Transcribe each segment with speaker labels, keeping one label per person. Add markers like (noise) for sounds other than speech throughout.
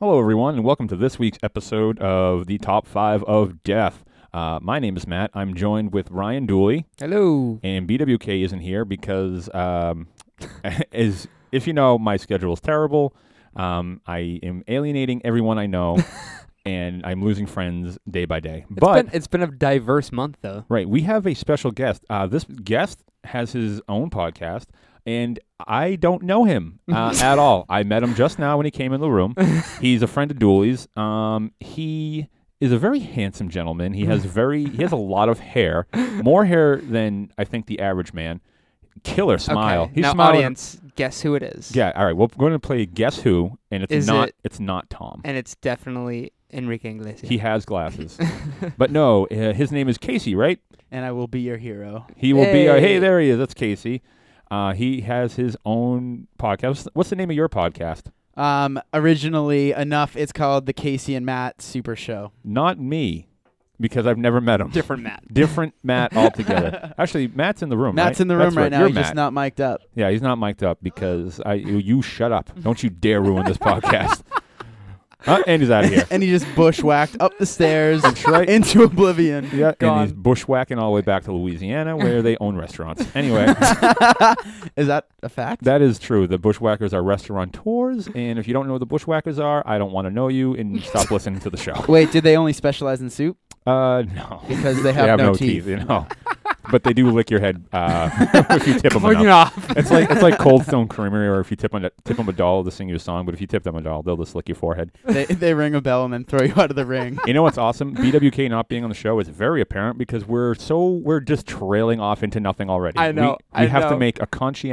Speaker 1: Hello, everyone, and welcome to this week's episode of the Top 5 of Death. Uh, my name is Matt. I'm joined with Ryan Dooley,
Speaker 2: Hello.
Speaker 1: and BWK isn't here because, um, (laughs) as if you know, my schedule is terrible. Um, I am alienating everyone I
Speaker 2: (laughs)
Speaker 1: know, and I'm losing friends day by day. but
Speaker 2: it's been, it's been a diverse month, though.
Speaker 1: Right. We have a special guest. Uh, this guest has his own podcast, and I don't know him
Speaker 2: (laughs)
Speaker 1: uh, at all. I met him just now when he came in the room. He's a friend of Dooley's. Um, he is a very handsome gentleman. He has very he has a lot of hair, more hair than I think the average man. Killer smile.
Speaker 2: Okay.
Speaker 1: He's
Speaker 2: now,
Speaker 1: smiling.
Speaker 2: audience, guess who it is?
Speaker 1: Yeah. All right. We're going to play Guess Who, and it's
Speaker 2: Is
Speaker 1: not
Speaker 2: it-
Speaker 1: it's not Tom.
Speaker 2: And it's definitely Enrique Iglesias.
Speaker 1: He has glasses,
Speaker 3: (laughs)
Speaker 1: but no. Uh, his name is Casey, right?
Speaker 3: and I will be your hero.
Speaker 1: He will be. Uh, hey,
Speaker 2: Hey.
Speaker 1: there he is. That's Casey. Uh, he has his own podcast. What's- What's the name of your podcast?
Speaker 3: Um, originally enough, it's called the Casey and Matt Super Show.
Speaker 1: Not me, because I've never met him.
Speaker 3: Different Matt.
Speaker 1: Different Matt
Speaker 3: (laughs)
Speaker 1: altogether. Actually, Matt's in the room.
Speaker 3: Matt's
Speaker 1: right?
Speaker 3: in the
Speaker 1: That's
Speaker 3: room right, now.
Speaker 1: You're
Speaker 3: He's just
Speaker 1: Matt.
Speaker 3: not mic'd up.
Speaker 1: Yeah, he's not mic'd up because I. You, you shut
Speaker 3: (laughs)
Speaker 1: up! Don't you dare ruin this podcast. Uh, and he's out of here.
Speaker 3: And he just bushwhacked up the stairs
Speaker 1: right.
Speaker 3: into oblivion.
Speaker 1: Yeah,
Speaker 2: Gone.
Speaker 1: and he's bushwhacking all the way back to Louisiana, where they own restaurants. Anyway. (laughs)
Speaker 3: Is that a fact?
Speaker 1: That is true. The Bushwhackers are restaurateurs, and if you don't know what the Bushwhackers are, I don't want to know you, and stop listening to the
Speaker 3: (laughs)
Speaker 1: show.
Speaker 3: Wait, did they only specialize in soup?
Speaker 1: Uh, no,
Speaker 3: Because they have, no, teeth.
Speaker 1: you know. but they do lick your head uh, (laughs) if you tip them
Speaker 2: Clean
Speaker 1: enough.
Speaker 2: off.
Speaker 1: It's like it's like Cold Stone Creamery, or if you tip on a, tip them a dollar, they'll sing you a song. But if you tip them a dollar, they'll just lick your forehead.
Speaker 3: they, they ring a bell and then throw you out of the ring.
Speaker 1: You know what's awesome? BWK not being on the show is very apparent because we're so we're just trailing off into nothing already.
Speaker 2: I know,
Speaker 1: We, we
Speaker 2: I
Speaker 1: have to
Speaker 2: know.
Speaker 1: make a conscientious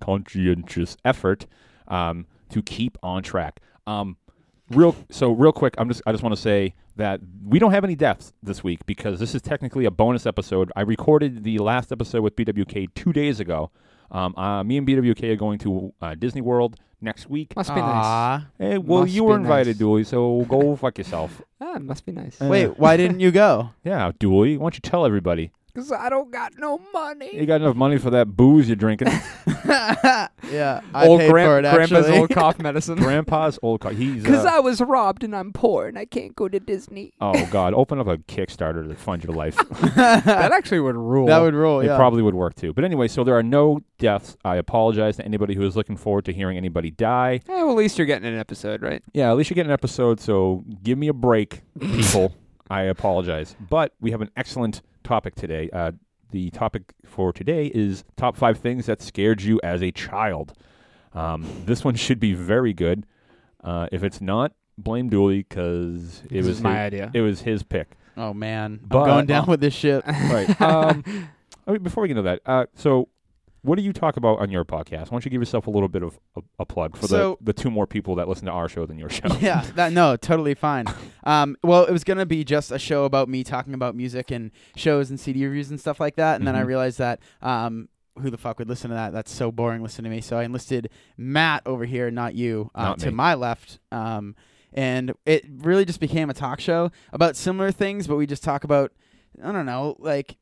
Speaker 1: conscientious effort um, to keep on track. Um, real so real quick, I'm just I just want to say that we don't have any deaths this week because this is technically a bonus episode. I recorded the last episode with BWK two days ago. Um, uh, me and BWK are going to uh, Disney World next week.
Speaker 2: Must be nice.
Speaker 3: Aw.
Speaker 1: Hey, well,
Speaker 2: must
Speaker 1: you were
Speaker 2: be
Speaker 1: invited,
Speaker 2: nice.
Speaker 1: Dooley, so go (laughs) fuck yourself.
Speaker 2: Ah, must be nice.
Speaker 1: Uh,
Speaker 3: Wait, why didn't you go?
Speaker 1: Yeah, Dooley, why don't you tell everybody?
Speaker 2: Because I don't got no money.
Speaker 1: You got enough money for that booze you're drinking.
Speaker 2: (laughs)
Speaker 3: Yeah, I
Speaker 2: old
Speaker 3: paid
Speaker 2: gran-
Speaker 3: for it
Speaker 2: grandpa's
Speaker 3: actually. (laughs)
Speaker 2: old (laughs) cough medicine.
Speaker 1: Grandpa's old car. He's.
Speaker 4: Because
Speaker 1: Uh,
Speaker 4: I was robbed and I'm poor and I can't go to
Speaker 1: (laughs)
Speaker 4: Disney.
Speaker 1: oh God! Open up a Kickstarter to fund your life.
Speaker 2: that actually would rule.
Speaker 3: that would roll.
Speaker 1: it
Speaker 3: Oh, yeah.
Speaker 1: probably would work too. But anyway, so there are no deaths. I apologize to anybody who is looking forward to hearing anybody die.
Speaker 2: Eh, well, at least you're getting an episode, right?
Speaker 1: Yeah, at least you get an episode. So give me a break, people. I apologize, but we have an excellent topic today. Uh, the topic for today is top five things that scared you as a child. Um, this one should be very good. Uh, if it's not, blame Dooley because it
Speaker 2: this
Speaker 1: was
Speaker 2: is my
Speaker 1: his,
Speaker 2: idea. (laughs)
Speaker 1: it was his pick.
Speaker 3: oh man,
Speaker 1: But-
Speaker 3: I'm going down with this ship.
Speaker 1: Right.
Speaker 2: (laughs)
Speaker 1: Um, I mean, before we get into that, uh, so what do you talk about on your podcast? Why don't you give yourself a little bit of a, a plug for
Speaker 3: So-
Speaker 1: the, the two more people that listen to our show than your show?
Speaker 3: (laughs) yeah, that, no, totally fine. Um, well, it was gonna be just a show about me talking about music and shows and CD reviews and stuff like that, and then I
Speaker 1: Mhm.
Speaker 3: realized that um, who the fuck would listen to that? That's so boring. Listen to me. So I enlisted Matt over here, not you, uh,
Speaker 1: Not
Speaker 3: to
Speaker 1: me.
Speaker 3: my left. Um, and it really just became a talk show about similar things, but we just talk about I don't know, like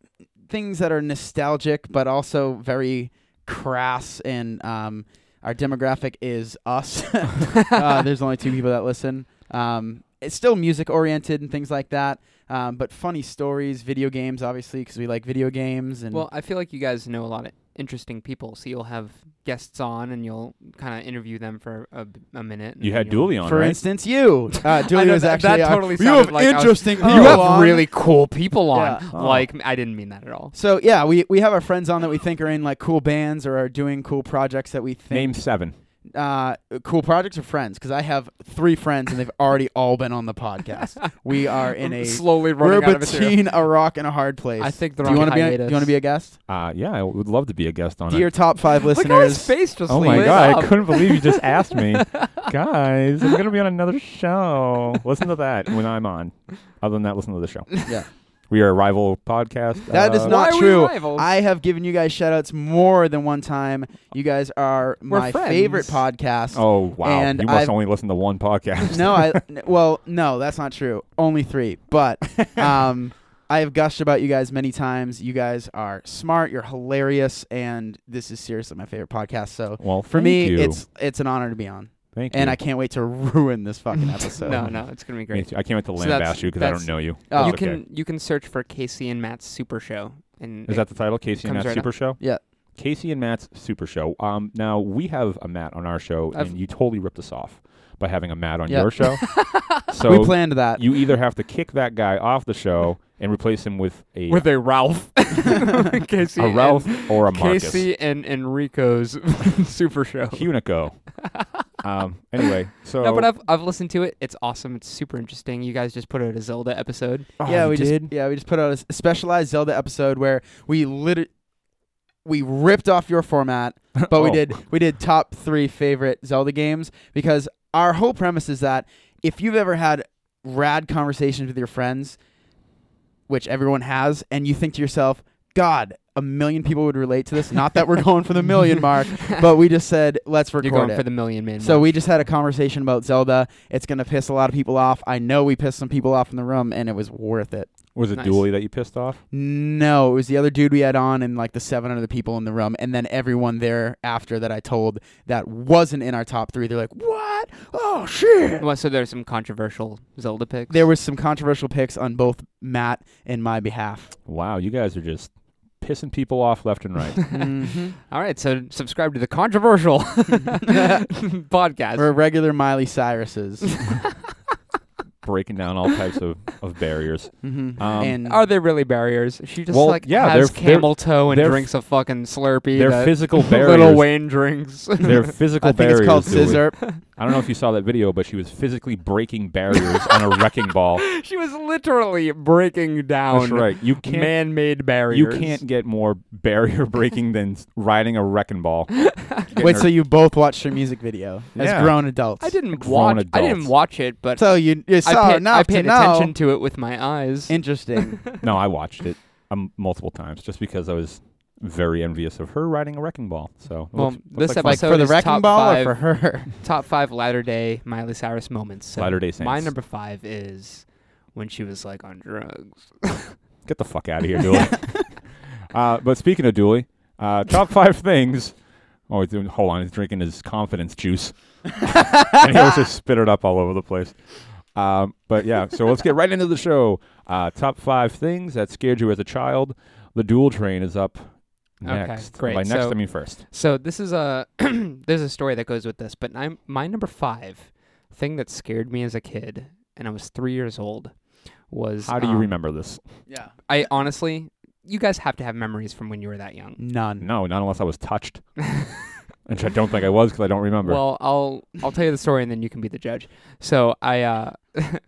Speaker 3: things that are nostalgic, but also very crass and um. Our demographic is
Speaker 1: (laughs)
Speaker 3: us. (laughs) uh, there's only two people that listen. Um, it's still music oriented and things like that, um, but funny stories, video games, obviously, because we like video games. And
Speaker 2: Well, I feel like you guys know a lot of interesting people, so you'll have guests on and you'll kind of interview them for a, a minute. and
Speaker 1: You had
Speaker 2: you'll-
Speaker 1: Dooley on,
Speaker 3: for
Speaker 1: right?
Speaker 3: instance, you,
Speaker 2: (laughs)
Speaker 3: uh,
Speaker 2: I
Speaker 3: Dooley
Speaker 2: know,
Speaker 3: was
Speaker 2: that-
Speaker 3: actually
Speaker 2: that
Speaker 3: uh,
Speaker 2: totally
Speaker 3: you have
Speaker 2: sounded like I was-
Speaker 3: interesting people.
Speaker 2: (laughs) You have
Speaker 3: on.
Speaker 2: really cool people on.
Speaker 3: Yeah.
Speaker 1: Oh.
Speaker 2: Like, I didn't mean that at all.
Speaker 3: So yeah, we we have our friends on that we think are in like cool bands or are doing cool projects that we
Speaker 1: Name
Speaker 3: think
Speaker 1: seven.
Speaker 3: uh, cool projects or friends. Because I have three friends and they've already all been on the podcast. we are
Speaker 2: (laughs)
Speaker 3: in a
Speaker 2: slowly
Speaker 3: we're
Speaker 2: running out of material.
Speaker 3: between a rock and a hard place.
Speaker 2: I think the
Speaker 3: do you
Speaker 2: want
Speaker 3: wanna
Speaker 2: to
Speaker 3: be a, do you want to be a guest?
Speaker 1: Uh, yeah, I would love to be a guest on
Speaker 3: Dear
Speaker 1: it.
Speaker 3: top five
Speaker 2: Look how his
Speaker 3: listeners.
Speaker 2: face just
Speaker 1: Oh my
Speaker 2: lit
Speaker 1: god!
Speaker 2: up.
Speaker 1: I couldn't believe you just asked
Speaker 3: (laughs)
Speaker 1: me, guys. I'm gonna be on another show. Listen to that when I'm on. Other than that, listen to the show.
Speaker 3: Yeah.
Speaker 1: We are a rival podcast.
Speaker 3: That is
Speaker 1: uh,
Speaker 3: not
Speaker 2: Why are we
Speaker 3: true.
Speaker 2: rivals?
Speaker 3: I have given you guys shout outs more than one time. You guys are
Speaker 2: We're
Speaker 3: my
Speaker 2: friends.
Speaker 3: favorite podcast.
Speaker 1: Oh wow!
Speaker 3: And
Speaker 1: you must
Speaker 3: I've-
Speaker 1: only listen to one podcast. (laughs) (laughs)
Speaker 3: No, I n- well, no, that's not true. Only three, but um, I have gushed about you guys many times. You guys are smart. You're hilarious, and this is seriously my favorite podcast. So
Speaker 1: Well,
Speaker 3: for
Speaker 1: thank
Speaker 3: me,
Speaker 1: you.
Speaker 3: it's it's an honor to be on,
Speaker 1: thank
Speaker 3: and
Speaker 1: you.
Speaker 3: I can't wait to (laughs) ruin this fucking episode.
Speaker 2: no, no, it's gonna be
Speaker 1: Me
Speaker 2: great.
Speaker 1: too. I can't wait to
Speaker 2: So
Speaker 1: lambaste
Speaker 2: that's-
Speaker 1: you because I
Speaker 2: that's-
Speaker 1: don't know you.
Speaker 3: Oh.
Speaker 2: you
Speaker 1: hmm. Okay.
Speaker 2: can you can search for Casey and Matt's Super Show, and
Speaker 1: Is that the title, Casey and
Speaker 2: comes
Speaker 1: Matt's
Speaker 2: right
Speaker 1: Super Show?
Speaker 3: Yeah.
Speaker 1: Casey and Matt's Super Show. Um, now we have a Matt on our show,
Speaker 2: I've-
Speaker 1: and you totally ripped us off by having a Matt on
Speaker 3: Yeah.
Speaker 1: your
Speaker 3: (laughs)
Speaker 1: show. so
Speaker 3: we planned
Speaker 1: (laughs)
Speaker 3: that.
Speaker 1: you either have to kick that guy off the show and replace him with a
Speaker 2: with a Ralph, (laughs)
Speaker 1: (laughs)
Speaker 2: Casey,
Speaker 1: a
Speaker 2: and-
Speaker 1: Ralph or a Marcus.
Speaker 2: Casey and Enrico's (laughs) Super Show. (laughs)
Speaker 1: Hunico. um, anyway, so
Speaker 2: No, but I've I've listened to it. It's awesome. It's super interesting. You guys just put out a Zelda episode.
Speaker 1: Oh,
Speaker 3: yeah,
Speaker 1: you
Speaker 3: we just
Speaker 1: did?
Speaker 3: yeah we just put out a s- specialized Zelda episode where we lit we ripped off
Speaker 2: (laughs)
Speaker 3: your format, but we
Speaker 1: Oh.
Speaker 3: did we did top three favorite Zelda games because our whole premise is that if you've ever had rad conversations with your friends, which everyone has, and you think to yourself, God. A million people would relate to this. Not that we're going for
Speaker 2: (laughs)
Speaker 3: the million mark, but we just said let's record
Speaker 2: You're going
Speaker 3: it.
Speaker 2: for the Million Man.
Speaker 3: So
Speaker 2: mark.
Speaker 3: we just had a conversation about Zelda. It's gonna piss a lot of people off. I know we pissed some people off in the room, and it was worth it.
Speaker 1: was it
Speaker 2: Nice.
Speaker 1: Dooley that you pissed off?
Speaker 3: No, it was the other dude we had on, and like the seven other people in the room, and then everyone there after that I told that wasn't in our top three. They're like, "What? Oh shit!"
Speaker 2: Well, so there's some controversial Zelda picks. (laughs)
Speaker 3: There was some controversial picks on both Matt and my behalf.
Speaker 1: Wow, you guys are just pissing people off left and right. (laughs)
Speaker 3: (laughs) Mhm.
Speaker 2: All right, so subscribe to the controversial (laughs) podcast.
Speaker 3: We're regular Miley Cyruses,
Speaker 1: breaking down all types of, of barriers.
Speaker 3: Mhm.
Speaker 1: Um,
Speaker 3: and
Speaker 2: Mm-hmm. Are there really barriers? She just
Speaker 1: Well,
Speaker 2: like
Speaker 1: yeah,
Speaker 2: has
Speaker 1: they're- they're-
Speaker 2: camel toe and
Speaker 1: they're-
Speaker 2: drinks a fucking Slurpee.
Speaker 1: They're
Speaker 2: that
Speaker 1: physical barriers.
Speaker 2: (laughs) Little Wayne drinks. (laughs)
Speaker 1: They're physical
Speaker 3: I think
Speaker 1: barriers.
Speaker 3: it's called
Speaker 1: Dooley.
Speaker 3: Scissor.
Speaker 1: I don't know if you saw that video, but she was physically breaking barriers on a wrecking
Speaker 2: (laughs)
Speaker 1: ball.
Speaker 2: she was literally breaking down
Speaker 1: That's right. You can't.
Speaker 2: man-made barriers.
Speaker 1: you can't get more barrier breaking than s- riding a wrecking ball. Getting
Speaker 3: Wait,
Speaker 1: her-
Speaker 3: so you both watched her music video as
Speaker 1: Yeah.
Speaker 3: grown adults?
Speaker 2: I didn't
Speaker 1: Grown
Speaker 2: watch. I didn't
Speaker 1: adults.
Speaker 2: watch it, but
Speaker 3: So you, you saw
Speaker 2: I paid,
Speaker 3: enough
Speaker 2: I paid
Speaker 3: to know.
Speaker 2: attention to it with my eyes. (laughs)
Speaker 3: Interesting.
Speaker 1: no, I watched it um, multiple times just because I was very envious of her riding a wrecking ball. So it
Speaker 2: Well,
Speaker 1: looks,
Speaker 2: this
Speaker 1: looks like
Speaker 3: like
Speaker 2: episode
Speaker 3: for the
Speaker 2: is
Speaker 3: wrecking
Speaker 2: top
Speaker 3: ball
Speaker 2: five.
Speaker 3: or for her?
Speaker 2: Top five Latter Day Miley Cyrus moments. So
Speaker 1: Latter-day Saints.
Speaker 2: My number five is when she was like on drugs.
Speaker 1: Get the fuck out of here,
Speaker 2: (laughs)
Speaker 1: Dooley. uh, but speaking of Dooley, uh, top five things. Oh, he's doing, hold on. He's drinking his confidence juice. (laughs) and he was just spitting it up all over the place. Um, but yeah, so let's get right into the show. Uh, top five things that scared you as a child. The dual train is up
Speaker 2: Okay,
Speaker 1: next.
Speaker 2: great.
Speaker 1: By next,
Speaker 2: So-
Speaker 1: I mean first.
Speaker 2: So this is a (clears throat) there's a story that goes with this, but I'm my number five thing that scared me as a kid, and I was three years old, was
Speaker 1: How do you
Speaker 2: um,
Speaker 1: remember this?
Speaker 3: Yeah.
Speaker 2: I honestly, you guys have to have memories from when you were that
Speaker 1: Mm,
Speaker 2: young.
Speaker 3: None.
Speaker 1: No, not unless I was touched, which I don't think I was because I don't remember.
Speaker 2: Well, I'll I'll tell you the story and then you can be the judge. So I uh (laughs)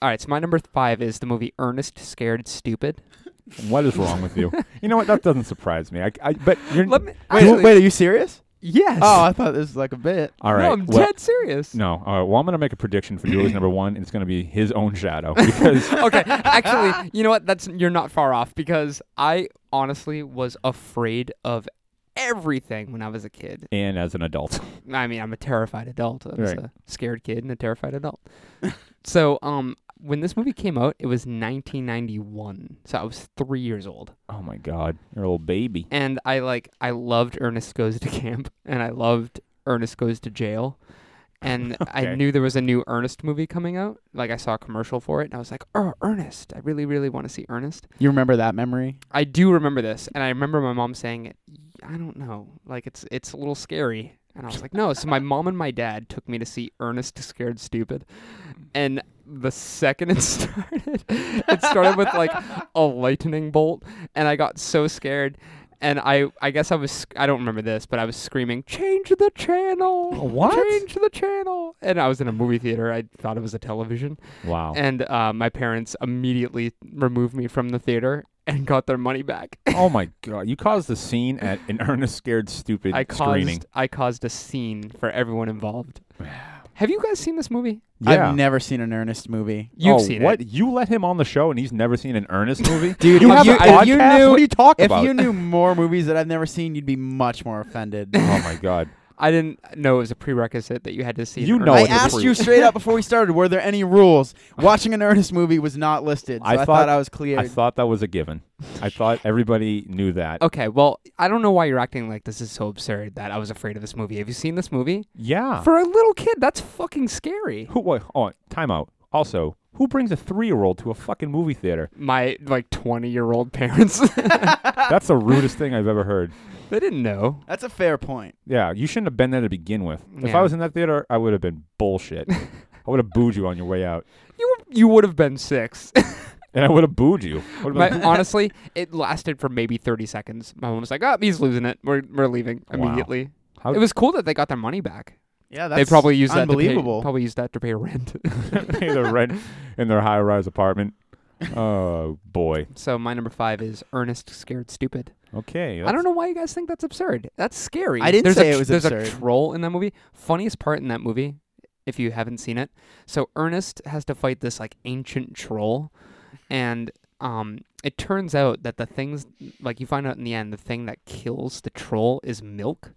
Speaker 2: All right, so my number 5 is the movie Ernest Scared Stupid.
Speaker 1: what is wrong with
Speaker 2: (laughs)
Speaker 1: you? You know what? That doesn't surprise me. I, I but you're
Speaker 2: Let me
Speaker 3: Wait,
Speaker 2: actually-
Speaker 3: wait, are you serious?
Speaker 2: Yes.
Speaker 3: (laughs) Oh, I thought this was like a bit.
Speaker 1: all right.
Speaker 2: No, I'm
Speaker 1: well-
Speaker 2: dead serious.
Speaker 1: No. All right. Well, I'm going to make a prediction for Dooley's number one, and it's going to be his own shadow (laughs) because
Speaker 2: (laughs) okay, actually, you know what? That's you're not far off because I honestly was afraid of everything when I was a kid.
Speaker 1: and as an adult,
Speaker 2: I mean, I'm a terrified adult. I was
Speaker 1: Right.
Speaker 2: a scared kid and a terrified adult. (laughs) so, um, when this movie came out, it was 1991. So I was three years old,
Speaker 1: oh my God, you're a little baby.
Speaker 2: and I like I loved Ernest Goes to Camp, and I loved Ernest Goes to Jail. And I
Speaker 1: Okay.
Speaker 2: knew there was a new Ernest movie coming out. Like I saw a commercial for it, and I was like, "Oh, Ernest! I really, really want to see Ernest."
Speaker 3: You remember that memory?
Speaker 2: I do remember this, and I remember my mom saying, "I don't know, like it's it's a little scary." And I was like, "No." So my mom and my dad took me to see Ernest Scared Stupid, and the second it (laughs) started, it started with like a lightning bolt, and I got so scared. And I, I guess I was, sc- I don't remember this, but I was screaming, change the channel!
Speaker 1: What?
Speaker 2: Change the channel! And I was in a movie theater. I thought it was a television. (laughs)
Speaker 1: Wow.
Speaker 2: And uh, my parents immediately removed me from the theater and got their money back.
Speaker 1: oh my God, you caused a scene at an Ernest Scared Stupid
Speaker 2: (laughs) I caused
Speaker 1: screening.
Speaker 2: I caused a scene for everyone involved. Have you guys seen this movie?
Speaker 1: Yeah.
Speaker 3: I've never seen an Ernest movie.
Speaker 2: You've
Speaker 1: oh,
Speaker 2: seen
Speaker 1: what?
Speaker 2: it.
Speaker 1: You let him on the show, and he's never seen an Ernest movie.
Speaker 3: Dude,
Speaker 1: you
Speaker 3: if
Speaker 1: have
Speaker 3: you-
Speaker 1: a
Speaker 3: if you
Speaker 1: podcast?
Speaker 3: knew- (laughs)
Speaker 1: what are you talking
Speaker 3: If
Speaker 1: about?
Speaker 3: (laughs) you knew more movies that I've never seen, you'd be much more offended.
Speaker 1: oh my God.
Speaker 2: I didn't know it was a prerequisite that you had to see. an
Speaker 1: You know
Speaker 2: Ernest
Speaker 1: Oh,
Speaker 3: I
Speaker 1: it's a
Speaker 3: asked
Speaker 1: pre-
Speaker 3: (laughs) you straight up before we started. Were there any rules? Watching an Ernest movie was not listed. So I,
Speaker 1: I
Speaker 3: thought,
Speaker 1: thought-
Speaker 3: I was clear.
Speaker 1: I thought that was a given.
Speaker 2: (laughs)
Speaker 1: I thought everybody knew that.
Speaker 2: Okay, well, I don't know why you're acting like this is so absurd that I was afraid of this movie. Have you seen this movie?
Speaker 1: Yeah.
Speaker 2: For a little kid, that's fucking scary.
Speaker 1: Who? Wait, oh, time out. Also, who brings a three-year-old to a fucking movie
Speaker 2: (laughs)
Speaker 1: theater?
Speaker 2: My like 20 year old (laughs) parents, Ah.
Speaker 1: That's the rudest thing I've ever heard.
Speaker 2: they didn't know.
Speaker 3: That's a fair point.
Speaker 1: Yeah, you shouldn't have been there to begin with. If
Speaker 2: Yeah.
Speaker 1: I was in that theater, I would have been
Speaker 2: (laughs)
Speaker 1: bullshit. I would have booed you on your way out,
Speaker 2: You you would have been six. (laughs)
Speaker 1: and I would have booed you. Would have been
Speaker 2: My, honestly, it lasted for maybe 30 seconds. My mom was like, "Oh, he's losing it. We're we're leaving
Speaker 1: Wow.
Speaker 2: immediately."
Speaker 1: How-
Speaker 2: It was cool that they got their money back.
Speaker 3: Yeah,
Speaker 2: they probably used that to pay,
Speaker 3: unbelievable.
Speaker 2: probably used that to pay (laughs) rent.
Speaker 1: (laughs) pay their rent in their high-rise apartment. Oh boy.
Speaker 2: so my number five is Ernest Scared Stupid.
Speaker 1: Okay.
Speaker 2: I don't know why you guys think that's absurd. That's scary.
Speaker 3: I didn't
Speaker 2: there's
Speaker 3: say
Speaker 2: a,
Speaker 3: it was
Speaker 2: There's a
Speaker 3: absurd.
Speaker 2: troll in that movie. Funniest part in that movie, if you haven't seen it, so Ernest has to fight this like ancient troll, and um, it turns out that the things like you find out in the end, the thing that kills the troll is milk,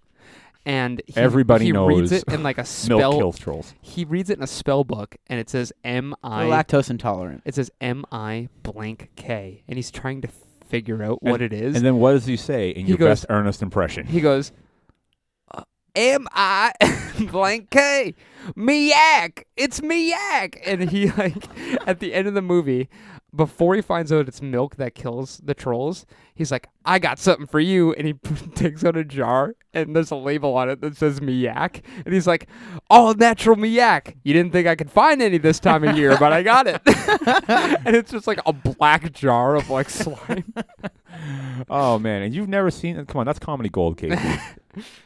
Speaker 2: and he,
Speaker 1: Everybody
Speaker 2: he
Speaker 1: knows
Speaker 2: reads it in like
Speaker 3: (laughs)
Speaker 2: a
Speaker 1: Milk
Speaker 2: spell.
Speaker 1: kills trolls.
Speaker 2: He reads it in a spell book, and it says M
Speaker 3: They're
Speaker 2: I.
Speaker 3: lactose intolerant.
Speaker 2: It says M I blank K, and he's trying to figure out what it is.
Speaker 1: And then what does he say in
Speaker 2: He
Speaker 1: your
Speaker 2: goes-
Speaker 1: best earnest impression?
Speaker 2: He goes, "Uh, "Am I (laughs) blank K? Miak, it's Miak." And he (laughs) like at the end of the movie, before he finds out it's milk that kills the trolls, he's like, "I got something for you," and he (laughs) takes out a jar and there's a label on it that says Miak, and he's like, "All natural Miak. You didn't think I could find any this time of year, but I got it." (laughs) and it's just like a black jar of like (laughs) slime.
Speaker 1: Oh man, and you've never seen it. Come on, that's comedy gold,
Speaker 2: (laughs)
Speaker 1: Casey.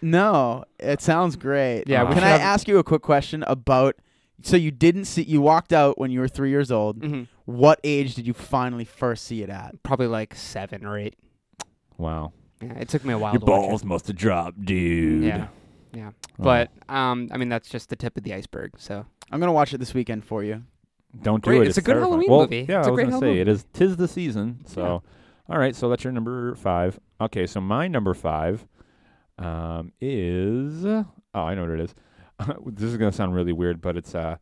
Speaker 3: No, it sounds great.
Speaker 2: Yeah,
Speaker 1: we
Speaker 3: Can
Speaker 1: should
Speaker 3: I
Speaker 2: have-
Speaker 3: ask you a quick question about? So you didn't see? You walked out when you were three years old. What age did you finally first see it at?
Speaker 2: Probably like seven or eight.
Speaker 1: wow.
Speaker 2: Yeah, it took me a while.
Speaker 1: Your
Speaker 2: to watch it.
Speaker 1: balls must have dropped, dude.
Speaker 2: Yeah, yeah. But um, I mean, that's just the tip of the iceberg. So
Speaker 3: I'm gonna watch it this weekend for
Speaker 2: (laughs)
Speaker 3: you.
Speaker 1: Don't do
Speaker 2: Great,
Speaker 1: it.
Speaker 2: it's a good
Speaker 1: terrifying.
Speaker 2: Halloween
Speaker 1: Well,
Speaker 2: movie.
Speaker 1: Yeah,
Speaker 2: It's
Speaker 1: I
Speaker 2: a
Speaker 1: was
Speaker 2: great
Speaker 1: gonna say
Speaker 2: Halloween
Speaker 1: it is. Tis the season. So, all right. So that's your number five. Okay, so my number five um, is oh, I know what it is. (laughs) this is gonna sound really weird, but it's uh,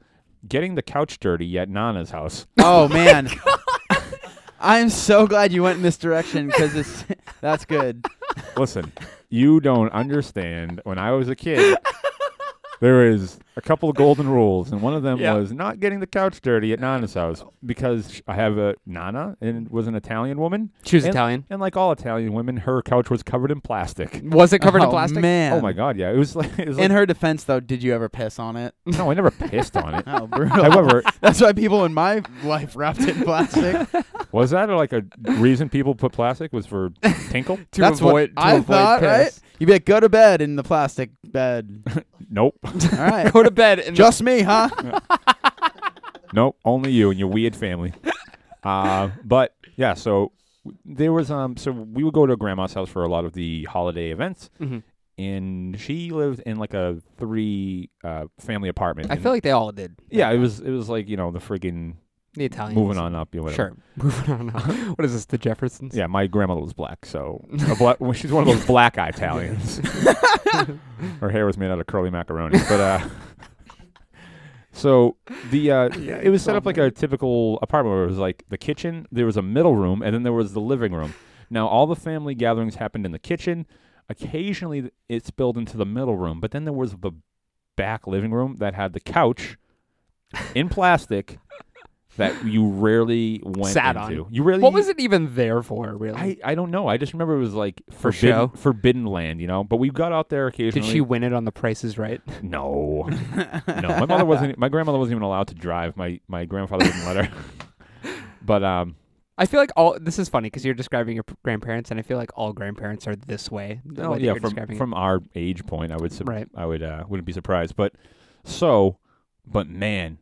Speaker 1: getting the couch dirty at Nana's house.
Speaker 3: Oh, man. (laughs) I'm so glad you went in this direction because it's (laughs) that's good.
Speaker 1: Listen, you don't understand. When I was a kid, there was a couple of golden rules, and one of them
Speaker 2: Yeah.
Speaker 1: was not getting the couch dirty at Nana's house because sh- I have a Nana and was an Italian woman,
Speaker 2: she was
Speaker 1: And-
Speaker 2: Italian.
Speaker 1: and like all Italian women, her couch was covered in plastic.
Speaker 2: Was it covered in
Speaker 3: Oh,
Speaker 2: plastic?
Speaker 3: Man.
Speaker 1: Oh my god, yeah, it was like, it was like
Speaker 3: In her defense, though, did you ever piss on it? (laughs)
Speaker 1: no, I never pissed on it.
Speaker 3: Oh, brutal.
Speaker 1: However,
Speaker 3: That's why people in my life wrapped it
Speaker 2: (laughs)
Speaker 3: in plastic.
Speaker 1: was that like a reason people put plastic was for tinkle?
Speaker 2: To
Speaker 3: That's what
Speaker 2: avoid, to
Speaker 3: I
Speaker 2: avoid
Speaker 3: thought,
Speaker 2: piss.
Speaker 3: You'd be like, go to bed in the plastic
Speaker 2: (laughs)
Speaker 3: bed.
Speaker 1: Nope,
Speaker 3: All right.
Speaker 2: Go to bed and
Speaker 3: Just
Speaker 2: (laughs)
Speaker 3: me, huh?
Speaker 1: nope, only you and your weird
Speaker 2: (laughs)
Speaker 1: family. Uh, but yeah, so there was um, so we would go to grandma's house for a lot of the holiday events,
Speaker 2: Mhm.
Speaker 1: and she lived in like a three uh family apartment.
Speaker 2: I
Speaker 1: and-
Speaker 2: feel like they all did.
Speaker 1: yeah, it was it was like you know the friggin'
Speaker 2: the Italians.
Speaker 1: moving on up, you know, whatever.
Speaker 2: Sure, (laughs) moving on. Up.
Speaker 3: Uh-huh.
Speaker 2: what is this? The Jeffersons. (laughs)
Speaker 1: Yeah, my grandmother was black, so (laughs) a
Speaker 3: (laughs)
Speaker 1: bla- well, she's one of those black Italians. Her hair was made out of curly macaroni, but uh, (laughs) so the uh,
Speaker 2: (laughs) Yeah,
Speaker 1: it was set
Speaker 2: it's
Speaker 1: up
Speaker 2: all
Speaker 1: like a typical apartment where it was like the kitchen, there was a middle room, and then there was the living room. Now all the family gatherings happened in the kitchen. Occasionally, th- it spilled into the middle room, but then there was the back living room that had the couch in plastic. That you rarely went
Speaker 2: Sat on.
Speaker 1: into. You rarely
Speaker 2: What was it even there for, really?
Speaker 1: I, I don't know. I just remember it was like
Speaker 2: For
Speaker 1: forbidden,
Speaker 2: show?
Speaker 1: forbidden land, you know. But we got out there
Speaker 2: did
Speaker 1: occasionally.
Speaker 2: she win it on The Price Is Right?
Speaker 1: No, no. My mother
Speaker 3: (laughs)
Speaker 1: wasn't. e, My grandmother wasn't even allowed to drive. My my grandfather didn't let her. (laughs) but um,
Speaker 2: I feel like all this is funny because you're describing your p- grandparents, and I feel like all grandparents are this way. the
Speaker 1: no,
Speaker 2: way that
Speaker 1: Oh, yeah.
Speaker 2: you're
Speaker 1: From
Speaker 2: describing it.
Speaker 1: from our age point, I would sub-
Speaker 2: Right.
Speaker 1: I would uh, wouldn't be surprised. But so, but man,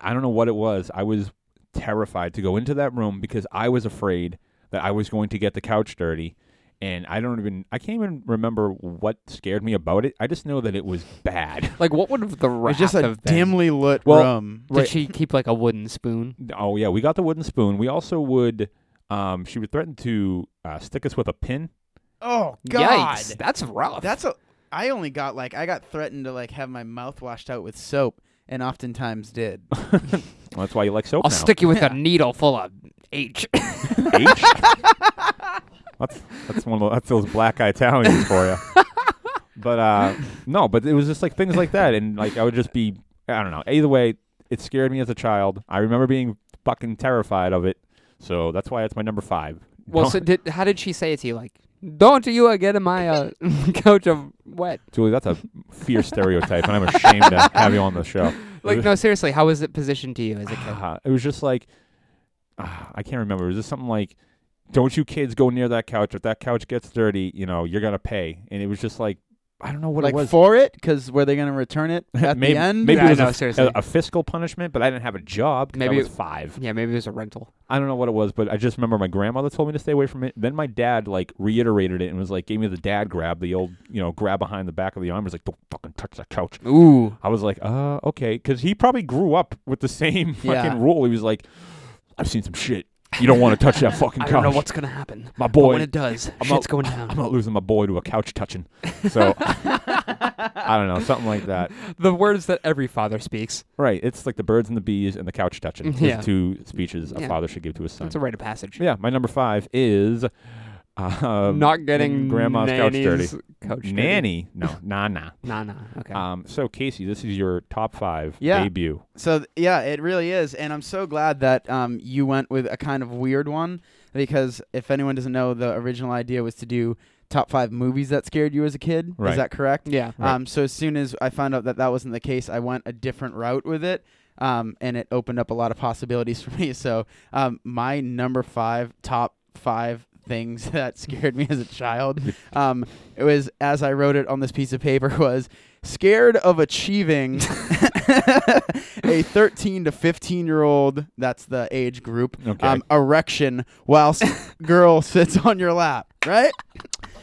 Speaker 1: I don't know what it was. I was terrified to go into that room because I was afraid that I was going to get the couch dirty. And I don't even, I can't even remember what scared me about it. I just know that it was bad. (laughs)
Speaker 2: like what would have the
Speaker 3: It's
Speaker 2: wrath
Speaker 3: just a
Speaker 2: have been?
Speaker 3: dimly lit
Speaker 1: Well,
Speaker 3: room.
Speaker 2: Did
Speaker 1: Right.
Speaker 2: she keep like a wooden spoon?
Speaker 1: Oh yeah, we got the wooden spoon. We also would. Um, she would threaten to uh, stick us with a pin.
Speaker 3: Oh God,
Speaker 2: Yikes, that's rough.
Speaker 3: that's a. I only got like I got threatened to like have my mouth washed out with soap, and
Speaker 1: (laughs)
Speaker 3: oftentimes did.
Speaker 1: Well, that's why you like soap
Speaker 2: I'll
Speaker 1: now. (laughs)
Speaker 2: stick you with
Speaker 3: Yeah.
Speaker 2: a needle full of H.
Speaker 1: H? that's that's one of the, that's those black Italians for you. But uh, no, but it was just like things like that, and like I would just be I don't know. Either way, it scared me as a child. I remember being fucking terrified of it, so that's why it's my number five.
Speaker 2: well,
Speaker 1: Don't-
Speaker 2: so did, how did she say it to you? Like, don't you uh, get in my uh, (laughs) coat of wet?
Speaker 1: (laughs) Julie, that's a fierce stereotype, and I'm ashamed to have you on the show.
Speaker 2: Like, no, seriously, how was it positioned to you as a kid?
Speaker 1: (sighs) Ah, it was just like ah, I can't remember. It was just something like, "Don't you kids go near that couch? If that couch gets dirty, you know you're gonna pay." And it was just like I don't know what
Speaker 3: like
Speaker 1: it was. (laughs)
Speaker 3: for it, because were they going to return it at
Speaker 1: maybe
Speaker 3: the end?
Speaker 1: maybe
Speaker 2: Yeah, I
Speaker 1: it was
Speaker 2: know,
Speaker 1: a,
Speaker 2: seriously.
Speaker 1: a- a fiscal punishment, but I didn't have a job. 'cause
Speaker 2: Maybe
Speaker 1: I was
Speaker 2: it-
Speaker 1: five.
Speaker 2: Yeah, maybe it was a rental.
Speaker 1: I don't know what it was, but I just remember my grandmother told me to stay away from it. Then my dad like reiterated it and was like, gave me the dad grab, the old you know grab behind the back of the arm. He was like, "Don't fucking touch that couch."
Speaker 2: Ooh.
Speaker 1: I was like, uh, okay, because he probably grew up with the (laughs) same fucking
Speaker 3: Yeah.
Speaker 1: rule. He was like, I've seen some shit. You don't want to touch
Speaker 2: (laughs)
Speaker 1: that fucking
Speaker 2: I
Speaker 1: couch.
Speaker 2: don't know what's going to happen.
Speaker 1: my
Speaker 2: But when
Speaker 1: boy.
Speaker 2: it does,
Speaker 1: I'm
Speaker 2: shit's
Speaker 1: out-
Speaker 2: going
Speaker 1: I'm
Speaker 2: down.
Speaker 1: not losing my boy to a couch touching.
Speaker 2: (laughs)
Speaker 1: So I don't know, something like that.
Speaker 2: the words that every father speaks.
Speaker 1: Right? It's like the birds and the bees and the couch touching. His
Speaker 2: Yeah.
Speaker 1: two speeches a
Speaker 2: Yeah.
Speaker 1: father should give to his son.
Speaker 2: That's a rite of passage.
Speaker 1: yeah, my number five is uh,
Speaker 2: not getting
Speaker 1: grandma's couch dirty.
Speaker 2: nanny's Couch dirty.
Speaker 1: Nanny,
Speaker 2: (laughs)
Speaker 1: no, nah, nah.
Speaker 2: Nah, nah. Okay.
Speaker 1: Um, so Casey, this is your top five
Speaker 3: Yeah.
Speaker 1: debut.
Speaker 3: So th- yeah, it really is, and I'm so glad that um, you went with a kind of weird one because if anyone doesn't know, the original idea was to do top five movies that scared you as a kid.
Speaker 1: Right.
Speaker 3: Is that correct?
Speaker 2: yeah.
Speaker 1: Right.
Speaker 3: Um, so as soon as I found out that that wasn't the case, I went a different route with it, um, and it opened up a lot of possibilities (laughs) for me. So um, my number five, top five things (laughs) that scared me as
Speaker 1: (laughs)
Speaker 3: a child, um, it was as I wrote it on this piece of paper (laughs) was scared of achieving (laughs) a 13 to 15 year old that's the age group
Speaker 1: Okay.
Speaker 3: um, erection whilst
Speaker 1: (laughs)
Speaker 3: girl sits on your lap right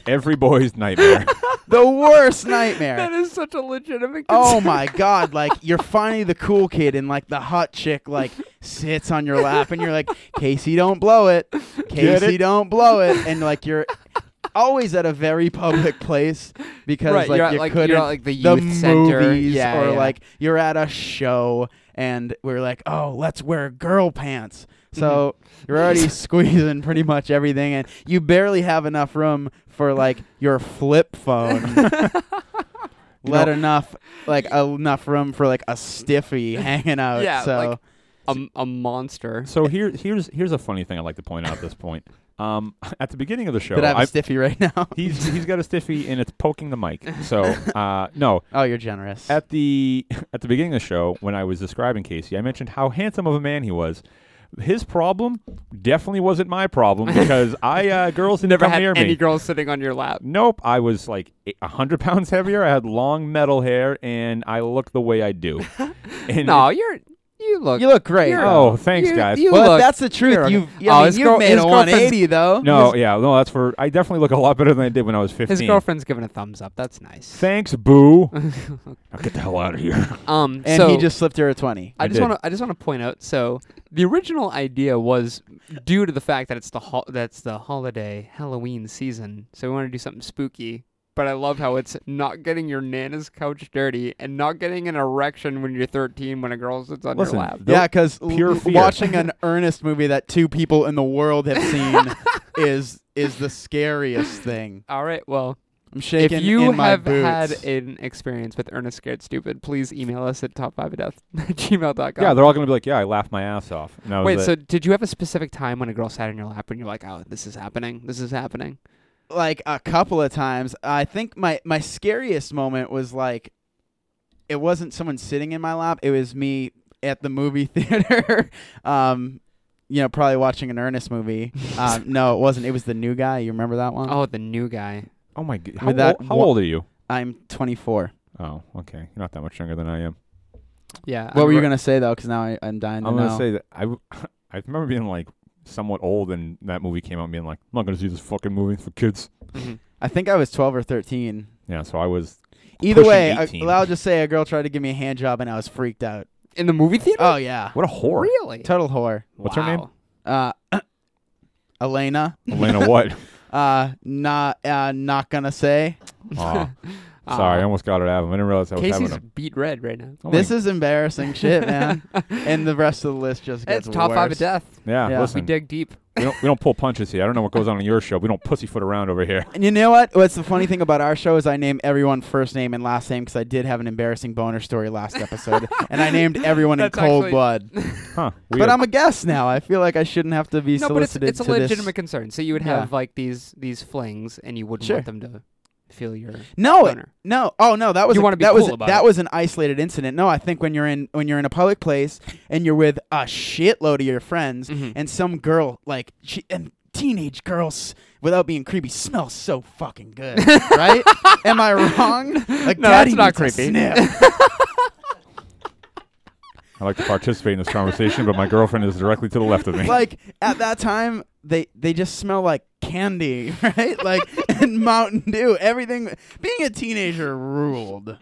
Speaker 1: Every boy's
Speaker 2: (laughs)
Speaker 1: nightmare.
Speaker 3: the worst nightmare
Speaker 2: That is such a legitimate.
Speaker 3: Oh
Speaker 2: (laughs)
Speaker 3: my god, like you're finally the cool kid and like the hot chick like sits on your lap and you're like, Casey don't blow it. Casey
Speaker 1: it?
Speaker 3: don't blow it and like you're always at a very public place because
Speaker 2: Right,
Speaker 3: like
Speaker 2: you're at,
Speaker 3: you
Speaker 2: like- you're
Speaker 3: couldn't
Speaker 2: at, like, the youth
Speaker 3: movies
Speaker 2: center. Yeah,
Speaker 3: or
Speaker 2: yeah.
Speaker 3: like you're at a show and we're like, "Oh, let's wear girl pants."
Speaker 2: Mm-hmm.
Speaker 3: So you're
Speaker 2: (laughs)
Speaker 3: already squeezing pretty much everything and you barely have enough room for like your
Speaker 2: (laughs)
Speaker 3: flip phone (laughs) let enough like enough room for like a stiffy (laughs) hanging out.
Speaker 2: Yeah,
Speaker 3: Uh, so
Speaker 2: like- a, a monster.
Speaker 1: So here, here's here's a funny thing I'd like to point out at this point. Um, (laughs) at the beginning of the show,
Speaker 3: did I have a
Speaker 1: I-
Speaker 3: stiffy right now?
Speaker 1: (laughs)
Speaker 3: (laughs)
Speaker 1: he's he's got a stiffy and it's poking the mic.
Speaker 2: (laughs)
Speaker 1: So uh, no,
Speaker 3: oh, you're generous.
Speaker 1: at the (laughs) at the beginning of the show when I was describing Casey, I mentioned how handsome of a man he was. His problem definitely wasn't my
Speaker 2: (laughs)
Speaker 1: problem because I uh, girls didn't
Speaker 2: Never
Speaker 1: come
Speaker 2: had
Speaker 1: near
Speaker 2: any
Speaker 1: me.
Speaker 2: girls sitting on your
Speaker 3: (laughs)
Speaker 2: lap.
Speaker 1: Nope, I was like a- a hundred pounds heavier. I had long metal hair, and I look the way I
Speaker 2: (laughs)
Speaker 1: do. And
Speaker 2: No, you're you look.
Speaker 3: you look great.
Speaker 2: you're-
Speaker 1: oh, thanks,
Speaker 2: you-
Speaker 1: guys.
Speaker 2: You
Speaker 3: well,
Speaker 2: look.
Speaker 3: if that's the
Speaker 2: you're-
Speaker 3: truth. You've
Speaker 2: Oh,
Speaker 3: yeah, I mean,
Speaker 2: his
Speaker 3: you've
Speaker 2: girl-
Speaker 3: made
Speaker 2: his
Speaker 3: a
Speaker 2: girlfriend's-
Speaker 3: 180 though.
Speaker 1: no, yeah, no, that's for. I definitely look a lot better than I did when I was fifteen.
Speaker 2: his girlfriend's giving a thumbs up. That's nice.
Speaker 1: Thanks, boo. Now get the hell out of here.
Speaker 2: Um,
Speaker 3: and
Speaker 2: so
Speaker 3: he just slipped her a 20.
Speaker 2: I
Speaker 1: I
Speaker 2: just
Speaker 1: did.
Speaker 2: want to I just want to point out. So the original idea was due to the fact that it's the ho- that's the holiday Halloween season. So we want to do something spooky. But I love how it's not getting your nana's couch dirty and not getting an erection when you're 13 when a girl sits
Speaker 1: (laughs)
Speaker 2: on
Speaker 1: Listen,
Speaker 2: your lap.
Speaker 1: the-
Speaker 3: yeah, because
Speaker 1: pure fear.
Speaker 3: watching (laughs) an earnest movie that two people in the world have seen (laughs) is is the scariest thing.
Speaker 2: All right. Well,
Speaker 3: I'm shaking
Speaker 2: if you
Speaker 3: in my
Speaker 2: have
Speaker 3: boots.
Speaker 2: had an experience with Ernest Scared Stupid, please email us (laughs) at top five death gmail.com.
Speaker 1: Yeah, they're all gonna be like, "Yeah, I laughed my ass off." And that was
Speaker 2: Wait,
Speaker 1: it.
Speaker 2: so did you have a specific time when a girl sat on your lap and you're like, oh, this is happening? This is happening?
Speaker 3: like a couple of times. I think my my scariest moment was like it wasn't someone sitting in my lap. It was me at the movie (laughs) theater. um, you know, probably watching an Ernest movie. (laughs) Um, no, it wasn't. It was the new guy. You remember that one?
Speaker 2: Oh, the new guy.
Speaker 1: oh my god,
Speaker 3: with
Speaker 1: how,
Speaker 3: that
Speaker 1: ol- how
Speaker 3: wa-
Speaker 1: old are you?
Speaker 3: I'm 24.
Speaker 1: Oh, okay, you're not that much younger than I am.
Speaker 2: Yeah. I
Speaker 3: What were you
Speaker 2: remember-
Speaker 3: gonna say though? Because now I, I'm dying to
Speaker 1: I'm
Speaker 3: know.
Speaker 1: gonna say that I, w- (laughs) I remember being like somewhat old, and that movie came out, and being like, "I'm not gonna see this fucking movie for kids."
Speaker 2: Mm-hmm.
Speaker 3: I think I was 12 or 13.
Speaker 1: Yeah, so I was.
Speaker 3: Either
Speaker 1: Pushing
Speaker 3: way, I,
Speaker 1: 18.
Speaker 3: I'll just say a girl tried to give me a hand job and I was freaked out.
Speaker 2: in the movie theater?
Speaker 3: Oh yeah,
Speaker 1: What a whore!
Speaker 2: really?
Speaker 3: total whore.
Speaker 1: What's her name?
Speaker 2: Wow.
Speaker 3: Uh, (clears throat) Elena.
Speaker 1: Elena, what?
Speaker 3: Uh, not uh, not gonna say.
Speaker 1: Aw. Sorry, I
Speaker 2: Uh,
Speaker 1: almost got it out of him. I didn't realize I was having
Speaker 2: Casey's
Speaker 1: him.
Speaker 2: beat red right now.
Speaker 1: Oh my-
Speaker 3: This is embarrassing
Speaker 2: (laughs)
Speaker 3: shit, man. and the rest of the list just gets
Speaker 2: It's top five of
Speaker 3: worse.
Speaker 2: death.
Speaker 1: yeah,
Speaker 3: yeah. We
Speaker 2: We
Speaker 1: listen,
Speaker 2: dig deep.
Speaker 1: we don't we don't pull punches here. I don't know what goes on in your show. We don't pussyfoot around over here.
Speaker 3: And you know what? What's the funny thing about our show is I name everyone first name and last name because I did have an embarrassing boner
Speaker 2: (laughs)
Speaker 3: story last episode, and I named everyone in
Speaker 2: That's
Speaker 3: cold
Speaker 2: actually- (laughs)
Speaker 3: blood.
Speaker 1: Huh?
Speaker 3: But
Speaker 1: weird.
Speaker 3: I'm a guest now. I feel like I shouldn't have to be
Speaker 2: No, but it's,
Speaker 3: solicited
Speaker 2: it's a
Speaker 3: to this.
Speaker 2: legitimate concern. So you would
Speaker 3: Yeah.
Speaker 2: have like these these flings, and you wouldn't
Speaker 3: Sure.
Speaker 2: want them to feel your
Speaker 3: No, it-
Speaker 2: boner.
Speaker 3: no. Oh no, that was
Speaker 2: You
Speaker 3: a-
Speaker 2: wanna be
Speaker 3: that was
Speaker 2: cool about
Speaker 3: that
Speaker 2: it.
Speaker 3: was an isolated incident. No, I think when you're in when you're in a public place and you're with a shitload of your friends
Speaker 2: Mhm.
Speaker 3: and some girl like she and teenage girls without being creepy smell so fucking
Speaker 2: (laughs)
Speaker 3: good, right? Am I wrong? Like
Speaker 2: No,
Speaker 3: daddy
Speaker 2: that's not
Speaker 3: needs a
Speaker 2: creepy. (laughs)
Speaker 3: sniff.
Speaker 1: I like to participate in this conversation, but my girlfriend is directly to the left of me.
Speaker 3: like at that time they they just smell like candy, (laughs) right? Like and Mountain Dew, everything being a teenager ruled.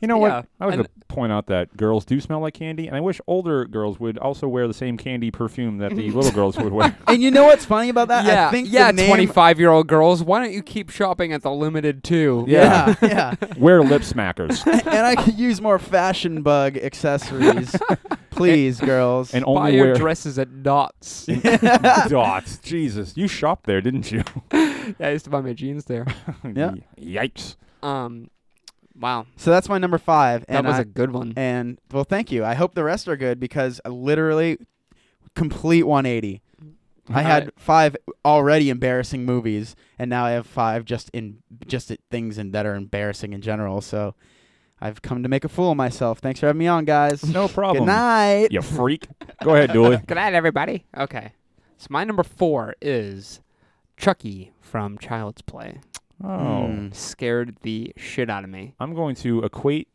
Speaker 1: You know
Speaker 2: Yeah,
Speaker 1: what? I was
Speaker 2: and-
Speaker 1: going to point out that girls do smell like candy, and I wish older girls would also wear the same candy perfume that the little girls would
Speaker 3: (laughs)
Speaker 1: wear.
Speaker 3: And you know what's funny about that?
Speaker 2: yeah,
Speaker 3: I think
Speaker 2: yeah,
Speaker 3: the name-
Speaker 2: twenty five year old girls. Why don't you keep shopping at the limited too?
Speaker 1: Yeah.
Speaker 3: Yeah, yeah.
Speaker 1: wear lip smackers,
Speaker 3: (laughs) and I could use more fashion
Speaker 1: (laughs)
Speaker 3: bug accessories, please, girls.
Speaker 1: and (laughs)
Speaker 2: buy
Speaker 1: only
Speaker 2: your
Speaker 1: wear
Speaker 2: dresses at Dots. yeah,
Speaker 1: (laughs) dots. Jesus, you shopped there, didn't you?
Speaker 2: (laughs) I used to buy my jeans there.
Speaker 3: Yeah.
Speaker 1: (laughs) Yikes.
Speaker 2: Um, wow,
Speaker 3: so that's my number five.
Speaker 2: that
Speaker 3: And
Speaker 2: was
Speaker 3: I-
Speaker 2: a good one.
Speaker 3: and well, thank you. I hope the rest are good because I literally complete 180. I had
Speaker 2: Alright.
Speaker 3: five already embarrassing movies, and now I have five just in just at things and that are embarrassing in general. So I've come to make a fool of myself. Thanks for having me on, guys.
Speaker 1: No problem.
Speaker 3: Good night.
Speaker 1: You freak. Go ahead, Dooley.
Speaker 2: Good night, everybody. Okay, so my number four is Chucky from Child's Play.
Speaker 1: Oh.
Speaker 3: Mm.
Speaker 2: Scared the shit out of me.
Speaker 1: I'm going to equate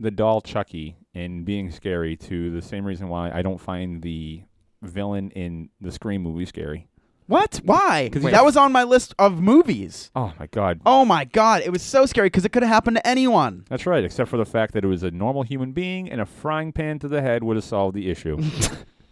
Speaker 1: the doll Chucky and being scary to the same reason why I don't find the villain in the Scream movie scary.
Speaker 3: What? Why?
Speaker 1: 'Cause
Speaker 2: he-
Speaker 3: That was on my list of movies.
Speaker 1: Oh my god.
Speaker 3: Oh my god, it was so scary because it could have happened to anyone.
Speaker 1: That's right, except for the fact that it was a normal human being and a frying pan to the head would have solved the
Speaker 2: (laughs)
Speaker 1: issue.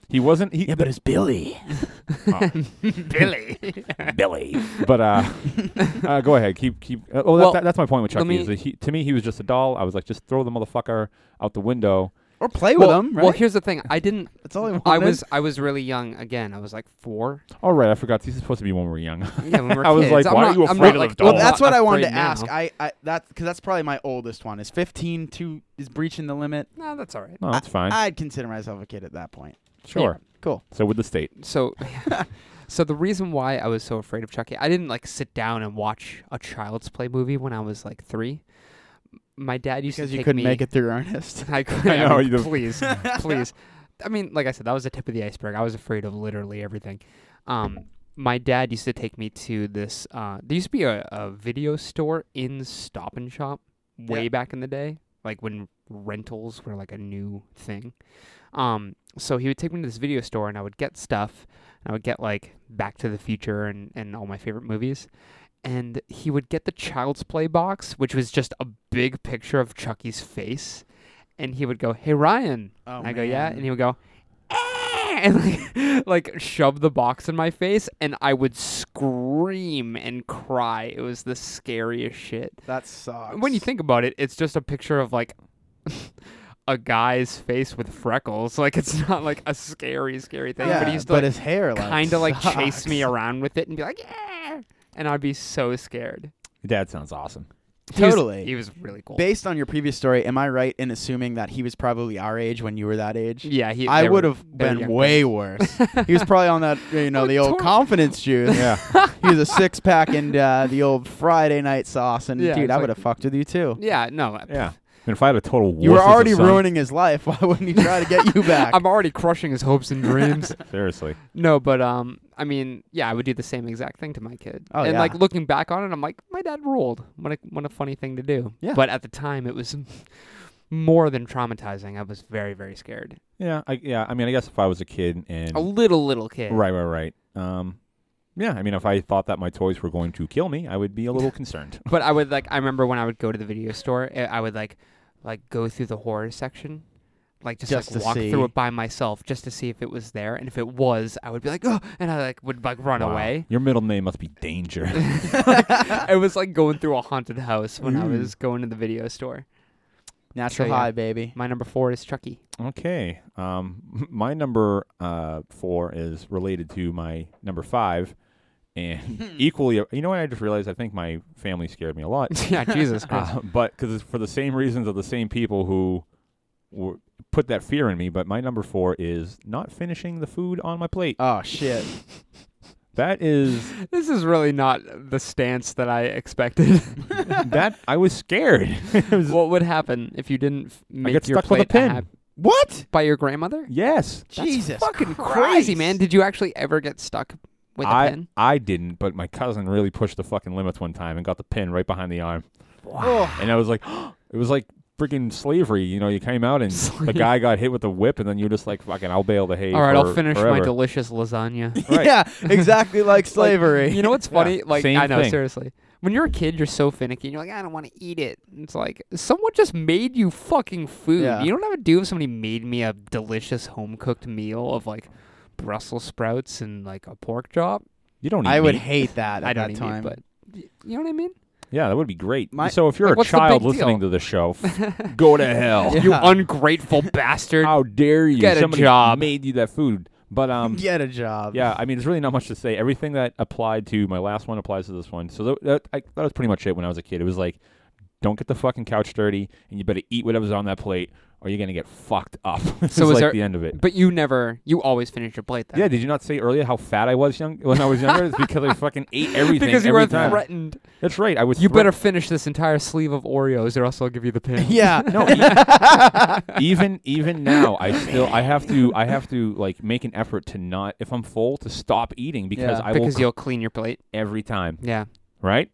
Speaker 1: he wasn't he uh,
Speaker 3: it's Billy.
Speaker 2: (laughs) Billy.
Speaker 1: (laughs) Billy. But uh,
Speaker 2: (laughs)
Speaker 1: uh go ahead. Keep keep uh, Oh, that,
Speaker 2: Well,
Speaker 1: that- that's my point with
Speaker 2: let
Speaker 1: Chucky. is
Speaker 2: me-
Speaker 1: that he, to me he was just a doll. I was like just throw the motherfucker out the window.
Speaker 3: Or play
Speaker 2: well,
Speaker 3: with him, right?
Speaker 2: well, here's the thing.
Speaker 1: (laughs)
Speaker 2: I didn't.
Speaker 3: That's all he wanted.
Speaker 2: I was I was really young. Again, I was like four.
Speaker 1: All right, I forgot these are supposed to be when we were young. (laughs)
Speaker 2: Yeah, when we were
Speaker 1: I was
Speaker 2: kids.
Speaker 1: like,
Speaker 2: I'm
Speaker 1: why are
Speaker 2: not-
Speaker 1: you
Speaker 2: I'm
Speaker 1: afraid
Speaker 2: not,
Speaker 1: of
Speaker 2: like,
Speaker 1: the
Speaker 3: Well,
Speaker 1: doll?
Speaker 2: I'm
Speaker 3: that's
Speaker 2: not
Speaker 3: what I wanted to
Speaker 2: afraid now.
Speaker 3: ask. I, I that because that's probably my oldest one. Is 15 too is breaching the limit?
Speaker 2: No, that's all right.
Speaker 1: No, that's fine.
Speaker 3: I'd consider myself a kid at that point.
Speaker 1: sure.
Speaker 3: Cool.
Speaker 1: So with the state.
Speaker 2: So,
Speaker 3: Oh,
Speaker 2: (laughs) so the reason why I was so afraid of Chucky, I didn't like sit down and watch a Child's Play movie when I was like three. My dad used
Speaker 3: Because
Speaker 2: to
Speaker 3: you
Speaker 2: take
Speaker 3: couldn't
Speaker 2: me-
Speaker 3: make it through Ernest.
Speaker 2: (laughs) I could. I
Speaker 1: know,
Speaker 2: mean,
Speaker 1: you- (laughs)
Speaker 2: please, please. I mean, like I said, that was the tip of the iceberg. I was afraid of literally everything. Um, my dad used to take me to this. Uh, there used to be a, a video store in Stop and Shop way
Speaker 3: Yeah.
Speaker 2: back in the day, like when rentals were like a new thing. Um, so he would take me to this video store, and I would get stuff. And I would get like Back to the Future and and all my favorite movies. And he would get the Child's Play box, which was just a big picture of Chucky's face and he would go, "Hey Ryan,"
Speaker 3: Oh,
Speaker 2: and I go, "Yeah,"
Speaker 3: man.
Speaker 2: and he would go, "Ah!" and like, (laughs) like shove the box in my face, and I would scream and cry. It was the scariest shit.
Speaker 3: That sucks.
Speaker 2: When you think about it, it's just a picture of like (laughs) a guy's face with freckles. (laughs) Like it's not like a scary, scary thing.
Speaker 3: yeah,
Speaker 2: but he used to
Speaker 3: but
Speaker 2: like,
Speaker 3: his hair like,
Speaker 2: kind of like chase
Speaker 3: sucks.
Speaker 2: me around with it and be like, "Yeah," and I'd be so scared.
Speaker 1: Your dad sounds awesome.
Speaker 2: He was-
Speaker 3: Totally.
Speaker 2: he was really cool.
Speaker 3: Based on your previous story, am I right in assuming that he was probably our age when you were that age?
Speaker 2: yeah, he.
Speaker 3: I
Speaker 2: they were-
Speaker 3: would have
Speaker 2: they were
Speaker 3: been
Speaker 2: young
Speaker 3: way
Speaker 2: guys.
Speaker 3: worse.
Speaker 2: (laughs)
Speaker 3: he was probably on that, you know,
Speaker 2: Oh,
Speaker 3: the old
Speaker 2: totally.
Speaker 3: confidence
Speaker 2: (laughs)
Speaker 1: (laughs) (laughs)
Speaker 3: juice.
Speaker 1: Yeah.
Speaker 3: he was a six pack and uh, the old Friday night sauce. And
Speaker 2: Yeah,
Speaker 3: dude,
Speaker 2: it's
Speaker 3: I
Speaker 2: like-
Speaker 3: would have fucked with you too.
Speaker 2: Yeah, no,
Speaker 1: Yeah. And if I had a total
Speaker 3: You were
Speaker 1: wuss as a
Speaker 3: already
Speaker 1: son-
Speaker 3: ruining his life. (laughs) Why wouldn't he try
Speaker 2: (laughs)
Speaker 3: to get you back?
Speaker 2: I'm already crushing his hopes and
Speaker 3: (laughs)
Speaker 2: dreams.
Speaker 1: Seriously.
Speaker 2: no, but um, I mean, yeah, I would do the same exact thing to my kid.
Speaker 3: Oh,
Speaker 2: and
Speaker 3: yeah.
Speaker 2: like looking back on it, I'm like, my dad ruled. What a what a funny thing to do.
Speaker 3: Yeah.
Speaker 2: But at the time, it was (laughs) more than traumatizing. I was very very scared.
Speaker 1: Yeah. I, yeah. I mean, I guess if I was a kid and
Speaker 3: Oh,
Speaker 2: A
Speaker 3: Mm.
Speaker 2: little little kid.
Speaker 1: right, right, right. Um, yeah. I mean, if I thought that my toys were going to kill me, I would be a
Speaker 3: (laughs)
Speaker 1: little concerned.
Speaker 2: But I eh, would like. I remember when I would go to the video store. I I would like, like go through the horror section. like just,
Speaker 3: Just
Speaker 2: like
Speaker 3: to
Speaker 2: walk
Speaker 3: see.
Speaker 2: through it by myself just to see if it was there, and if it was, I would be like, oh, and I like would like run
Speaker 1: Wow.
Speaker 2: away.
Speaker 1: Your middle name must be Danger.
Speaker 2: it was like going through a haunted house when I
Speaker 1: Ooh.
Speaker 2: was going to the video store.
Speaker 3: Natural
Speaker 2: So, yeah.
Speaker 3: high, baby.
Speaker 2: My number four is Chucky.
Speaker 1: (laughs) Okay. Um, (laughs) my number uh, four is related to my number five,
Speaker 3: Hmm.
Speaker 1: and equally, you know what? I just realized I think my family scared me a lot.
Speaker 2: yeah, (laughs) Jesus Christ.
Speaker 1: Uh, (laughs) but because it's for the same reasons of the same people who were, put that fear in me. But my number four is not finishing the food on my
Speaker 2: Uh,
Speaker 1: plate.
Speaker 3: (laughs) Oh shit.
Speaker 1: That
Speaker 2: (laughs)
Speaker 1: is
Speaker 2: This is really not the stance that
Speaker 1: (laughs)
Speaker 2: I expected.
Speaker 1: that I was scared. (laughs) It was-
Speaker 2: what would happen if you didn't f- make
Speaker 1: got
Speaker 2: your
Speaker 1: stuck with a
Speaker 2: plate
Speaker 1: pin.
Speaker 2: hap-
Speaker 3: what?
Speaker 2: by your grandmother?
Speaker 1: yes,
Speaker 3: Jesus.
Speaker 2: That's fucking
Speaker 3: Christ.
Speaker 2: crazy, man. Did you actually ever get stuck with a
Speaker 1: I
Speaker 2: pin?
Speaker 1: I didn't, but my cousin really pushed the fucking limits one time and got the pin right behind the arm,
Speaker 3: Oh,
Speaker 1: and I was like, (gasps) it was like freaking slavery. You know, you came out and
Speaker 2: (laughs)
Speaker 1: the guy got hit with a whip, and then you're just like, fucking, I'll bail the hay.
Speaker 2: All right, I'll
Speaker 1: for-
Speaker 2: finish my
Speaker 1: forever.
Speaker 2: delicious lasagna.
Speaker 1: Right.
Speaker 3: (laughs) Yeah, exactly
Speaker 2: (laughs)
Speaker 3: like slavery.
Speaker 2: oh, you know what's
Speaker 1: (laughs) Yeah,
Speaker 2: funny? Like
Speaker 1: same
Speaker 2: I know,
Speaker 1: thing.
Speaker 2: seriously. When you're a kid, you're so finicky. And you're like, I don't want to eat it. And It's like someone just made you fucking food.
Speaker 3: Yeah.
Speaker 2: You don't have to do if somebody made me a delicious home cooked meal of like Brussels sprouts and like a pork chop.
Speaker 1: You don't. Eat
Speaker 3: I would
Speaker 1: meat.
Speaker 3: hate that at
Speaker 2: I don't
Speaker 3: that
Speaker 2: eat
Speaker 3: time.
Speaker 2: meat,
Speaker 3: (laughs)
Speaker 2: but y- you know what I mean.
Speaker 1: Yeah, that would be great.
Speaker 3: My-
Speaker 1: so if you're
Speaker 2: Like,
Speaker 1: a
Speaker 2: what's the
Speaker 1: child
Speaker 2: big
Speaker 1: listening
Speaker 2: deal?
Speaker 1: to the show,
Speaker 2: (laughs)
Speaker 1: f- go to hell.
Speaker 3: Yeah.
Speaker 1: (laughs)
Speaker 2: You ungrateful bastard.
Speaker 1: How dare you?
Speaker 2: Get a
Speaker 1: Somebody
Speaker 2: job.
Speaker 1: made you that food. But um,
Speaker 3: Get a job.
Speaker 1: yeah, I mean, there's really not much to say. Everything that applied to my last one applies to this one. So tho- that, I, that was pretty much it when I was a kid. It was like, don't get the fucking couch dirty, and you better eat whatever's on that plate, or you're gonna get fucked up. (laughs) It's
Speaker 2: So is
Speaker 1: like
Speaker 2: there-
Speaker 1: the end of
Speaker 2: (laughs)
Speaker 1: it.
Speaker 2: But you never, you always finish your plate. Then.
Speaker 1: Yeah, did you not say earlier how fat I was young when I was younger? It's because I fucking (laughs) ate everything
Speaker 2: because you
Speaker 1: every
Speaker 2: were
Speaker 1: time.
Speaker 2: threatened.
Speaker 1: That's right. I was.
Speaker 2: You
Speaker 1: threat-
Speaker 2: better finish this entire sleeve of Oreos, or else I'll give you
Speaker 1: (laughs)
Speaker 2: the pin. (laughs)
Speaker 3: (laughs) Yeah.
Speaker 1: No, e- even even now, I still I have to I have to like make an effort to not if I'm full to stop eating because
Speaker 3: Yeah.
Speaker 1: I will
Speaker 2: because
Speaker 1: cr-
Speaker 2: you'll clean your plate.
Speaker 1: every time.
Speaker 2: Yeah,
Speaker 1: Right?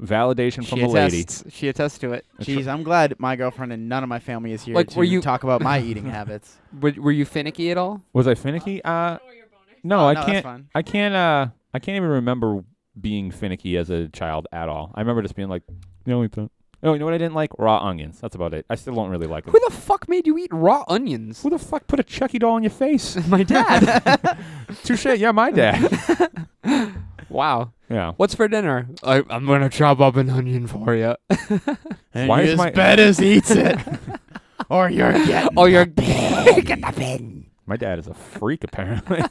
Speaker 1: Validation from
Speaker 2: she
Speaker 1: the lady.
Speaker 2: attests. She attests to it.
Speaker 1: That's
Speaker 3: Jeez, I'm glad my girlfriend and none of my family is here
Speaker 2: Like,
Speaker 3: to
Speaker 2: were you-
Speaker 3: talk
Speaker 2: (laughs)
Speaker 3: about my eating (laughs) habits.
Speaker 2: Were, were you finicky at all?
Speaker 1: Was I finicky? Uh, no,
Speaker 3: Oh,
Speaker 1: I
Speaker 3: no, that's
Speaker 1: can't.
Speaker 3: fine.
Speaker 1: I can't. Uh, I can't even remember being finicky as a child at all. I remember just being like, the only thing. Oh, you know what I didn't like? Raw onions. That's about it. I still don't really like them.
Speaker 2: Who the fuck made you eat raw onions?
Speaker 1: Who the fuck put a Chucky doll in your (laughs) face?
Speaker 2: (laughs) My dad.
Speaker 1: Touche. Yeah, my (laughs) dad.
Speaker 2: (laughs) wow.
Speaker 1: Yeah.
Speaker 2: What's for dinner? I, I'm gonna chop up an onion for you.
Speaker 3: And
Speaker 1: Why
Speaker 3: you
Speaker 1: is
Speaker 3: as
Speaker 1: my-
Speaker 3: (laughs) bad as eats it, (laughs) or (laughs) you're getting.
Speaker 2: Oh, (laughs) you're
Speaker 1: My dad is a freak,
Speaker 3: (laughs)
Speaker 1: apparently.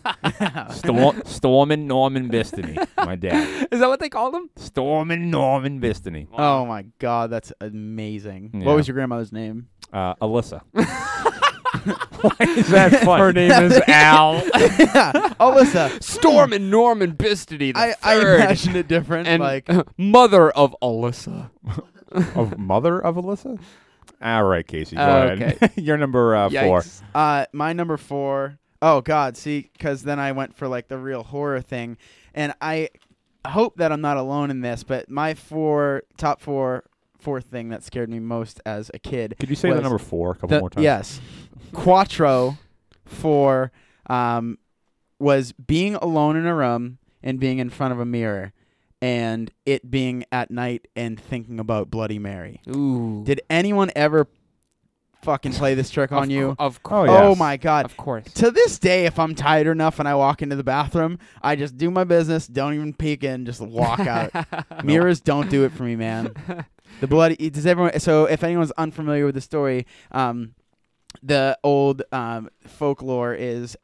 Speaker 1: Storm, Stormin Norman Bistany. My dad.
Speaker 2: Is that what they call them?
Speaker 1: Stormin Norman Bistany.
Speaker 3: Oh my god, that's amazing.
Speaker 1: Yeah.
Speaker 3: What was your grandmother's name? (laughs)
Speaker 1: Uh, Alyssa. Why is that funny?
Speaker 2: Her name is Al.
Speaker 3: Oh,
Speaker 2: (laughs)
Speaker 3: Alyssa.
Speaker 2: Storm and Norman Bistany the
Speaker 3: I,
Speaker 2: (laughs)
Speaker 3: I
Speaker 2: third,
Speaker 3: imagined it different.
Speaker 2: and (laughs)
Speaker 3: like
Speaker 2: mother of Alyssa.
Speaker 1: (laughs) of mother of Alyssa? All right, Casey. Go
Speaker 2: Oh,
Speaker 1: ahead. (laughs) Your number uh, four.
Speaker 2: Yikes.
Speaker 3: Uh, my number four oh God, see, because then I went for like the real horror thing, and I hope that I'm not alone in this. But my four top four fourth thing that scared me most as a kid.
Speaker 1: Could you say
Speaker 3: was
Speaker 1: the number four a couple
Speaker 3: the-
Speaker 1: Oh, more times?
Speaker 3: Yes, Quattro for um was being alone in a room and being in front of a mirror, and it being at night and thinking about Bloody Mary.
Speaker 2: Ooh.
Speaker 3: Did anyone ever fucking play this
Speaker 2: (laughs)
Speaker 3: trick
Speaker 2: Of
Speaker 3: on
Speaker 2: cou-
Speaker 3: you?
Speaker 2: Of course.
Speaker 1: Oh,
Speaker 3: Oh,
Speaker 1: yeah. yes.
Speaker 3: my God!
Speaker 2: Of course.
Speaker 3: to this day, if I'm tired enough and I walk into the bathroom, I just do my business, don't even peek in, just
Speaker 2: (laughs)
Speaker 3: walk out. Mirrors don't do it for me, man. The bloody does everyone. So if anyone's unfamiliar with the story, um, the old um, folklore is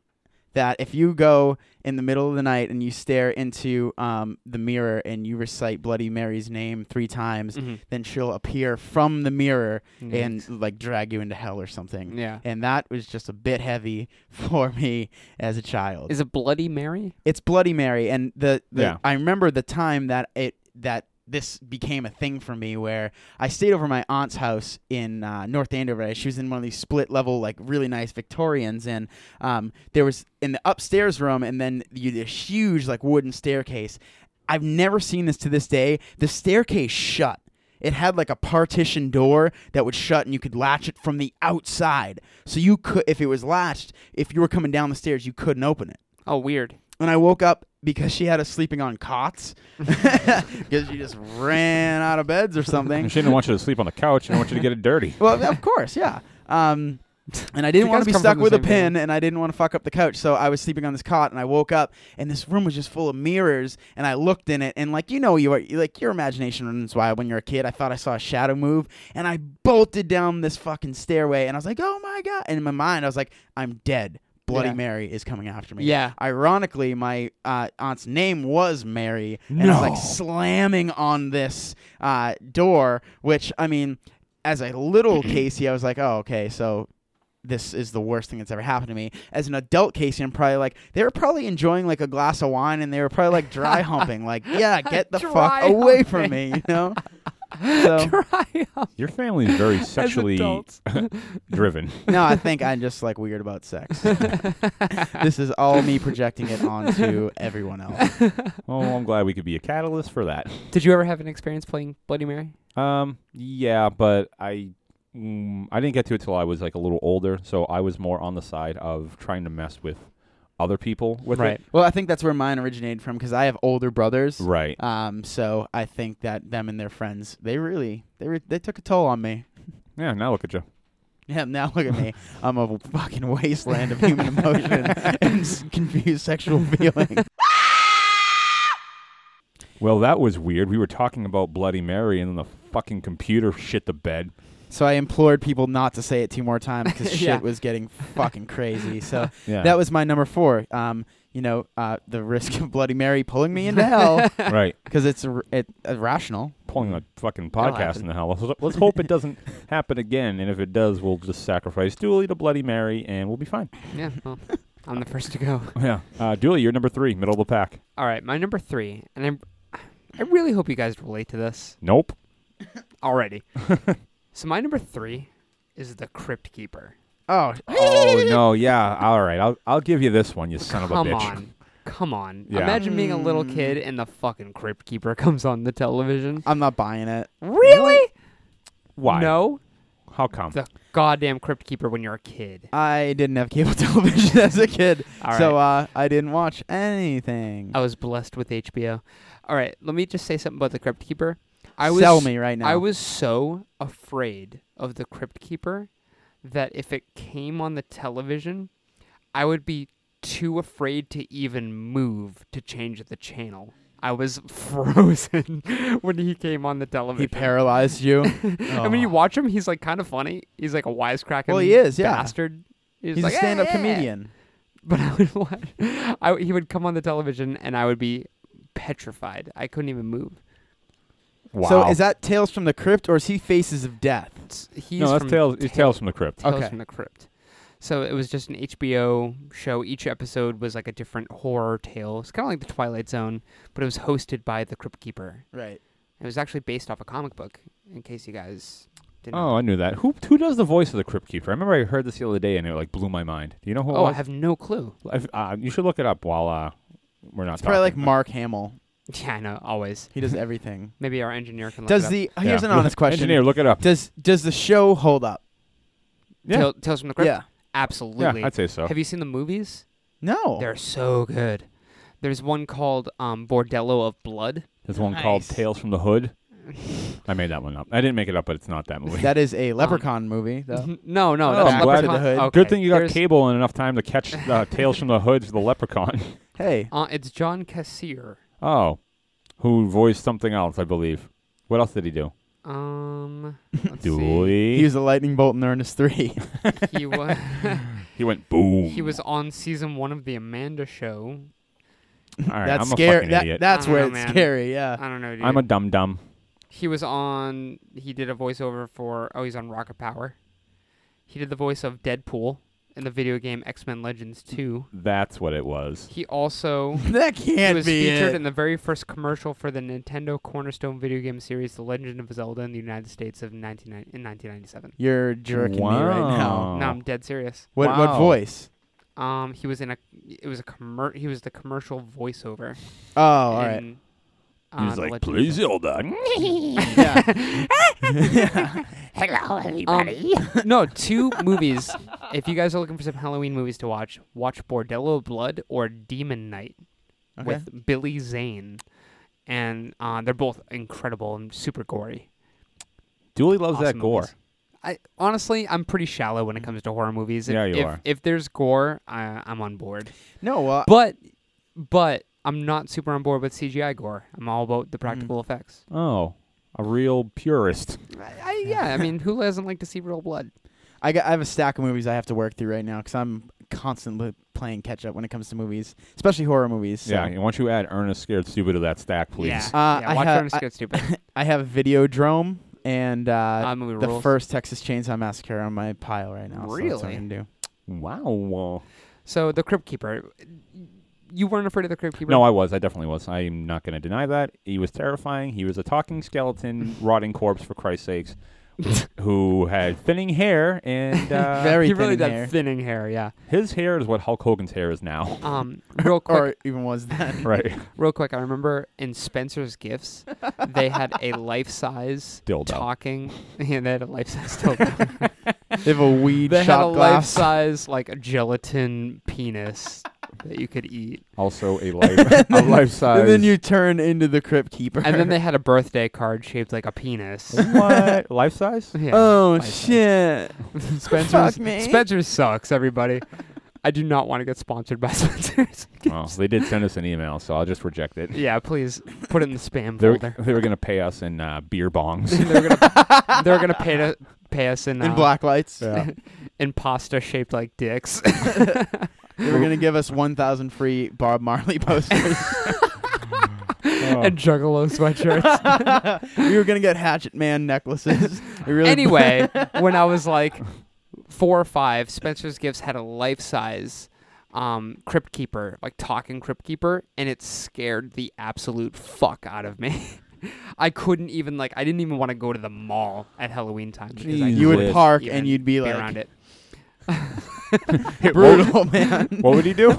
Speaker 3: that if you go in the middle of the night and you stare into um, the mirror and you recite Bloody Mary's name three times,
Speaker 2: Mhm.
Speaker 3: then she'll appear from the mirror
Speaker 2: Yikes.
Speaker 3: and like drag you into hell or something
Speaker 2: Mm-hmm. yeah.
Speaker 3: and that was just a bit heavy (laughs) for me as a child.
Speaker 2: Is it Bloody Mary?
Speaker 3: It's Bloody Mary, and the, the
Speaker 1: Yeah.
Speaker 3: I remember the time that it that this became a thing for me, where I stayed over at my aunt's house in uh, North Andover. She was in one of these split level, like really nice Victorians, and um, there was in the upstairs room, and then you this huge like wooden staircase. I've never seen this to this day. The staircase shut. It had like a partition door that would shut and you could latch it from the outside. So you could if it was latched, if you were coming down the stairs, you couldn't open it.
Speaker 2: Oh, weird.
Speaker 3: And I woke up because she had us sleeping on
Speaker 2: (laughs)
Speaker 3: cots because she just ran out of beds or
Speaker 1: And (laughs)
Speaker 3: something. (laughs)
Speaker 1: she didn't want you to sleep on the couch. and want you to get it dirty.
Speaker 3: Well, of course, yeah. Um, and I didn't
Speaker 2: You
Speaker 3: want
Speaker 2: guys
Speaker 3: to be
Speaker 2: come
Speaker 3: stuck
Speaker 2: from the
Speaker 3: with a
Speaker 2: same family.
Speaker 3: pin, and I didn't want to fuck up the couch. So I was sleeping on this cot, and I woke up, and this room was just full of mirrors. And I looked in it, and like you know, you are like your imagination runs wild when you're a kid. I thought I saw a shadow move, and I bolted down this fucking stairway, and I was like, oh my god! And in my mind, I was like, I'm dead. Bloody
Speaker 2: Yeah.
Speaker 3: Mary is coming after me.
Speaker 2: Yeah.
Speaker 3: Ironically, my uh, aunt's name was Mary, and I was
Speaker 1: No.
Speaker 3: like slamming on this uh, door, which I mean, as a little
Speaker 2: Mm-hmm.
Speaker 3: Casey, I was like, oh, okay, so this is the worst thing that's ever happened to me. As an adult Casey, I'm probably like, they were probably enjoying like a glass of wine and they were probably like
Speaker 2: (laughs)
Speaker 3: dry humping, like, yeah, get the fuck
Speaker 2: Dry
Speaker 3: away
Speaker 2: humping.
Speaker 3: from me, you know? So,
Speaker 2: (laughs) Dry up
Speaker 1: Your family is very
Speaker 2: as
Speaker 1: sexually
Speaker 2: adults.
Speaker 1: (laughs)
Speaker 2: (laughs)
Speaker 1: driven.
Speaker 3: no, I think I'm just like weird
Speaker 2: (laughs)
Speaker 3: about sex. this is all me projecting it onto everyone else.
Speaker 1: Oh, I'm glad we could be a catalyst for that.
Speaker 2: Did you ever have an experience playing Bloody (laughs) Mary?
Speaker 1: Um, yeah, but I, mm, I didn't get to it till I was like a little older. So I was more on the side of trying to mess with other people with it.
Speaker 3: Well, I think that's where mine originated from because I have older brothers.
Speaker 1: Right.
Speaker 3: Um, so I think that them and their friends, they really, they re- they took a toll on me. (laughs)
Speaker 1: Yeah. Now look at you.
Speaker 3: Yeah, now look at
Speaker 1: (laughs)
Speaker 3: me. I'm a fucking wasteland of human emotion (laughs) and s- confused sexual (laughs) feeling.
Speaker 1: Well, that was weird. We were talking about Bloody Mary, and then the fucking computer shit the bed.
Speaker 3: So I implored people not to say it two more times because
Speaker 2: Yeah.
Speaker 3: shit was getting fucking crazy. So
Speaker 1: Yeah. (laughs)
Speaker 3: that was my number four. Um, you know, uh, the risk of Bloody Mary pulling me
Speaker 2: (laughs)
Speaker 3: into hell
Speaker 1: right.
Speaker 3: because it's r- it, irrational.
Speaker 1: Pulling a fucking
Speaker 2: That'll
Speaker 1: podcast
Speaker 2: happen.
Speaker 1: in the hell. Let's, let's hope it
Speaker 3: (laughs)
Speaker 1: doesn't happen again. And if it does, we'll just sacrifice Dooley to Bloody Mary, and we'll be fine.
Speaker 2: Yeah,
Speaker 1: (laughs)
Speaker 2: well, I'm the first to go.
Speaker 1: Yeah. Uh, Dooley, you're number three, middle of the pack.
Speaker 2: All right, my number three, and I'm, I really hope you guys relate to this
Speaker 1: Nope. (laughs)
Speaker 2: already. so my number three is the Crypt Keeper.
Speaker 3: Oh,
Speaker 1: oh no. Yeah. All right. I'll I'll give you this one. You son of a
Speaker 2: Come
Speaker 1: bitch.
Speaker 2: on. Come on.
Speaker 1: Yeah.
Speaker 2: Imagine being a little
Speaker 3: Mm.
Speaker 2: kid and the fucking Crypt Keeper (laughs) comes on the television.
Speaker 3: I'm not buying it.
Speaker 2: Really?
Speaker 1: Why?
Speaker 2: No.
Speaker 1: How come?
Speaker 2: The goddamn Crypt Keeper when you're a kid.
Speaker 3: I didn't have cable (laughs) television as a kid,
Speaker 2: All right. Oh,
Speaker 3: so uh, I didn't watch anything.
Speaker 2: I was blessed with HBO. All right, let me just say something about the Crypt Keeper. I was
Speaker 3: Sell me right now.
Speaker 2: I was so afraid of the Crypt Keeper that if it came on the television, I would be too afraid to even move to change the channel. I was (laughs) frozen (laughs) when he came on the television.
Speaker 3: He paralyzed you.
Speaker 2: (laughs) I mean, you watch him; he's like kind of funny. He's like a wisecracking.
Speaker 3: Well, he is, yeah.
Speaker 2: Bastard. He's,
Speaker 3: He's
Speaker 2: like,
Speaker 3: a stand-up
Speaker 2: "Yeah, yeah."
Speaker 3: comedian.
Speaker 2: (laughs) But I would (laughs) watch. I, he would come on the television, and I would be petrified. I couldn't even move.
Speaker 1: Wow.
Speaker 3: So is that Tales from the Crypt or is he Faces of Death?
Speaker 2: It's- He's
Speaker 1: no? That's
Speaker 2: from
Speaker 1: tales. It's
Speaker 2: Tales
Speaker 1: tales from the crypt.
Speaker 2: Tales
Speaker 3: Okay.
Speaker 2: from the Crypt. So it was just an HBO show. Each episode was like a different horror tale. It's kind of like The Twilight Zone, but it was hosted by the Crypt Keeper.
Speaker 3: Right.
Speaker 2: It was actually based off a comic book, in case you guys didn't know.
Speaker 1: Oh, I knew that. Who who does the voice of the crypt keeper? I remember I heard this the other day, and it like blew my mind. Do you know who? it
Speaker 2: Oh, I
Speaker 1: was?
Speaker 2: have no clue. (laughs)
Speaker 1: I've, uh, you should look it up while uh, we're not.
Speaker 3: It's probably like
Speaker 1: talking.
Speaker 3: Mark Hamill.
Speaker 2: Yeah, I know, always.
Speaker 3: He does everything.
Speaker 2: Maybe our engineer can (laughs) look it
Speaker 3: does
Speaker 2: up.
Speaker 3: the
Speaker 1: Yeah.
Speaker 3: here's an honest question.
Speaker 1: Engineer, look it up.
Speaker 3: Does does the show hold up?
Speaker 1: yeah.
Speaker 2: Tale- Tales from the Crypt?
Speaker 3: Yeah.
Speaker 2: Absolutely.
Speaker 1: Yeah, I'd say so.
Speaker 2: Have you seen the movies?
Speaker 3: No.
Speaker 2: They're so good. There's one called um, Bordello of
Speaker 1: (laughs)
Speaker 2: Blood.
Speaker 1: There's one called
Speaker 3: Nice.
Speaker 1: Tales from the Hood. I made that one up. I didn't make it up, but it's not that movie.
Speaker 3: That
Speaker 1: (laughs)
Speaker 3: is a Leprechaun movie. Though.
Speaker 2: (laughs) no, no.
Speaker 1: Oh,
Speaker 2: that's
Speaker 1: I'm glad-
Speaker 2: Leprechaun-
Speaker 3: to the Hood.
Speaker 2: okay.
Speaker 1: Good thing you got
Speaker 2: There's-
Speaker 1: cable and enough time to catch uh, Tales from the Hood to the Leprechaun. (laughs)
Speaker 3: hey,
Speaker 2: Uh, it's John Cassier.
Speaker 1: Oh, who voiced something else, I believe. What else did he do?
Speaker 2: Um, let's see.
Speaker 1: Dooley.
Speaker 3: he was a lightning bolt in Ernest Three.
Speaker 2: He was
Speaker 1: he went boom.
Speaker 2: (laughs) he
Speaker 1: (laughs)
Speaker 2: was on season one of the Amanda Show.
Speaker 1: All right,
Speaker 3: (laughs) that's
Speaker 1: I'm a
Speaker 3: scary.
Speaker 1: fucking
Speaker 3: that-
Speaker 1: idiot.
Speaker 2: I
Speaker 3: That's
Speaker 2: don't
Speaker 3: where
Speaker 2: know,
Speaker 3: it's
Speaker 2: Oh, man.
Speaker 3: scary. Yeah.
Speaker 2: I don't know. Dude.
Speaker 1: I'm a dum dum.
Speaker 2: he was on. He did a voiceover for. Oh, he's on Rocket Power. He did the voice of Deadpool in the video game X Men Legends Two.
Speaker 1: That's what it was.
Speaker 2: He also
Speaker 3: that
Speaker 2: he
Speaker 3: can't
Speaker 2: was
Speaker 3: be
Speaker 2: featured
Speaker 3: it.
Speaker 2: in the very first commercial for the Nintendo Cornerstone video game series, The Legend of Zelda in the United States of 19, in 1997.
Speaker 3: You're jerking me right now.
Speaker 1: Wow.
Speaker 2: No, I'm dead serious.
Speaker 3: What
Speaker 1: Wow.
Speaker 3: what voice?
Speaker 2: Um, he was in a. It was a commer. He was the commercial voiceover.
Speaker 3: Oh, all right.
Speaker 2: in,
Speaker 1: He
Speaker 2: uh,
Speaker 1: was
Speaker 2: The
Speaker 1: like,
Speaker 2: Legend of
Speaker 1: please,
Speaker 2: Zelda.
Speaker 1: Zelda.
Speaker 4: Hello, everybody.
Speaker 2: no, two movies. If you guys are looking for some Halloween movies to watch, watch Bordello of Blood or Demon Night
Speaker 3: Okay.
Speaker 2: with Billy Zane, and uh, they're both incredible and super gory.
Speaker 1: Dooley loves that
Speaker 2: Awesome
Speaker 1: gore.
Speaker 2: movies. I honestly, I'm pretty shallow when it comes to horror movies. If,
Speaker 1: Yeah, you
Speaker 2: if,
Speaker 1: are. Uh,
Speaker 2: If there's gore, I, I'm on board.
Speaker 3: (laughs) No, well,
Speaker 2: But, but I'm not super on board with CGI gore. I'm all about the practical
Speaker 3: Mm.
Speaker 2: effects.
Speaker 1: Oh, a real purist.
Speaker 2: I, I, yeah, I mean, who doesn't like to see real blood?
Speaker 3: I got I have a stack of movies I have to work through right now because I'm constantly playing catch up when it comes to movies, especially horror movies. so.
Speaker 1: Yeah. and Why don't you add Ernest Scared Stupid to that stack, please?
Speaker 2: Yeah,
Speaker 3: Uh,
Speaker 2: yeah
Speaker 3: I
Speaker 2: watch
Speaker 3: ha-
Speaker 2: Ernest
Speaker 3: I-
Speaker 2: Scared Stupid.
Speaker 3: (laughs) I have Videodrome and uh,
Speaker 2: That movie
Speaker 3: the
Speaker 2: Ah, rules.
Speaker 3: first Texas Chainsaw Massacre on my pile right now. So that's what
Speaker 2: Really?
Speaker 3: I'm gonna do.
Speaker 1: Wow.
Speaker 2: So the Crypt Keeper. You weren't afraid of the Crypt Keeper?
Speaker 1: No, I was. I definitely was. I'm not going to deny that. He was terrifying. He was a talking skeleton, rotting corpse, for Christ's sakes, who had thinning hair. And uh,
Speaker 3: Very
Speaker 2: he really did
Speaker 3: thin hair.
Speaker 2: thinning hair,
Speaker 3: (laughs)
Speaker 2: yeah.
Speaker 1: his hair is what Hulk Hogan's hair is
Speaker 2: (laughs)
Speaker 1: now.
Speaker 2: Um, real quick,
Speaker 3: or even
Speaker 2: (laughs)
Speaker 3: was then.
Speaker 1: right.
Speaker 2: real quick. I remember in Spencer's Gifts, they had
Speaker 3: (laughs)
Speaker 2: a life-size
Speaker 1: Dildo.
Speaker 2: talking, (laughs) yeah, they had a life-size dildo.
Speaker 3: (laughs) they have a weed
Speaker 2: they had a
Speaker 3: shot glass.
Speaker 2: life-size like a gelatin penis that you could eat,
Speaker 1: Also a life, a life size.
Speaker 3: and then you turn into the crypt keeper.
Speaker 2: and then they had a birthday card shaped like a penis.
Speaker 1: what life
Speaker 2: (laughs)
Speaker 1: size?
Speaker 2: Yeah.
Speaker 3: (laughs) oh
Speaker 2: life-size.
Speaker 3: shit!
Speaker 2: Spencer's
Speaker 3: Fuck me.
Speaker 2: Spencer's sucks, everybody. I do not want to get sponsored by (laughs) Spencer's.
Speaker 1: Well, they did send us an email, so I'll just reject
Speaker 2: (laughs)
Speaker 1: it.
Speaker 2: yeah, please put it in the spam
Speaker 1: They were,
Speaker 2: folder.
Speaker 1: they were going to pay us in uh, beer bongs. (laughs)
Speaker 2: they're gonna they're gonna pay to pay us in
Speaker 3: and
Speaker 2: uh,
Speaker 3: black lights.
Speaker 2: in pasta shaped like dicks.
Speaker 3: They were gonna give us 1,000 free Bob Marley (laughs) posters.
Speaker 1: Oh.
Speaker 2: and juggalo sweatshirts.
Speaker 3: we were gonna get Hatchet Man (laughs) necklaces. We (laughs) really (laughs)
Speaker 2: anyway, when I was like four or five, Spencer's Gifts had a life size um, Crypt Keeper, like talking Crypt Keeper, and it scared the absolute fuck out of me. (laughs) I couldn't even like I didn't even want to go to the mall at Halloween time because I
Speaker 1: Jeez.
Speaker 3: you would
Speaker 1: Liz.
Speaker 3: park
Speaker 2: Even
Speaker 3: and you'd be
Speaker 2: be
Speaker 3: like
Speaker 2: around it.
Speaker 3: (laughs) brutal, man.
Speaker 1: What would he do?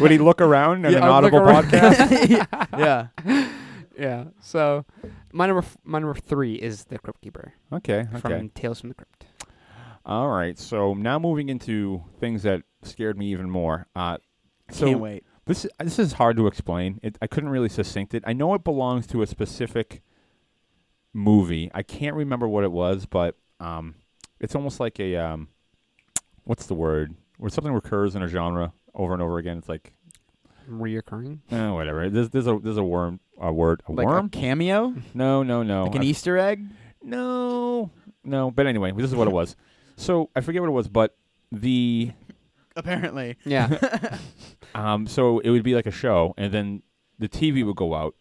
Speaker 1: would he look around in
Speaker 2: Yeah,
Speaker 1: an
Speaker 2: I'd look
Speaker 1: audible
Speaker 2: around.
Speaker 1: podcast?
Speaker 3: yeah.
Speaker 2: Yeah. So my number f- my number three is the Crypt Keeper
Speaker 1: okay, okay.
Speaker 2: from Tales from the Crypt.
Speaker 1: All right, so now moving into things that scared me even more. Uh, so
Speaker 3: Can't wait.
Speaker 1: this this is hard to explain. It, I couldn't really succinct it. I know it belongs to a specific movie. I can't remember what it was, but um, it's almost like a um, what's the word? Where something recurs in a genre over and over again. It's like
Speaker 2: Reoccurring.
Speaker 1: eh, whatever. There's there's a there's a worm a word a
Speaker 3: Like a
Speaker 1: worm?
Speaker 3: cameo,
Speaker 1: no no no.
Speaker 3: like an
Speaker 1: I-
Speaker 3: Easter egg.
Speaker 1: no no. But anyway, this is what it was. So I forget what it was, but the
Speaker 3: Apparently,
Speaker 1: (laughs)
Speaker 2: Yeah.
Speaker 1: Um, so it would be like a show, and then the TV would go out,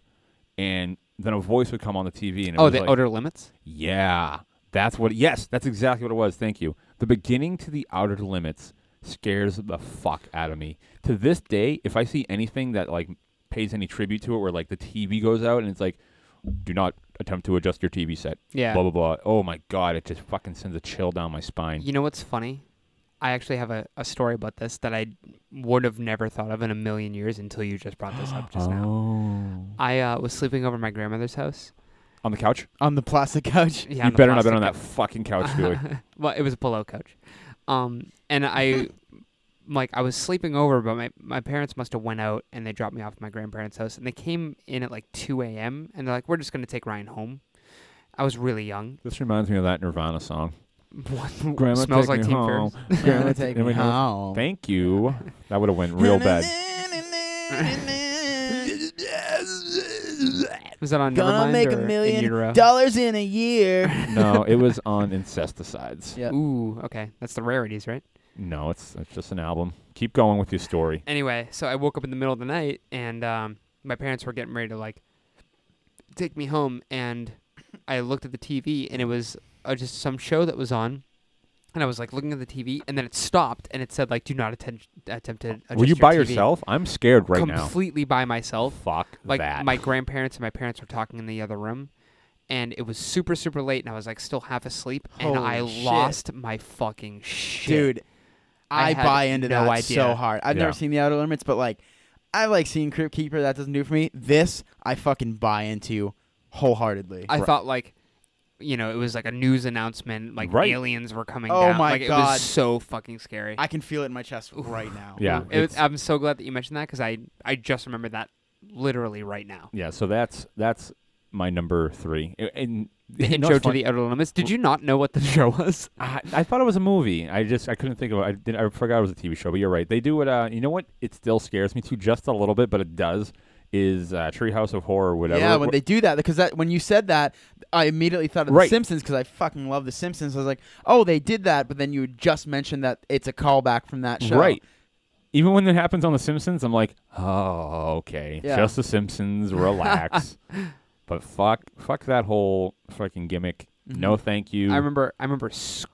Speaker 1: and then a voice would come on the TV, and it
Speaker 2: oh,
Speaker 1: was
Speaker 2: the
Speaker 1: like,
Speaker 2: outer limits.
Speaker 1: yeah, that's what. Yes, that's exactly what it was. Thank you. The beginning to the outer limits scares the fuck out of me. To this day, if I see anything that like pays any tribute to it, where like the TV goes out and it's like, do not attempt to adjust your TV set.
Speaker 2: Yeah.
Speaker 1: Blah blah blah. Oh my god, it just fucking sends a chill down my spine.
Speaker 2: You know what's funny? I actually have a, a story about this that I would have never thought of in a million years until you just brought this up just now.
Speaker 1: (gasps) Oh.
Speaker 2: I uh, was sleeping over at my grandmother's house.
Speaker 1: On the couch?
Speaker 3: on the plastic (laughs) couch.
Speaker 2: Yeah,
Speaker 1: you
Speaker 2: on the
Speaker 1: better not have been on that
Speaker 2: plastic
Speaker 1: fucking couch,
Speaker 2: (laughs)
Speaker 1: Billy.
Speaker 2: well, it was a pillow couch. Um, and I, (laughs) like, I was sleeping over, but my, my parents must have went out and they dropped me off at my grandparents' house. And they came in at like 2 a.m. and they're like, we're just going to take Ryan home. I was really young.
Speaker 1: This reminds me of that Nirvana song.
Speaker 2: What- (laughs)
Speaker 1: Grandma
Speaker 2: smells
Speaker 1: take
Speaker 2: like
Speaker 1: me
Speaker 2: Teen
Speaker 1: home.
Speaker 2: Ferris.
Speaker 3: Gonna take me
Speaker 1: Everybody knows-
Speaker 2: Oh.
Speaker 3: home.
Speaker 1: Thank
Speaker 2: (laughs)
Speaker 1: you. That would have went real bad.
Speaker 2: Was that on
Speaker 3: Gonna
Speaker 2: Nevermind
Speaker 3: make a
Speaker 2: or In
Speaker 3: million
Speaker 2: Utero?
Speaker 3: (laughs) dollars in a year.
Speaker 2: (laughs)
Speaker 1: No, it was on Incesticides.
Speaker 3: Yeah.
Speaker 2: Ooh, okay. That's the rarities, right?
Speaker 1: No, it's, it's just an album. Keep going with your story.
Speaker 2: anyway, so I woke up in the middle of the night and um, my parents were getting ready to like take me home and I looked at the TV and it was uh, just some show that was on and I was like looking at the TV and then it stopped and it said like do not attempt attempt to adjust
Speaker 1: Were you
Speaker 2: Uh, your
Speaker 1: by
Speaker 2: TV."
Speaker 1: yourself? I'm scared right
Speaker 2: completely by myself
Speaker 1: now. Fuck
Speaker 2: like
Speaker 1: that.
Speaker 2: my grandparents and my parents were talking in the other room and it was super super late and I was like still half asleep and I
Speaker 3: Holy shit.
Speaker 2: lost my fucking shit.
Speaker 3: Dude,
Speaker 2: I
Speaker 3: I,
Speaker 2: had
Speaker 3: buy into
Speaker 2: no
Speaker 3: that
Speaker 2: idea.
Speaker 3: so hard. I've
Speaker 1: Yeah.
Speaker 3: never seen The Outer Limits, but like, I like seeing Crypt Keeper. That doesn't do it for me. This, I fucking buy into wholeheartedly.
Speaker 2: I thought like, you know, it was like a news announcement, like
Speaker 1: Right.
Speaker 2: aliens were coming
Speaker 3: Oh
Speaker 2: down.
Speaker 3: my
Speaker 2: like, It
Speaker 3: God.
Speaker 2: was so fucking scary.
Speaker 3: I can feel it in my chest right now.
Speaker 1: yeah.
Speaker 2: It was-
Speaker 1: it's-
Speaker 2: I'm so glad that you mentioned that because I I just remember that literally right now.
Speaker 1: yeah, so that's that's my number three. A- And
Speaker 2: The
Speaker 1: No,
Speaker 2: intro
Speaker 1: it's
Speaker 2: to
Speaker 1: fun.
Speaker 2: the outer limits. Did you not know what the (laughs) show was?
Speaker 1: I, I thought it was a movie. I just I couldn't think of it. I, did, I forgot it was a TV show. But you're right. They do it. Uh, you know what? It still scares me too, just a little bit, but it does. Is uh, Treehouse of Horror, whatever.
Speaker 3: Yeah, when
Speaker 1: wh-
Speaker 3: they do that, because that when you said that, I immediately thought of
Speaker 1: Right.
Speaker 3: The Simpsons because I fucking love The Simpsons. I was like, oh, they did that, but then you just mentioned that it's a callback from that show.
Speaker 1: Right. Even when it happens on The Simpsons, I'm like, oh, okay,
Speaker 3: Yeah.
Speaker 1: just The Simpsons,
Speaker 2: (laughs)
Speaker 1: relax. but fuck, fuck that whole fucking gimmick.
Speaker 3: Mm-hmm.
Speaker 1: No, thank you.
Speaker 2: Mm-hmm. I remember I remember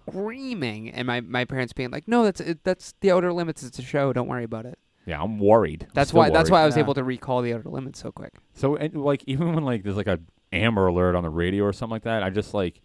Speaker 2: screaming and my, my parents being like, "No, that's it, that's the outer limits. It's a show. Don't worry about it."
Speaker 1: yeah, I'm worried. I'm
Speaker 2: That's
Speaker 1: still
Speaker 2: why that's
Speaker 1: worried.
Speaker 2: why I was
Speaker 3: Yeah.
Speaker 2: able to recall the outer limits so quick. (laughs)
Speaker 1: So and, like even when like there's like a Amber Alert on the radio or something like that, I just like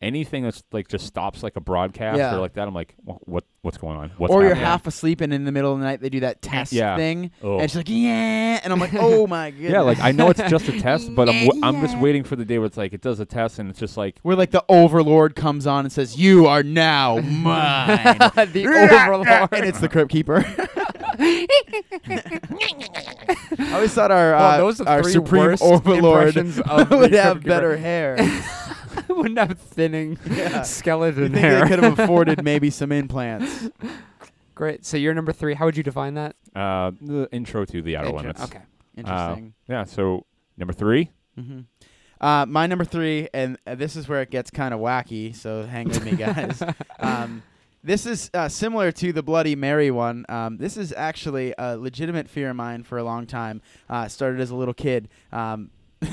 Speaker 1: anything that's like just stops like a broadcast
Speaker 3: Yeah.
Speaker 1: or like that. I'm like, wha- what what's going on? What's
Speaker 3: or you're
Speaker 1: happening?
Speaker 3: half asleep and in the middle of the night they do that test
Speaker 1: Yeah.
Speaker 3: thing,
Speaker 1: Oh.
Speaker 3: and she's like, yeah, and
Speaker 1: (laughs)
Speaker 3: I'm like, oh my goodness.
Speaker 1: yeah, like I know it's just
Speaker 3: (laughs)
Speaker 1: a test, but I'm w- I'm just waiting for the day where it's like it does a test and it's just like
Speaker 3: where like the overlord comes on and says, "You are (laughs) now mine,"
Speaker 2: the overlord.
Speaker 3: and it's the crypt (laughs) keeper. I always thought our uh,
Speaker 2: Well, those are the
Speaker 3: our
Speaker 2: three
Speaker 3: supreme
Speaker 2: worst (laughs)
Speaker 3: overlord (laughs)
Speaker 2: impressions of the
Speaker 3: would have
Speaker 2: Crypt Keeper.
Speaker 3: better hair.
Speaker 2: (laughs) Wouldn't have thinning
Speaker 3: Yeah. You
Speaker 2: skeleton
Speaker 3: think they
Speaker 2: hair.
Speaker 3: could have afforded maybe some implants?
Speaker 2: (laughs) Great. So you're number three. How would you define that?
Speaker 1: uh the intro to the outer
Speaker 2: Intro-
Speaker 1: limits.
Speaker 2: Okay.
Speaker 3: Interesting.
Speaker 1: Yeah, so number three.
Speaker 3: hmm Uh, my number three, and uh, this is where it gets kind of wacky. So hang with me, guys. um, this is uh, similar to the Bloody Mary one. Um, this is actually a legitimate fear of mine for a long time. Uh, started as a little kid. Um, (laughs)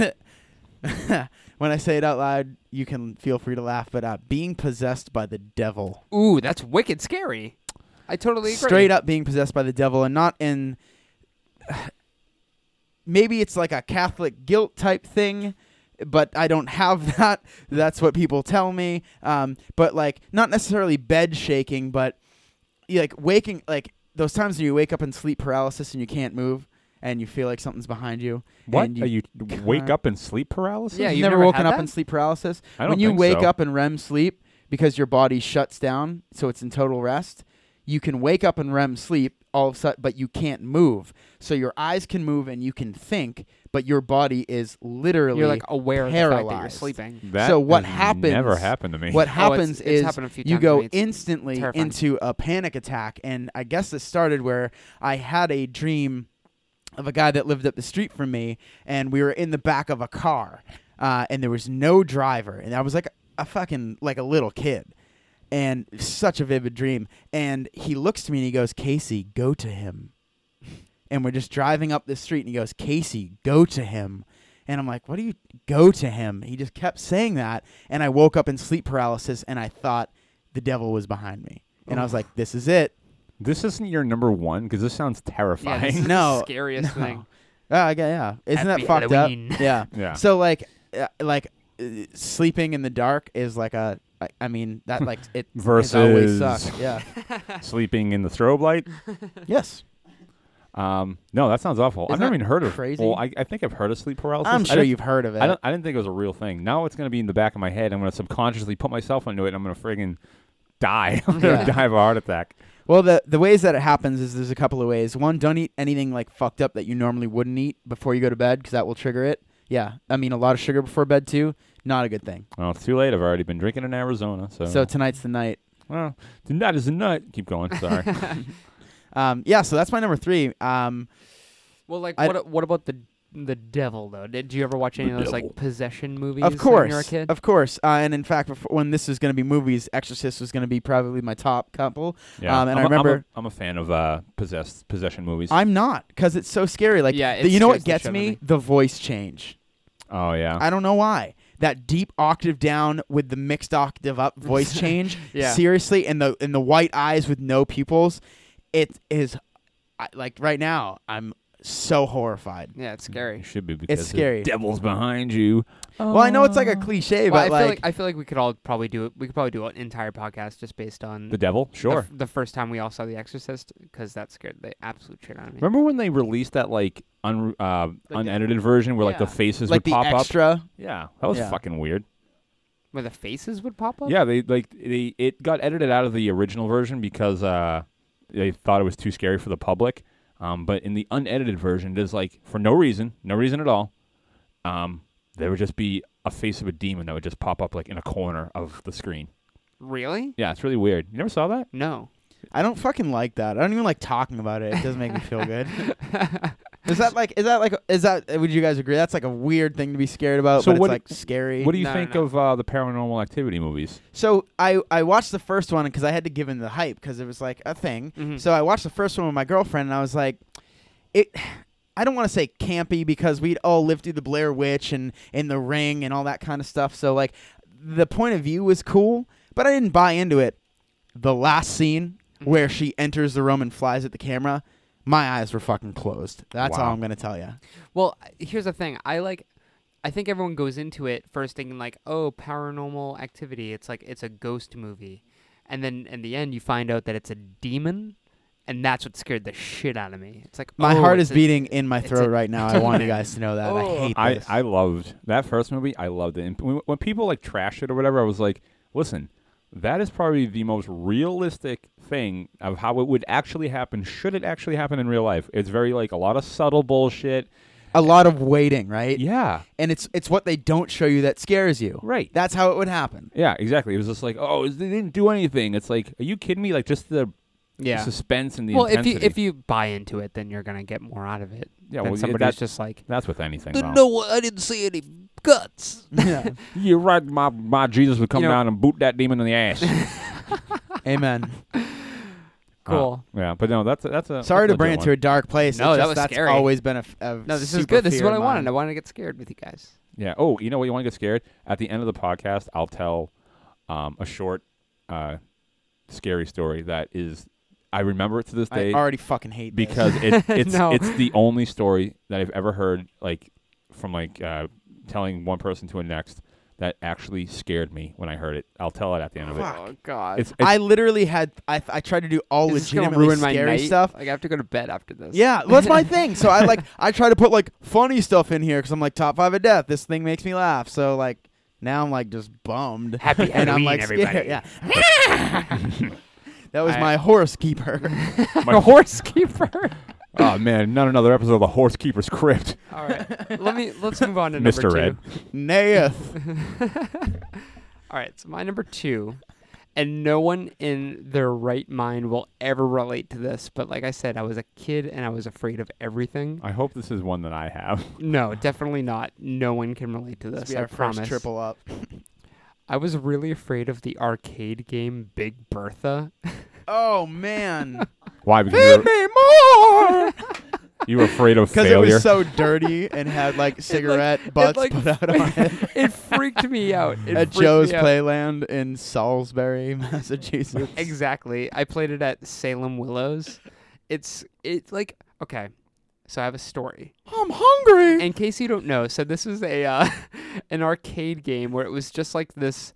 Speaker 3: when I say it out loud, you can feel free to laugh. But uh, being possessed by the devil,
Speaker 2: Ooh, that's wicked scary. I totally agree.
Speaker 3: straight up being possessed by the devil, and not in. Maybe it's like a Catholic guilt type thing, but I don't have (laughs) that. That's what people tell me. Um, but like, not necessarily bed shaking, but you, like waking like those times when you wake up in sleep paralysis and you can't move and you feel like something's behind you.
Speaker 1: What
Speaker 3: and you
Speaker 1: are you wake
Speaker 3: can't-
Speaker 1: up in sleep paralysis?
Speaker 2: Yeah,
Speaker 3: You've
Speaker 2: you've
Speaker 3: never,
Speaker 2: never
Speaker 3: woken
Speaker 2: had
Speaker 3: up
Speaker 2: that?
Speaker 3: in sleep paralysis.
Speaker 1: I don't
Speaker 3: when you
Speaker 1: think
Speaker 3: wake
Speaker 1: so.
Speaker 3: up in REM sleep because your body shuts down, so it's in total rest. You can wake up in REM sleep all of a sudden, but you can't move. So your eyes can move and you can think, but your body is literally
Speaker 2: You're like aware of the fact that you're
Speaker 3: paralyzed.
Speaker 2: sleeping.
Speaker 1: That
Speaker 3: So what
Speaker 1: has
Speaker 3: happens-
Speaker 1: Never happened to me.
Speaker 3: what
Speaker 2: Oh, it's-
Speaker 3: happens
Speaker 2: it's
Speaker 3: is
Speaker 2: happened a few
Speaker 3: you
Speaker 2: times to
Speaker 3: go
Speaker 2: me. It's
Speaker 3: instantly
Speaker 2: terrifying.
Speaker 3: into a panic attack and i guess this started where i had a dream of a guy that lived up the street from me and we were in the back of a car uh, and there was no driver and i was like a fucking like a little kid and such a vivid dream and he looks to me and he goes casey go to him (laughs) and we're just driving up this street and he goes casey go to him and i'm like what do you go to him he just kept saying that and i woke up in sleep paralysis and i thought the devil was behind me and i was like this is it
Speaker 1: This isn't your number one because this sounds
Speaker 2: Yeah, this
Speaker 1: terrifying.
Speaker 2: is
Speaker 3: No,
Speaker 2: the scariest
Speaker 3: no.
Speaker 2: thing.
Speaker 3: Ah, yeah, yeah. Isn't
Speaker 2: Happy
Speaker 3: that fucked
Speaker 2: Halloween.
Speaker 3: up? (laughs) Yeah.
Speaker 1: (laughs) Yeah.
Speaker 3: So like, uh, like uh, sleeping in the dark is like a. I, I mean that like (laughs) it has
Speaker 1: Versus-
Speaker 3: always sucked. Yeah.
Speaker 1: Sleeping in the strobe light.
Speaker 3: (laughs) yes.
Speaker 1: Um, no, that sounds awful. I've
Speaker 3: Isn't
Speaker 1: never
Speaker 3: that
Speaker 1: even heard of.
Speaker 3: crazy?
Speaker 1: Well, I, I think I've heard of sleep paralysis.
Speaker 3: I'm
Speaker 1: I
Speaker 3: sure
Speaker 1: didn't-
Speaker 3: you've heard of it.
Speaker 1: I don't. I didn't think it was a real thing. Now it's gonna be in the back of my head. I'm gonna subconsciously put myself into it. and I'm gonna friggin' die. (laughs) I'm gonna
Speaker 3: Yeah.
Speaker 1: die of a heart attack.
Speaker 3: Well, the the ways that it happens is there's a couple of ways. One, don't eat anything like fucked up that you normally wouldn't eat before you go to bed because that will trigger it. Yeah. I mean, a lot of sugar before bed too. Not a good thing.
Speaker 1: Well, it's too late. I've already been drinking in Arizona. So,
Speaker 3: So tonight's the night.
Speaker 1: well, tonight is a night. Keep going.
Speaker 3: (laughs)
Speaker 1: Sorry.
Speaker 2: (laughs)
Speaker 3: Um, yeah. So that's my number three. Um,
Speaker 2: Well, like
Speaker 3: I-
Speaker 2: what? What about the the devil though? Did you ever watch any
Speaker 1: The
Speaker 2: of those
Speaker 1: devil.
Speaker 2: like possession movies?
Speaker 3: Of course,
Speaker 2: when you were a kid.
Speaker 3: of course. Uh, and in fact, before, when this was going to be movies, Exorcist was going to be probably my top couple.
Speaker 1: Yeah.
Speaker 3: Um, and I
Speaker 1: I'm a- I'm a-
Speaker 3: remember-
Speaker 1: I'm a, fan of uh, possessed possession movies.
Speaker 3: I'm not because it's so scary. Like,
Speaker 2: Yeah,
Speaker 3: the-
Speaker 2: it
Speaker 3: you know what
Speaker 2: scares the shit out
Speaker 3: gets
Speaker 2: of
Speaker 3: me?
Speaker 2: me.
Speaker 3: The voice change.
Speaker 1: oh yeah.
Speaker 3: I don't know why. That deep octave down with the mixed octave
Speaker 2: (laughs)
Speaker 3: up voice change.
Speaker 2: Yeah.
Speaker 3: Seriously, and the and the white eyes with no pupils. It is I, like right now. I'm so horrified.
Speaker 2: Yeah, it's
Speaker 1: It
Speaker 2: scary.
Speaker 3: Mm.
Speaker 1: should be because the
Speaker 3: scary.
Speaker 1: devil's behind you.
Speaker 3: Well, I know it's like a cliche,
Speaker 2: Well, I
Speaker 3: but
Speaker 2: feel like, I feel like we could all probably do it. We could probably do an entire podcast just based on
Speaker 1: the devil.
Speaker 2: the,
Speaker 1: Sure.
Speaker 2: f- the first time we all saw The Exorcist because that scared the absolute shit out of me.
Speaker 1: Remember when they released that like un- uh,
Speaker 2: The
Speaker 1: unedited version where like the
Speaker 2: yeah.
Speaker 1: faces
Speaker 3: like
Speaker 1: would
Speaker 3: the
Speaker 1: pop up?
Speaker 3: extra.
Speaker 1: Yeah, that was
Speaker 3: Yeah.
Speaker 1: fucking weird.
Speaker 2: Where the faces would pop up.
Speaker 1: Yeah, they like they it got edited out of the original version because uh, they thought it was too scary for the public. Um, but in the unedited version, there's like for no reason, no reason at all. Um, there would just be a face of a demon that would just pop up like in a corner of the screen.
Speaker 2: Really?
Speaker 1: Yeah, it's really weird. You never saw that?
Speaker 2: No.
Speaker 3: I don't fucking like that. I don't even like talking about it. It doesn't make me feel
Speaker 1: (laughs)
Speaker 2: (laughs)
Speaker 3: good. (laughs) Is that like? Is that like? Is that? Would you guys agree? That's like a weird thing to be scared about,
Speaker 1: So
Speaker 3: but
Speaker 1: what-
Speaker 3: it's like scary.
Speaker 1: What do you
Speaker 2: No, no,
Speaker 1: think
Speaker 2: no.
Speaker 1: of uh, the Paranormal Activity movies?
Speaker 3: so I I watched the first one because I had to give in the hype because it was like a thing.
Speaker 2: Mhm.
Speaker 3: So I watched the first one with my girlfriend and I was like, it. (sighs) I don't want to say campy because we'd all lived through the Blair Witch and in the Ring and all that kind of stuff. So like, the point of view was cool, but I didn't buy into it. The last scene where she enters the room and flies at the camera, my eyes were fucking closed. That's
Speaker 1: Wow.
Speaker 3: all I'm gonna tell you.
Speaker 2: Well, I- here's the thing. I like. I think everyone goes into it first thinking like, "Oh, paranormal activity." It's like it's a ghost movie, and then in the end, you find out that it's a demon, and that's what scared the shit out of me. It's like
Speaker 3: My
Speaker 2: oh,
Speaker 3: heart
Speaker 2: it's
Speaker 3: is
Speaker 2: a-
Speaker 3: beating in my
Speaker 2: it's
Speaker 3: throat
Speaker 2: a-
Speaker 3: right now. I want you guys to know that. I hate
Speaker 1: I,
Speaker 3: this.
Speaker 1: I loved that first movie. I loved it. And when, when people like trash it or whatever, I was like, listen, that is probably the most realistic thing of how it would actually happen. Should it actually happen in real life? It's very like a lot of subtle bullshit.
Speaker 3: a lot of waiting, right?
Speaker 1: Yeah,
Speaker 3: And it's it's what they don't show you that scares you.
Speaker 1: right.
Speaker 3: That's how it would
Speaker 1: (laughs)
Speaker 3: happen. (laughs)
Speaker 1: yeah, exactly. It was just like, oh, they didn't do anything. It's like, are you kidding me? Like just the
Speaker 2: Yeah.
Speaker 1: suspense and the
Speaker 2: Well, if
Speaker 1: intensity.
Speaker 2: you if you buy into it, then you're gonna get more out of it.
Speaker 1: yeah,
Speaker 2: than
Speaker 1: well,
Speaker 2: somebody
Speaker 1: that's
Speaker 2: who's just like,
Speaker 1: that's with anything. though.
Speaker 2: no, I didn't see any guts.
Speaker 3: Yeah.
Speaker 1: You're right. My my Jesus would come
Speaker 2: You know-
Speaker 1: down and boot that demon in the
Speaker 2: (laughs)
Speaker 1: ass.
Speaker 3: Amen.
Speaker 2: Cool.
Speaker 1: yeah, but no, that's a, that's a
Speaker 3: Sorry
Speaker 1: that's
Speaker 3: to bring it to a dark place.
Speaker 2: No,
Speaker 3: It's
Speaker 2: that
Speaker 3: just
Speaker 2: was
Speaker 3: that's
Speaker 2: scary.
Speaker 3: always been a, f- a
Speaker 2: no, this is
Speaker 3: super
Speaker 2: good. This is
Speaker 3: fear
Speaker 2: what I
Speaker 3: of
Speaker 2: wanted. I
Speaker 3: mine.
Speaker 2: wanted to get scared with you guys.
Speaker 1: Yeah. Oh, you know what? You want to get scared? At the end of the podcast, I'll tell um, a short, uh, scary story that is. I remember it to this
Speaker 3: I
Speaker 1: day
Speaker 3: already fucking hate this.
Speaker 1: because it, it's
Speaker 2: No.
Speaker 1: it's the only story that I've ever heard like from like uh, telling one person to a next that actually scared me when I heard it. I'll tell it at the end of it.
Speaker 3: Fuck.
Speaker 2: Oh, God,
Speaker 1: It's, it's
Speaker 3: (laughs) I literally had I, I tried to do all
Speaker 2: Is this gonna
Speaker 3: legitimately
Speaker 2: ruin my
Speaker 3: scary
Speaker 2: night?
Speaker 3: stuff.
Speaker 2: Like I have to go to bed after this.
Speaker 3: Yeah, well, that's
Speaker 2: (laughs)
Speaker 3: my thing. So I like I try to put like funny stuff in here because I'm like top five of death. This thing makes me laugh. So like now I'm like just bummed.
Speaker 2: Happy
Speaker 3: (laughs) and I'm
Speaker 2: Halloween,
Speaker 3: like scared.
Speaker 2: everybody.
Speaker 3: Yeah.
Speaker 2: (laughs)
Speaker 3: that was
Speaker 2: I-
Speaker 3: my horse
Speaker 2: (laughs)
Speaker 3: keeper. (laughs)
Speaker 2: a (laughs) horse keeper.
Speaker 1: oh man, not another episode of the Horse Keeper's
Speaker 3: (laughs)
Speaker 1: Crypt.
Speaker 2: All right, let me let's move on to number
Speaker 1: Mr.
Speaker 2: two.
Speaker 1: Ed.
Speaker 3: Naeth.
Speaker 2: All right, so my number two, and no one in their right mind will ever relate to this, but like I said, I was a kid and I was afraid of
Speaker 3: Oh.
Speaker 2: everything.
Speaker 1: I hope this is one that I have.
Speaker 2: No, definitely not. No one can relate to
Speaker 3: This
Speaker 2: this.
Speaker 3: be
Speaker 2: I
Speaker 3: our
Speaker 2: promise.
Speaker 3: first triple up.
Speaker 2: I was really afraid of the arcade game Big
Speaker 3: (laughs)
Speaker 2: Bertha. (laughs)
Speaker 3: Oh man, (laughs)
Speaker 1: Why? Because you were,
Speaker 3: me more.
Speaker 1: you were afraid
Speaker 3: (laughs)
Speaker 1: of
Speaker 3: Because it
Speaker 1: failure.
Speaker 3: was so dirty and
Speaker 2: (laughs)
Speaker 3: had like cigarette butts
Speaker 2: like, (laughs)
Speaker 3: put out on it.
Speaker 2: it freaked me out. It
Speaker 3: At
Speaker 2: freaked me
Speaker 3: Joe's
Speaker 2: out.
Speaker 3: Playland in Salisbury, (laughs) Massachusetts.
Speaker 2: Exactly. I played it at Salem Willows. It's it's like okay. So I have a story.
Speaker 3: (laughs) I'm hungry.
Speaker 2: In case you don't know, so this is a uh, (laughs) an arcade game where it was just like this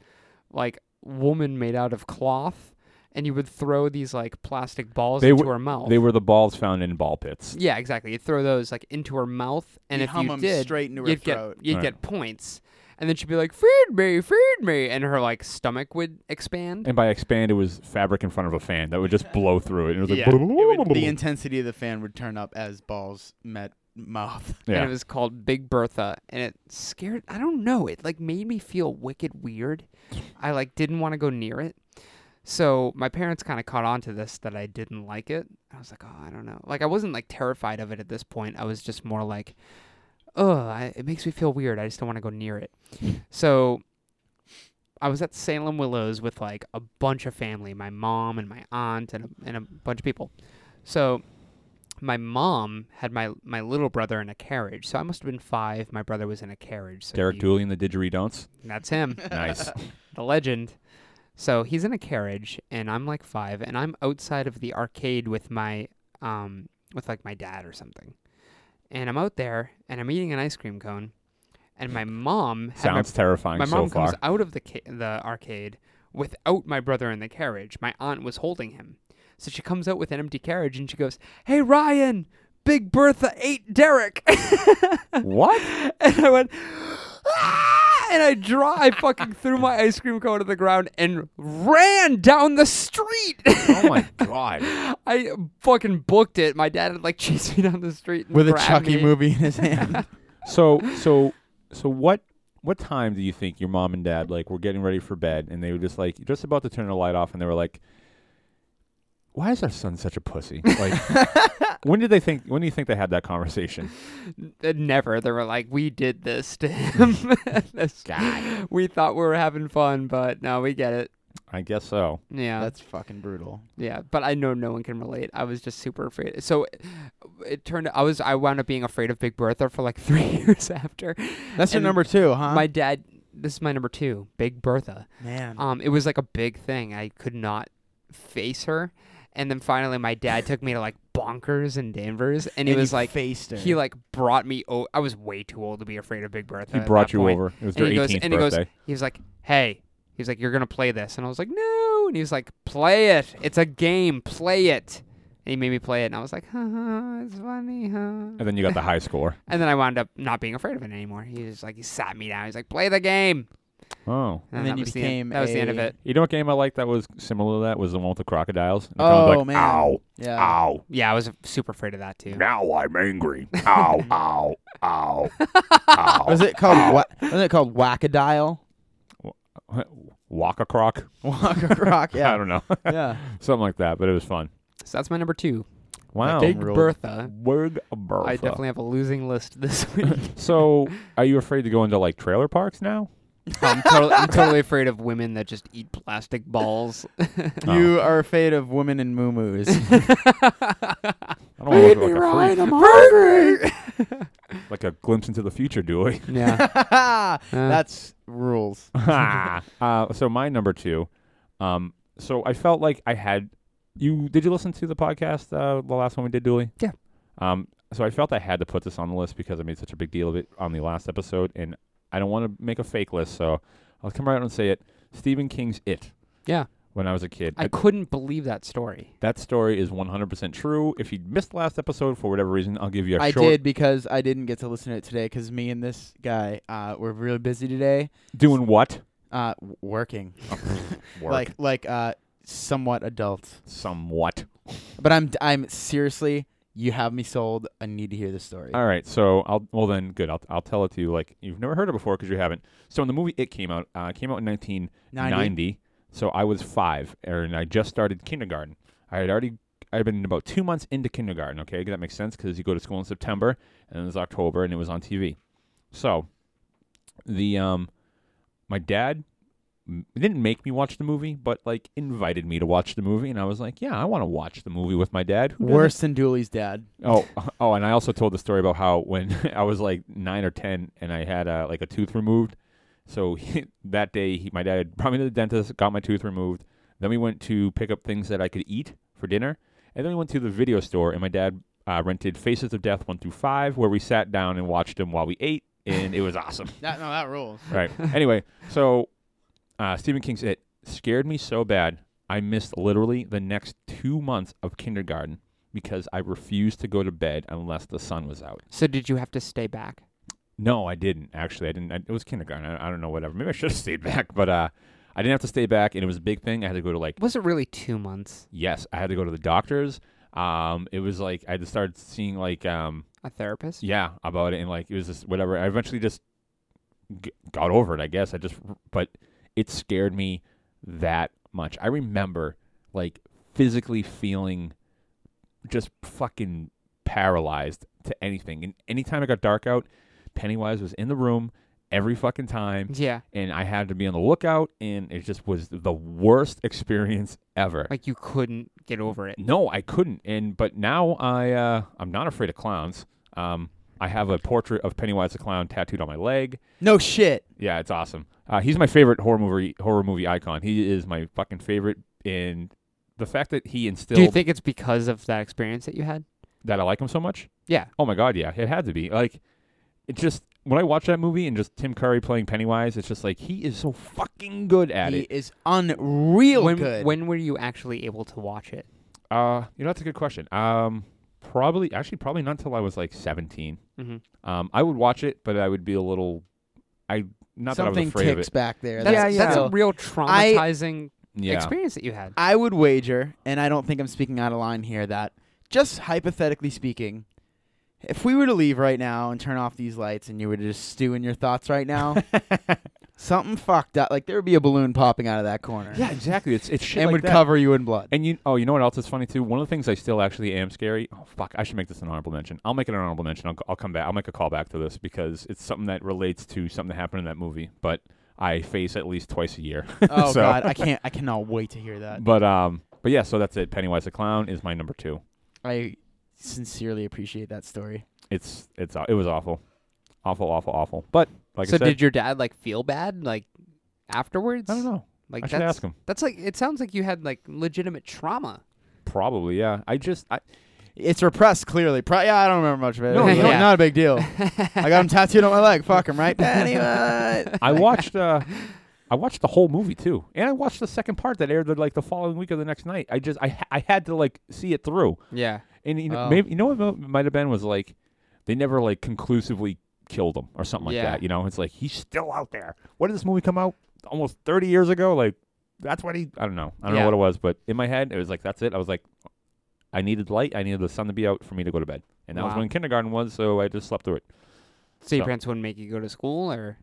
Speaker 2: like woman made out of cloth and you would throw these like plastic balls
Speaker 1: They
Speaker 2: into
Speaker 1: were-
Speaker 2: her mouth.
Speaker 1: They were the balls found in ball pits.
Speaker 2: yeah, exactly. You throw those like into her mouth and
Speaker 3: You'd
Speaker 2: if
Speaker 3: hum
Speaker 2: you
Speaker 3: 'em
Speaker 2: did
Speaker 3: straight into her
Speaker 2: you'd
Speaker 3: throat.
Speaker 2: get you'd
Speaker 1: Right.
Speaker 2: get points. And then she'd be like, "Feed me, feed me," and her like stomach would expand.
Speaker 1: And by expand, it was fabric in front of a fan that would just blow through it. And it was like,
Speaker 2: Yeah, it would
Speaker 3: the intensity of the fan would turn up as balls met (laughs) mouth.
Speaker 2: and it
Speaker 1: yeah.
Speaker 2: was called Big Bertha, and it scared. I don't know. It like made me feel wicked weird. I like didn't want to go near it. So my parents kind of caught on to this that I didn't like it. I was like, oh, I don't know. Like I wasn't like terrified of it at this point. I was just more like, oh, I, it makes me feel weird. I just don't want to go near it. so I was at Salem Willows with like a bunch of family, my mom and my aunt and a, and a bunch of people. So my mom had my my little brother in a carriage. So I must have been five. My brother was in a carriage. So
Speaker 1: Derek
Speaker 2: he-
Speaker 1: Dooley and the didgeridon'ts.
Speaker 2: That's him (laughs)
Speaker 1: Nice.
Speaker 2: the legend. So he's in a carriage, and I'm like five, and I'm outside of the arcade with my um with like my dad or something, and I'm out there, and I'm eating an ice cream cone, and my mom had my-
Speaker 1: Sounds terrifying
Speaker 2: my,
Speaker 1: so
Speaker 2: mom
Speaker 1: far.
Speaker 2: comes out of the ca- the arcade without my brother in the carriage. My aunt was holding him, so she comes out with an empty carriage, and she goes, "Hey Ryan, Big Bertha ate Derek." (laughs)
Speaker 1: what?
Speaker 2: and I went, "Ah!" and I draw, I fucking threw my ice cream cone to the ground and ran down the street. (laughs)
Speaker 1: Oh my god.
Speaker 2: I fucking booked it. My dad had like (laughs) chased me down the street and
Speaker 3: With a
Speaker 2: (laughs) grabbed
Speaker 3: Chucky
Speaker 2: me.
Speaker 3: movie in his hand.
Speaker 1: So so so what what time do you think your mom and dad like were getting ready for bed and they were just like just about to turn the light off and they were like, "Why is our son such a pussy?"
Speaker 2: (laughs)
Speaker 1: Like, when did they think? When do you think they had that conversation?
Speaker 2: Uh, Never. They were like, we did this to
Speaker 3: (laughs)
Speaker 2: him. (laughs) This- We thought we were having fun, but no, we get it.
Speaker 1: I guess so.
Speaker 2: Yeah.
Speaker 3: That's fucking brutal.
Speaker 2: Yeah, but I know no one can relate. I was just super afraid. So it, it turned. I was. I wound up being afraid of Big Bertha for like (laughs) three years after.
Speaker 3: That's your
Speaker 2: And
Speaker 3: number two, huh?
Speaker 2: My dad. This is my number two, Big Bertha.
Speaker 3: man.
Speaker 2: Um, it was like a big thing. I could not face her, and then finally my dad took me to like bonkers in Danvers, and he
Speaker 3: And
Speaker 2: was
Speaker 3: you
Speaker 2: like,
Speaker 3: faced her.
Speaker 2: he like brought me. Oh, I was way too old to be afraid of Big Bertha.
Speaker 1: He
Speaker 2: at
Speaker 1: brought
Speaker 2: that
Speaker 1: you
Speaker 2: point.
Speaker 1: over. It was
Speaker 2: And
Speaker 1: your
Speaker 2: he goes-
Speaker 1: 18th
Speaker 2: and he goes,
Speaker 1: birthday.
Speaker 2: He was like, "Hey," he was like, "You're gonna play this," and I was like, "No," and he was like, "Play it. It's a game. Play it." And he made me play it, and I was like, "Ha ha, it's funny, huh?"
Speaker 1: and then you got the high
Speaker 2: (laughs)
Speaker 1: score.
Speaker 2: And then I wound up not being afraid of it anymore. He was like, he sat me down. He's like, "Play the game."
Speaker 1: Oh.
Speaker 3: And then
Speaker 2: that
Speaker 3: you
Speaker 2: was the end-
Speaker 3: became
Speaker 2: that was the end of
Speaker 3: a-
Speaker 2: it.
Speaker 1: You know what game I liked that was similar to that was the one with the crocodiles. And the crocodile was
Speaker 3: oh
Speaker 1: like,
Speaker 3: man.
Speaker 4: Ow.
Speaker 3: Yeah.
Speaker 4: Ow.
Speaker 2: Yeah, I was super afraid of that too.
Speaker 4: Now I'm angry.
Speaker 3: (laughs)
Speaker 4: Ow, ow, ow, ow.
Speaker 3: Was it (laughs) called what? Wasn't it called Whackadile?
Speaker 1: Walk a croc.
Speaker 3: (laughs) Walk a rock.
Speaker 1: I
Speaker 3: (laughs) Yeah.
Speaker 1: don't know, (laughs)
Speaker 3: yeah.
Speaker 1: something like that. But it was fun.
Speaker 2: So that's my number two,
Speaker 1: Wow.
Speaker 2: Big
Speaker 3: Ruled.
Speaker 2: Bertha.
Speaker 1: Word Bertha.
Speaker 2: I definitely have a losing
Speaker 1: (laughs)
Speaker 2: list this week.
Speaker 1: So, are you afraid to go into like trailer parks now?
Speaker 2: I'm, totally, I'm totally afraid of women that just eat plastic balls.
Speaker 1: Oh.
Speaker 3: You are afraid of women in (laughs) moo-moos.
Speaker 1: I don't
Speaker 2: (laughs)
Speaker 1: want to Oh, look like a freak. Like a glimpse into the future, do I?
Speaker 2: yeah.
Speaker 3: That's rules.
Speaker 1: (laughs) uh, so my number two. Um, so I felt like I had you. Did you listen to the podcast? Uh, the last one we did, Dooley.
Speaker 2: Yeah.
Speaker 1: Um, so I felt I had to put this on the list because I made such a big deal of it on the last episode, and I don't want to make a fake list. So I'll come right out and say it. Stephen King's It.
Speaker 2: Yeah.
Speaker 1: When I was a kid,
Speaker 2: I couldn't believe that story.
Speaker 1: that story is 100% true. If you missed last episode for whatever reason, I'll give you a
Speaker 3: I
Speaker 1: short
Speaker 3: did because I didn't get to listen to it today because me and this guy uh, were really busy today,
Speaker 1: doing what Oh,
Speaker 3: uh, w- working
Speaker 1: work
Speaker 3: like like uh, somewhat adult.
Speaker 1: somewhat.
Speaker 3: But I'm I'm seriously, you have me sold. I need to hear this story.
Speaker 1: All right, so I'll well then good. I'll I'll tell it to you like you've never heard it before because you haven't. So when the movie It came out, uh, it came out in 1990.
Speaker 3: 90.
Speaker 1: So I was five, and I just started kindergarten. I had already I'd been about two months into kindergarten. Okay, that makes sense because you go to school in September and it was October and it was on TV. So the um my dad m- didn't make me watch the movie, but like invited me to watch the movie, and I was like, yeah, I want to watch the movie with my dad. Who doesn't?
Speaker 3: Worse than Dooley's dad.
Speaker 1: Oh, (laughs) oh, and I also told the story about how when (laughs) I was like nine or ten, and I had uh, like a tooth removed. So he, (laughs) that day, he, my dad brought me to the dentist, got my tooth removed. Then we went to pick up things that I could eat for dinner, and then we went to the video store, and my dad uh, rented Faces of Death one through five, where we sat down and watched them while we ate, and it was awesome.
Speaker 3: That, no, that rules.
Speaker 1: Right. Anyway, so uh, Stephen King's It scared me so bad. I missed literally the next two months of kindergarten because I refused to go to bed unless the sun was out.
Speaker 2: So did you have to stay back?
Speaker 1: No, I didn't actually. I didn't. I, it was kindergarten. I, I don't know. Whatever. Maybe I should have (laughs) stayed back, but uh, I didn't have to stay back, and it was a big thing. I had to go to like
Speaker 2: Was it really two months?
Speaker 1: yes, I had to go to the doctors. Um, it was like I had to start seeing like um
Speaker 2: A therapist?
Speaker 1: yeah about it and like it was just whatever i eventually just g- got over it i guess i just but it scared me that much i remember like physically feeling just fucking paralyzed to anything and anytime it got dark out pennywise was in the room every fucking time
Speaker 2: Yeah.
Speaker 1: and i had to be on the lookout and it just was the worst (laughs) experience ever
Speaker 2: Like you couldn't get over it.
Speaker 1: no, I couldn't. And but now I uh, I'm not afraid of clowns. Um, I have a portrait of Pennywise the clown tattooed on my leg.
Speaker 3: No shit.
Speaker 1: Yeah, it's awesome. Uh, he's my favorite horror movie horror movie icon. He is my fucking favorite. And the fact that he instilled
Speaker 2: Do you think it's because of that experience that you had?
Speaker 1: that I like him so much.
Speaker 2: Yeah.
Speaker 1: Oh my god, yeah, it had to be. Like, it just when I watch that movie and just Tim Curry playing Pennywise, it's just like he is so fucking good at
Speaker 3: he
Speaker 1: it.
Speaker 3: is unreal
Speaker 2: when
Speaker 3: good.
Speaker 2: when were you actually able to watch it?
Speaker 1: Uh, you know that's a good question. Um, probably actually probably not until I was like 17.
Speaker 2: Mm-hmm.
Speaker 1: Um, I would watch it, but I would be a little, I not that I was
Speaker 3: Something
Speaker 1: afraid of
Speaker 3: ticks
Speaker 1: it.
Speaker 3: back there.
Speaker 2: That's,
Speaker 3: That's
Speaker 2: that's a
Speaker 3: still-
Speaker 2: real traumatizing
Speaker 1: Yeah,
Speaker 2: experience that you had.
Speaker 3: I would wager, and I don't think I'm speaking out of line here, that just hypothetically speaking, if we were to leave right now and turn off these lights and you were to just stew in your thoughts
Speaker 1: (laughs)
Speaker 3: right now, something fucked up. Like there would be a balloon popping out of that corner.
Speaker 1: Yeah, exactly. It's it's shit
Speaker 3: and
Speaker 1: like
Speaker 3: would
Speaker 1: that.
Speaker 3: cover you in
Speaker 1: (laughs)
Speaker 3: blood.
Speaker 1: And you oh, you know what else is funny too? One of the things I still actually am scary. Oh fuck, I should make this an honorable mention. I'll make it an honorable mention. I'll, I'll come back. I'll make a call back to this because it's something that relates to something that happened in that movie, but I face at least twice a year. (laughs)
Speaker 3: oh
Speaker 1: So-
Speaker 3: god, I can't. I cannot wait to hear that.
Speaker 1: but um but yeah, so that's it. Pennywise the clown is my number 2.
Speaker 3: I sincerely appreciate that story.
Speaker 1: It's it's aw- it was awful. Awful, awful, awful. But like
Speaker 2: so
Speaker 1: I said,
Speaker 2: did your dad like feel bad like afterwards?
Speaker 1: I don't know.
Speaker 2: Like
Speaker 1: I should
Speaker 2: that's
Speaker 1: ask him.
Speaker 2: that's like it sounds like you had like legitimate trauma.
Speaker 1: Probably, yeah. I just I,
Speaker 3: It's repressed clearly. Pro- yeah, I don't remember much of it.
Speaker 1: No,
Speaker 3: It's
Speaker 2: yeah.
Speaker 3: not- not a
Speaker 1: (laughs)
Speaker 3: big deal. I got him tattooed on my leg. Fuck him, right? Anyway.
Speaker 1: I
Speaker 2: (laughs)
Speaker 1: watched uh I watched the whole movie too, and I watched the second part that aired like the following week or the next night. I just I ha- I had to like see it through,
Speaker 2: Yeah.
Speaker 1: and you know
Speaker 3: Oh.
Speaker 1: maybe you know what mo- might have been was like they never like conclusively killed him or something like
Speaker 2: Yeah.
Speaker 1: that. You know, it's like he's still out there. What did this movie come out almost thirty years ago? Like that's what he I don't know I don't
Speaker 2: Yeah.
Speaker 1: know what it was, but in my head it was like that's it. I was like I needed light, I needed the sun to be out for me to go to bed, and that was
Speaker 2: Wow.
Speaker 1: when kindergarten was, so I just slept through it.
Speaker 2: So your
Speaker 1: So-
Speaker 2: parents wouldn't make you go to school or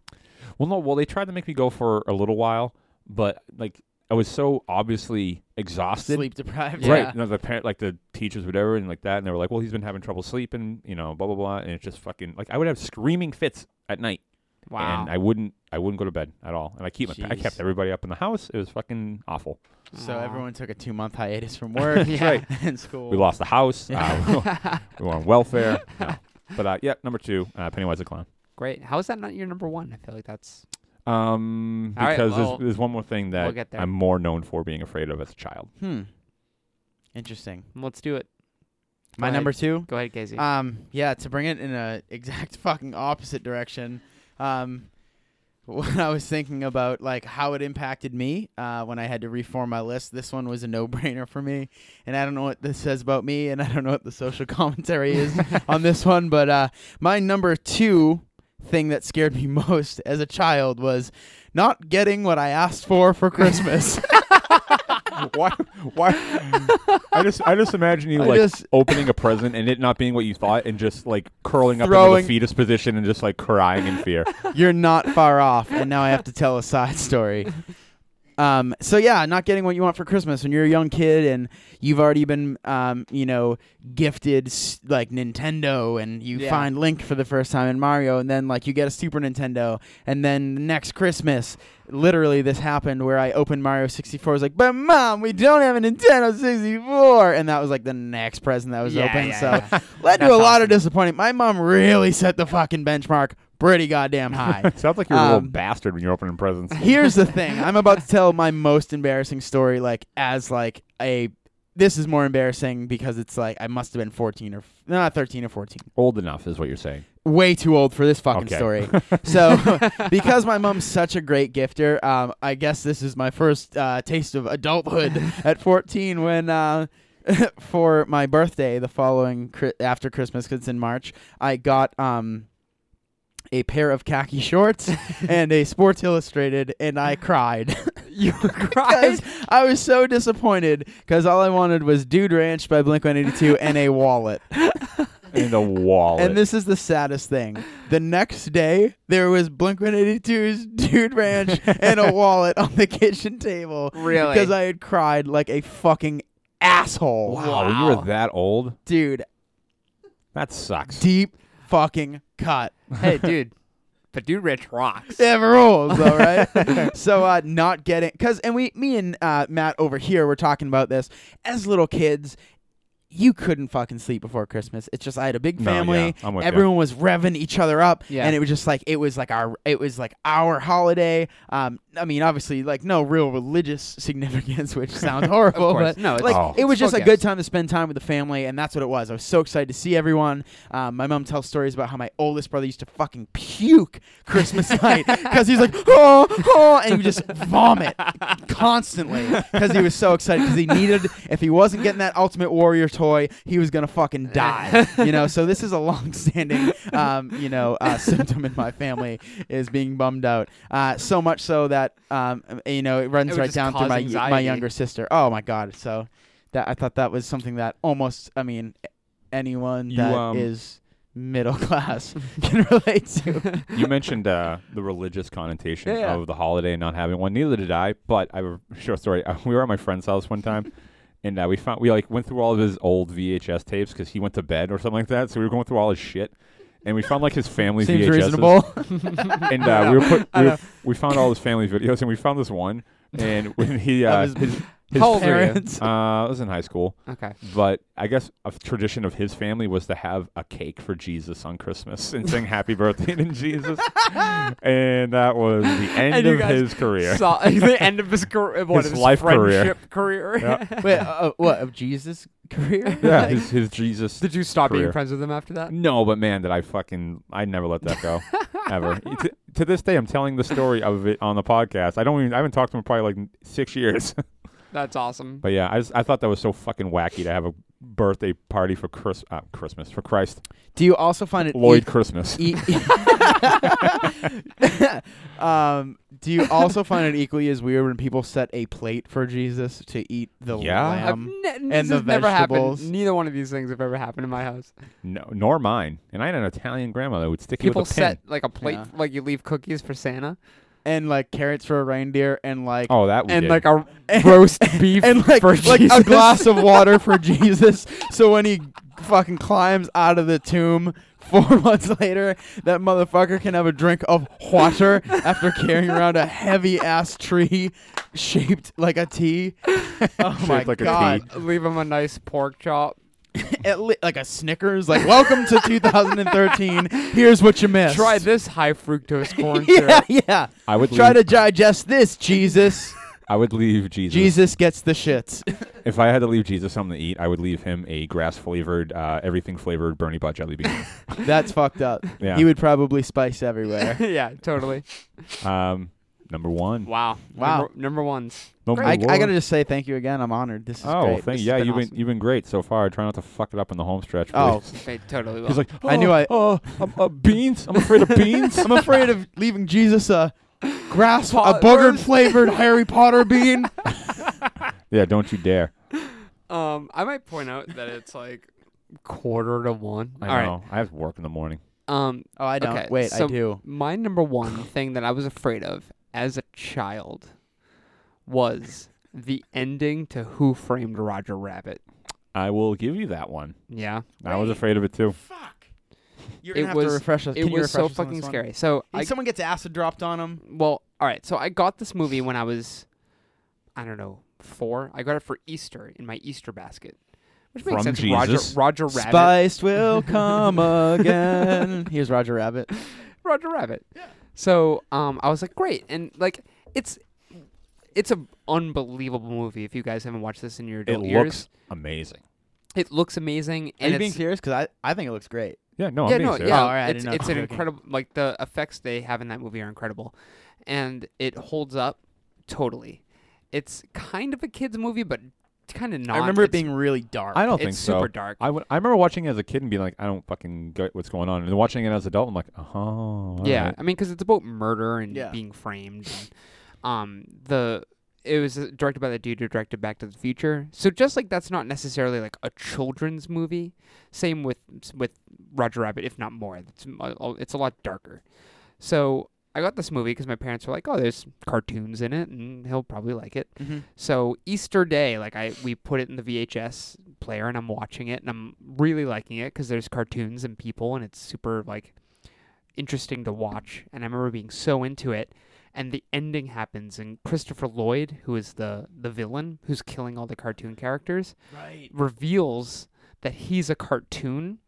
Speaker 1: Well, no. Well, they tried to make me go for a little while, but like I was so obviously exhausted.
Speaker 3: Sleep deprived.
Speaker 1: Right.
Speaker 2: Yeah.
Speaker 1: You know, the parent, like the teachers, whatever, and like that, and they were like, "Well, he's been having trouble sleeping," you know, blah blah blah, and it's just fucking like I would have screaming fits at night,
Speaker 2: wow. (laughs)
Speaker 1: and I (laughs) wouldn't, I wouldn't go to bed at all, and I keep, my, pa- I
Speaker 3: Jeez.
Speaker 1: kept everybody up in the house. It was fucking awful.
Speaker 3: So
Speaker 2: Aw.
Speaker 3: everyone took a two month hiatus from work
Speaker 2: Yeah. Right.
Speaker 3: (laughs) and school.
Speaker 1: We lost the house.
Speaker 2: (laughs)
Speaker 1: (laughs) Uh, we were on welfare. No. But uh, yeah, number two, uh, Pennywise the clown.
Speaker 2: Great. How is that not your number one? I feel like that's
Speaker 1: Um,
Speaker 2: All right,
Speaker 1: because
Speaker 2: well,
Speaker 1: there's, there's one more thing that
Speaker 2: we'll get there.
Speaker 1: I'm more known for being afraid of as a child.
Speaker 3: Hmm. Interesting.
Speaker 2: let's do it.
Speaker 3: My
Speaker 2: Go
Speaker 3: number two.
Speaker 2: Go ahead, Casey.
Speaker 3: Um, yeah, to bring it in a (laughs) exact fucking opposite direction. Um, when I was thinking about like how it impacted me uh, when I had to reform my list, this one was a no-brainer for me. And I don't know what this says about me, and I don't know what the social (laughs) commentary is
Speaker 1: (laughs)
Speaker 3: on this one, but uh, my number two thing that scared me (laughs) most as a child was not getting what I asked for for Christmas.
Speaker 1: (laughs) why? Why? I just, I just imagine you
Speaker 3: (laughs) I
Speaker 1: like
Speaker 3: just-
Speaker 1: opening a present and it not being what you thought, and just like curling up into
Speaker 3: Throwing-
Speaker 1: the fetus position and just like crying in
Speaker 3: (laughs)
Speaker 1: fear.
Speaker 3: you're not far off and now i have to tell a side story um, so yeah not getting what you want for christmas when you're a young kid and you've already been um, you know gifted s- like nintendo and you
Speaker 2: Yeah.
Speaker 3: find link for the first time in mario and then like you get a super nintendo and then next christmas literally this happened where i opened mario 64 I was like but mom we don't have a nintendo 64 and that was like the next present that was
Speaker 2: Yeah,
Speaker 3: open
Speaker 2: yeah,
Speaker 3: so
Speaker 2: yeah.
Speaker 3: led to a
Speaker 2: That's
Speaker 3: lot
Speaker 2: awesome.
Speaker 3: of disappointing my mom really set the fucking benchmark pretty goddamn high (laughs)
Speaker 1: Sounds like you're a little
Speaker 3: Um,
Speaker 1: bastard when you're opening
Speaker 3: (laughs)
Speaker 1: presents.
Speaker 3: Here's the thing. I'm about to tell my most embarrassing story like as like a this is more embarrassing because it's like I must have been 14 or not 13 or 14.
Speaker 1: Old enough is what you're saying.
Speaker 3: Way too old for this fucking
Speaker 1: Okay.
Speaker 2: (laughs)
Speaker 3: story. So because my mom's such a great gifter, um, I guess this is my first uh, taste
Speaker 2: (laughs)
Speaker 3: of adulthood at 14 when uh, (laughs) for my birthday the following cri- after Christmas, 'cause it's in March, I got um, a pair of khaki shorts
Speaker 2: (laughs)
Speaker 3: and a Sports Illustrated, and I cried. (laughs)
Speaker 2: you cried.
Speaker 3: Because I was so disappointed because all I wanted was Dude Ranch by Blink 182 and a wallet.
Speaker 1: In the wallet.
Speaker 3: And this is the saddest thing. The next day, there was Blink 182's Dude Ranch and a wallet on the kitchen table
Speaker 2: Really?
Speaker 3: because I had cried like a fucking asshole.
Speaker 1: wow, you
Speaker 2: Wow.
Speaker 1: were that old.
Speaker 3: Dude,
Speaker 1: That sucks.
Speaker 3: deep fucking cut.
Speaker 2: (laughs) hey, dude. But dude, Rich
Speaker 3: (laughs)
Speaker 2: rocks.
Speaker 3: It rules, all right. (laughs) so uh, not getting because, and we, me and uh, Matt over here, were talking about this as little kids. You couldn't fucking sleep before Christmas. It's just I had a big
Speaker 1: No, yeah,
Speaker 3: family.
Speaker 1: I'm with ya.
Speaker 3: Everyone was revving each other up,
Speaker 2: Yeah.
Speaker 3: and it was just like it was like our it was like our holiday. Um, I mean, obviously, like no real religious (laughs) significance,
Speaker 2: (laughs)
Speaker 3: which sounds horrible,
Speaker 2: course.
Speaker 3: but
Speaker 2: No, it's-
Speaker 3: like
Speaker 1: Oh.
Speaker 3: it was
Speaker 2: It's
Speaker 3: just
Speaker 2: for
Speaker 3: a good
Speaker 2: gifts.
Speaker 3: time to spend time with the family, and that's what it was. I was so excited to see everyone. Um, my mom tells stories about how my oldest brother used to fucking puke
Speaker 2: (laughs)
Speaker 3: Christmas night because he's like, oh, oh, and he would just vomit constantly because he was so excited because he needed. If he wasn't getting that Ultimate Warrior toy, he was gonna fucking die. You know. So this is a long-standing, um, you know, uh, (laughs) symptom in my family is being bummed out. Uh, so much so that um, you know it runs
Speaker 2: would
Speaker 3: right
Speaker 2: just
Speaker 3: down through
Speaker 2: cause
Speaker 3: my my
Speaker 2: anxiety.
Speaker 3: younger sister. Oh my god! So that I thought that was something that almost I mean anyone
Speaker 1: You,
Speaker 3: that is
Speaker 1: um,
Speaker 3: middle class can relate to.
Speaker 1: You mentioned uh, the religious connotation
Speaker 3: Yeah, yeah.
Speaker 1: of the holiday and not having one. Neither did I, but I have a short story. (laughs) Uh, we were at my friend's house one time, and uh, we found we like went through all of his old VHS tapes because he went to bed or something like that. So we were going through all his shit, and we found like his family
Speaker 3: Seems
Speaker 1: VHSs.
Speaker 3: reasonable.
Speaker 1: And uh, we were
Speaker 2: (laughs)
Speaker 1: put, we, were- we found all his family videos, and we found this one,
Speaker 2: (laughs)
Speaker 1: and when he uh,
Speaker 3: Of his,
Speaker 1: his
Speaker 2: How old were you?
Speaker 1: (laughs)
Speaker 3: parents.
Speaker 1: uh, I was in high school,
Speaker 2: Okay.
Speaker 1: but I guess a tradition of his family was to have a cake for Jesus on Christmas and sing "Happy Birthday
Speaker 2: (laughs)
Speaker 1: to Jesus," and that was the end
Speaker 2: And you
Speaker 1: of
Speaker 2: guys
Speaker 1: his career.
Speaker 2: So, (laughs) the end of his career, what,
Speaker 1: His
Speaker 2: his,
Speaker 1: life career.
Speaker 2: friendship career.
Speaker 3: Wait, uh, what of Jesus' career?
Speaker 1: (laughs) yeah, his, his Jesus.
Speaker 2: (laughs) Did you stop
Speaker 1: Career. Mm-hmm.
Speaker 2: being friends with him after that?
Speaker 1: No, but man, did I fucking I never let that go
Speaker 2: (laughs)
Speaker 1: ever. to, to this day, I'm telling the story of it on the podcast. I don't even I haven't talked to him in probably like six years.
Speaker 2: That's awesome.
Speaker 1: but yeah, I just, I thought that was so fucking wacky to have a birthday party for Chris, uh, Christmas for Christ
Speaker 3: Do you also find it
Speaker 1: Lloyd Christmas.
Speaker 3: E- (laughs) um, do you also find it equally as weird when people set a plate for Jesus to eat the
Speaker 1: Yeah.
Speaker 2: I've
Speaker 3: lamb?
Speaker 2: ne- this
Speaker 3: um, and the
Speaker 2: has never
Speaker 3: vegetables.
Speaker 2: happened. Neither one of these things have ever happened in my house.
Speaker 1: No, nor mine. And I had an Italian grandmother who would stick you
Speaker 2: People
Speaker 1: with a pin.
Speaker 2: set like a plate,
Speaker 3: Yeah.
Speaker 2: like you leave cookies for Santa,
Speaker 3: And like carrots for a reindeer, and like
Speaker 1: oh, that we
Speaker 2: and
Speaker 1: did.
Speaker 2: like a
Speaker 3: And-
Speaker 2: roast
Speaker 1: (laughs)
Speaker 2: beef
Speaker 3: and like,
Speaker 2: for
Speaker 3: like
Speaker 2: Jesus.
Speaker 3: a glass of water for (laughs) Jesus. So when he fucking climbs out of the tomb four (laughs) months later, that motherfucker can have a drink of
Speaker 1: (laughs)
Speaker 3: water after carrying around a heavy ass tree shaped like
Speaker 1: (laughs)
Speaker 3: a T. Oh my
Speaker 1: Shaped like a T.
Speaker 3: god!
Speaker 2: leave him a nice pork chop.
Speaker 3: (laughs) At li- like a Snickers. Like welcome to 2013. Here's what you missed.
Speaker 2: Try this high fructose corn
Speaker 3: (laughs) Yeah,
Speaker 2: syrup. (laughs)
Speaker 3: yeah.
Speaker 1: I would
Speaker 3: Try to
Speaker 1: leave,
Speaker 3: digest
Speaker 1: (laughs)
Speaker 3: this, Jesus.
Speaker 1: I would leave Jesus.
Speaker 3: Jesus gets the shits.
Speaker 1: If I had to leave Jesus something to eat, I would leave him a grass flavored, uh, everything flavored Bernie Bot jelly
Speaker 3: (laughs)
Speaker 1: bean.
Speaker 3: That's fucked up.
Speaker 1: Yeah.
Speaker 3: He would probably spice everywhere.
Speaker 2: yeah, totally.
Speaker 1: um, number one.
Speaker 2: Wow.
Speaker 3: Wow.
Speaker 2: Number, number ones.
Speaker 1: Number
Speaker 3: I, I
Speaker 1: one.
Speaker 3: gotta just say thank you again. I'm honored. This is
Speaker 1: Oh,
Speaker 3: great.
Speaker 1: thank
Speaker 2: This
Speaker 1: yeah,
Speaker 2: has been
Speaker 1: you've
Speaker 2: awesome.
Speaker 1: been you've been great so far. Try not to fuck it up in the home stretch.
Speaker 3: Oh.
Speaker 1: please.
Speaker 2: They totally will.
Speaker 1: he's like,
Speaker 3: (laughs) I knew
Speaker 1: (gasps) "Oh,
Speaker 3: I-
Speaker 1: Oh, I'm- uh, beans. I'm afraid of beans.
Speaker 3: (laughs) I'm afraid of leaving Jesus (laughs) a grass,
Speaker 2: Pot-
Speaker 3: a booger flavored (laughs) Harry Potter bean.
Speaker 1: (laughs)
Speaker 3: (laughs)
Speaker 1: yeah, don't you dare.
Speaker 2: um, I might point out that it's like quarter to one.
Speaker 1: I
Speaker 2: All right.
Speaker 1: know. I have work in the morning.
Speaker 2: Um,
Speaker 3: Oh, I don't.
Speaker 2: Okay,
Speaker 3: Wait, I
Speaker 2: so-
Speaker 3: do.
Speaker 2: my number one thing that I was afraid of as a child was the ending to Who Framed Roger Rabbit.
Speaker 1: I will give you that one.
Speaker 2: Yeah,
Speaker 1: I was afraid of it too.
Speaker 3: Fuck. You're
Speaker 2: It
Speaker 3: gonna have to
Speaker 2: was-
Speaker 3: refresh us.
Speaker 2: it
Speaker 3: Can you
Speaker 2: was so
Speaker 3: refresh us on
Speaker 2: fucking
Speaker 3: this one?
Speaker 2: scary. So I,
Speaker 3: If someone gets acid dropped on him.
Speaker 2: well, all right. So I got this movie when I was, I don't know, four. I got it for Easter in my Easter basket, which makes
Speaker 1: From
Speaker 2: sense.
Speaker 1: Jesus.
Speaker 2: Roger, Roger Rabbit.
Speaker 3: Spice (laughs) will come (laughs) again. Here's Roger Rabbit.
Speaker 2: Roger Rabbit. So um, I was like, great, and like it's it's an unbelievable movie. If you guys haven't watched this in your
Speaker 1: It
Speaker 2: adult years,
Speaker 1: looks amazing.
Speaker 2: it looks amazing.
Speaker 3: Are
Speaker 2: and
Speaker 3: you being
Speaker 2: it's-
Speaker 3: serious? Because I, I think it looks great.
Speaker 1: Yeah, no,
Speaker 2: yeah,
Speaker 1: I'm being
Speaker 2: no,
Speaker 1: serious.
Speaker 2: yeah,
Speaker 3: Oh, all right, I
Speaker 2: it's,
Speaker 3: didn't know.
Speaker 2: it's an
Speaker 3: Okay, okay.
Speaker 2: incredible. Like the effects they have in that movie are incredible, and it holds up totally. It's kind of a kids movie, but kind of not.
Speaker 3: I remember it
Speaker 2: It's-
Speaker 3: being really dark.
Speaker 1: I don't
Speaker 2: it's
Speaker 1: think so.
Speaker 2: super dark.
Speaker 1: I, w- I remember watching it as a kid and being like, I don't fucking get what's going on. And then watching it as an adult, I'm like, oh, all
Speaker 2: yeah,
Speaker 1: right.
Speaker 2: I mean, because it's about murder and
Speaker 3: Yeah.
Speaker 2: being framed. And, um, the it was uh, directed by the dude who directed Back to the Future. So just like that's not necessarily like a children's movie. Same with with Roger Rabbit, if not more. It's m- uh, it's a lot darker. So I got this movie because my parents were like, "Oh, there's cartoons in it, and he'll probably like it."
Speaker 3: Mhm.
Speaker 2: So Easter Day, like I we put it in the VHS player and I'm watching it and I'm really liking it because there's cartoons and people and it's super like interesting to watch. And I remember being so into it. And the ending happens and Christopher Lloyd, who is the the villain who's killing all the cartoon characters,
Speaker 3: Right.
Speaker 2: reveals that he's a cartoon.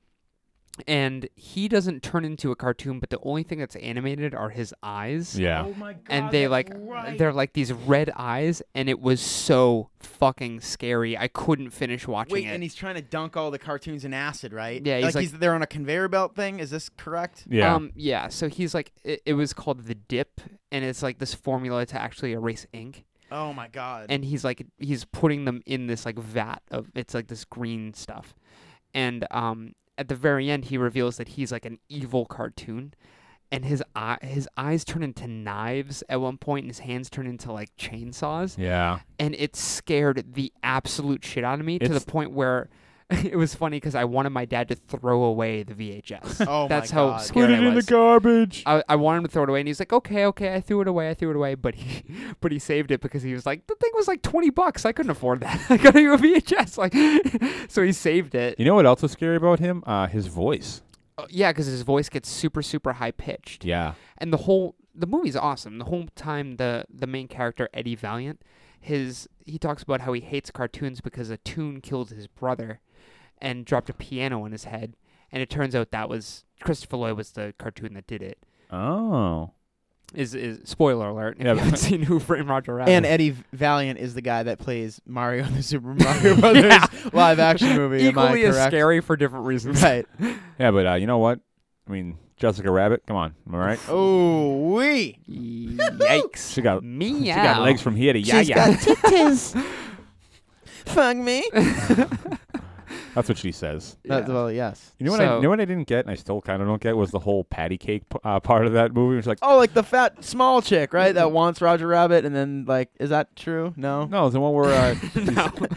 Speaker 2: And he doesn't turn into a cartoon, but the only thing that's animated are his eyes
Speaker 1: Yeah.
Speaker 3: my god.
Speaker 2: and they like they're like these red eyes and it was so fucking scary i couldn't finish watching
Speaker 3: Wait,
Speaker 2: it
Speaker 3: and he's trying to dunk all the cartoons in acid, right?
Speaker 2: Yeah, he's
Speaker 3: like,
Speaker 2: like-
Speaker 3: he's they're on a conveyor belt thing. Is this correct?
Speaker 1: Yeah.
Speaker 2: um yeah so he's like it, it was called the dip and it's like this formula to actually erase ink
Speaker 3: Oh my god.
Speaker 2: and he's like he's putting them in this like vat of it's like this green stuff and um at the very end he reveals that he's like an evil cartoon and his eye his eyes turn into knives at one point and his hands turn into like chainsaws
Speaker 1: yeah.
Speaker 2: and it scared the absolute shit out of me to the
Speaker 1: It's-
Speaker 2: point where (laughs) it was funny because I wanted my dad to throw away the VHS.
Speaker 3: (laughs) Oh my
Speaker 2: That's how
Speaker 3: God.
Speaker 1: Put
Speaker 2: scared
Speaker 1: it
Speaker 2: I
Speaker 1: in the
Speaker 2: was.
Speaker 1: garbage.
Speaker 2: I, I wanted him to throw it away, and he's like, "Okay, okay, I threw it away, I threw it away." But he, (laughs) but he saved it because he was like, "The thing was like twenty bucks. I couldn't afford that. (laughs) I got you a VHS." (laughs) Like, so he saved it.
Speaker 1: You know what else was scary about him? Uh, his voice.
Speaker 2: Uh, Yeah, because his voice gets super, super high pitched,
Speaker 1: Yeah.
Speaker 2: and the whole the movie's awesome. The whole time the the main character Eddie Valiant, his he talks about how he hates cartoons because a tune killed his brother, and dropped a piano on his head, and it turns out that was Christopher Lloyd was the cartoon that did it.
Speaker 1: Oh.
Speaker 2: Is is spoiler alert? If
Speaker 1: Yeah,
Speaker 2: you
Speaker 1: but-
Speaker 2: haven't (laughs) seen Who Framed Roger Rabbit,
Speaker 3: And Eddie Valiant is the guy that plays Mario in the (laughs) Super Mario Brothers
Speaker 2: Yeah.
Speaker 3: live action movie. am I
Speaker 2: equally as
Speaker 3: correct?
Speaker 2: scary for different reasons.
Speaker 3: Right.
Speaker 1: Yeah, but uh, you know what? I mean, Jessica Rabbit. Come on, am I right?
Speaker 3: Oh, we.
Speaker 2: Yikes!
Speaker 1: She got-
Speaker 2: meow.
Speaker 1: She got legs from here to yeah, yeah.
Speaker 3: (laughs) titties. Fuck me.
Speaker 1: That's what she says.
Speaker 3: That, well, yes.
Speaker 1: You know what? I,
Speaker 2: So-
Speaker 1: you know what I didn't get, and I still kind of don't get was the whole patty cake p- uh, part of that movie. It's like,
Speaker 3: Oh, like the fat small chick, right? That wants Roger Rabbit, and then like, is that true? Mm-hmm. No.
Speaker 1: no, it's the one where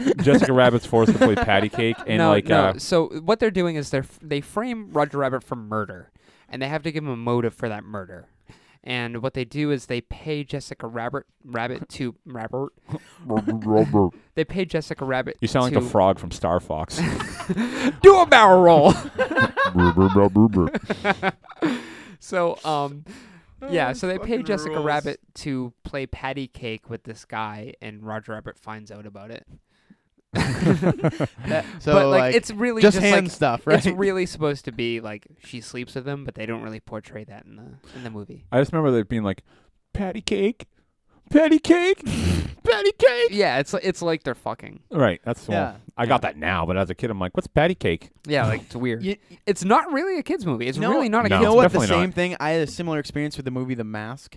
Speaker 2: (laughs)
Speaker 1: uh, (laughs) Jessica Rabbit's forced to play patty cake, and
Speaker 2: no,
Speaker 1: like,
Speaker 2: no.
Speaker 1: uh,
Speaker 2: so what they're doing is they're f- they frame Roger Rabbit for murder, and they have to give him a motive for that murder. And what they do is they pay Jessica Rabbit
Speaker 1: (laughs)
Speaker 2: Rabbit to Rabbit. They pay Jessica Rabbit.
Speaker 1: you sound
Speaker 2: to
Speaker 1: like the frog from Star
Speaker 2: (laughs)
Speaker 1: Fox. (laughs)
Speaker 2: do a barrel roll.
Speaker 4: That's
Speaker 2: So, um, yeah, so they pay
Speaker 3: fucking
Speaker 2: Jessica
Speaker 3: rules.
Speaker 2: Rabbit to play patty cake with this guy, and Roger Rabbit finds out about it. (laughs)
Speaker 3: That- (laughs) so
Speaker 2: but like, it's really
Speaker 3: just,
Speaker 2: just,
Speaker 3: hand
Speaker 2: like,
Speaker 3: stuff, right?
Speaker 2: It's really supposed to be like she sleeps with him, but they don't really portray that in the in the movie.
Speaker 1: I just remember that being like, patty cake, patty cake, patty cake.
Speaker 2: Yeah, it's it's like they're fucking.
Speaker 1: Right. That's the one.
Speaker 3: Yeah.
Speaker 1: I got that now, but as a kid, I'm like, what's patty cake?
Speaker 2: Yeah, like it's weird.
Speaker 3: You-
Speaker 2: (laughs) it's not really a kids movie. It's
Speaker 3: No,
Speaker 2: really not a
Speaker 1: no.
Speaker 3: you
Speaker 2: kids.
Speaker 3: know what? The
Speaker 1: definitely not.
Speaker 3: same thing. I had a similar experience with the movie
Speaker 2: (sighs)
Speaker 3: The Mask,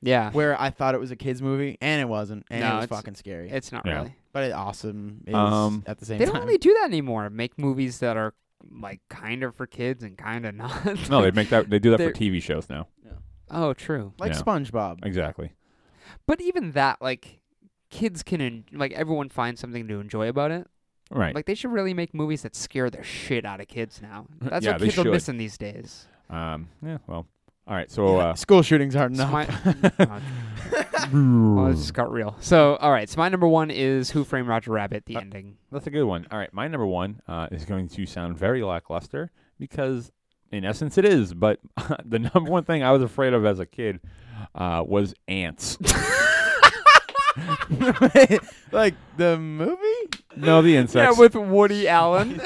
Speaker 2: Yeah,
Speaker 3: where I thought it was a kids movie, and it wasn't, and
Speaker 2: No,
Speaker 3: it was
Speaker 2: it's-
Speaker 3: fucking scary.
Speaker 2: it's not
Speaker 1: Yeah.
Speaker 2: really.
Speaker 3: but it awesome is
Speaker 1: Um,
Speaker 3: at the same
Speaker 2: They
Speaker 3: time.
Speaker 2: don't really do that anymore. Make movies that are like kind of for kids and kind of (laughs) not.
Speaker 1: No, they make that. They do that
Speaker 2: They're-
Speaker 1: for TV shows now.
Speaker 2: oh, true.
Speaker 3: like
Speaker 1: Yeah.
Speaker 3: SpongeBob.
Speaker 1: Exactly.
Speaker 2: But even that, like, kids can en- like everyone finds something to enjoy about it.
Speaker 1: Right.
Speaker 2: Like they should really make movies that scare the shit out of kids
Speaker 1: (laughs)
Speaker 2: now. That's
Speaker 1: Yeah,
Speaker 2: what
Speaker 1: they
Speaker 2: kids
Speaker 1: should.
Speaker 2: are missing these days.
Speaker 1: um. Yeah. Well. All right. So. Uh,
Speaker 3: School shootings aren't
Speaker 2: So
Speaker 3: enough.
Speaker 2: my-
Speaker 1: (laughs)
Speaker 2: (laughs) oh, (laughs) well, Oh,
Speaker 1: Hmm.
Speaker 2: it just got real. So, all right. So my number one is Who Framed Roger Rabbit? The
Speaker 1: Uh,
Speaker 2: ending. (laughs)
Speaker 1: That's a good one. All right, my number one uh, is going to sound very lackluster because, in essence, it is. But (laughs) the number one thing I was afraid of as a kid uh, was
Speaker 2: (laughs)
Speaker 1: ants.
Speaker 3: like the movie?
Speaker 1: no, the insects.
Speaker 2: with
Speaker 1: (laughs)
Speaker 2: Woody Allen.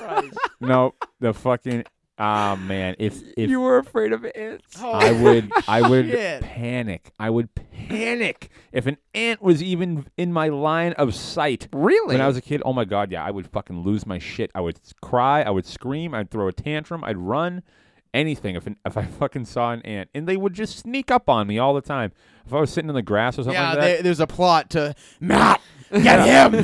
Speaker 2: (laughs)
Speaker 1: no, the fucking. Ah, man. If if
Speaker 2: you were afraid of ants.
Speaker 1: I would, I
Speaker 2: (laughs)
Speaker 1: would
Speaker 3: shit.
Speaker 1: panic. I would panic if an ant was even in my line of sight.
Speaker 2: Really?
Speaker 1: When I was (laughs) a kid, oh my god, yeah, I would fucking lose my shit. I would s- cry, I would scream, I'd throw a tantrum, I'd run, anything if an, if I (laughs) fucking saw an ant, and they would just sneak up on me all the time. If I was sitting in the grass or something
Speaker 3: yeah,
Speaker 1: like that,
Speaker 3: there- there's a plot to Matt get him.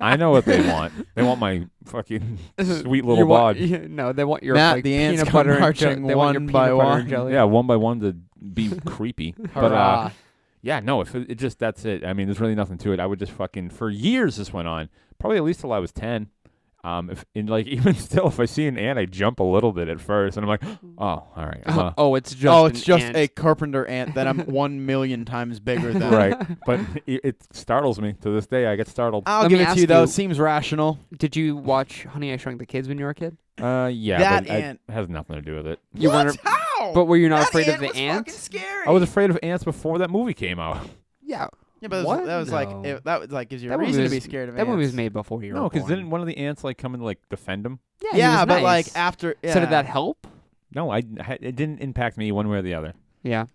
Speaker 1: I know what they want. They want my fucking sweet little
Speaker 2: You want- (laughs)
Speaker 1: bod.
Speaker 2: you- no, they want your
Speaker 3: Matt,
Speaker 2: like,
Speaker 3: the ants
Speaker 2: peanut
Speaker 3: come
Speaker 2: butter and
Speaker 3: marching
Speaker 2: jelly. They want your
Speaker 3: one
Speaker 2: peanut
Speaker 3: by
Speaker 2: butter
Speaker 3: one.
Speaker 2: and jelly. (laughs)
Speaker 1: Yeah, one by one to be creepy. but uh,
Speaker 3: Hurrah.
Speaker 1: yeah, no, if it, it just that's it. I mean, there's really nothing to it. I would just fucking for years this went on. Probably at least till I was ten. Um, if and like (laughs) even still, if I see an ant, I jump a little bit at first, and I'm like, (gasps) oh, all right, I'm, uh,
Speaker 2: oh, it's just
Speaker 3: oh, it's
Speaker 2: an
Speaker 3: just
Speaker 2: ant.
Speaker 3: a carpenter ant
Speaker 1: (laughs)
Speaker 3: that I'm one million times bigger than. (laughs)
Speaker 1: right. But it, it startles me to this day. I get startled.
Speaker 3: I'll
Speaker 2: Let
Speaker 3: give
Speaker 2: me
Speaker 3: it to
Speaker 2: ask
Speaker 3: you though.
Speaker 2: you-
Speaker 3: Seems rational.
Speaker 2: Did you watch Honey I Shrunk the Kids when you were a kid?
Speaker 1: Uh, yeah,
Speaker 3: That
Speaker 1: but I-
Speaker 3: ant.
Speaker 1: it has nothing to do with it.
Speaker 2: You weren't.
Speaker 3: How?
Speaker 2: But were you not afraid of the ants?
Speaker 3: scary.
Speaker 1: I was afraid of ants before that movie came out.
Speaker 2: Yeah,
Speaker 3: yeah, but
Speaker 2: What?
Speaker 3: that was
Speaker 2: No.
Speaker 3: like it, that was like gives you a
Speaker 2: That movie
Speaker 3: reason
Speaker 2: was-
Speaker 3: to be scared of
Speaker 2: that
Speaker 3: ants.
Speaker 2: movie was made before you were
Speaker 1: No, because
Speaker 2: because
Speaker 1: didn't one of the ants like come and like defend him?
Speaker 2: yeah, he
Speaker 3: Yeah,
Speaker 2: was
Speaker 3: but
Speaker 2: nice.
Speaker 3: like after yeah.
Speaker 2: so did that help?
Speaker 1: No, I I- it didn't impact me one way or the other.
Speaker 2: Yeah,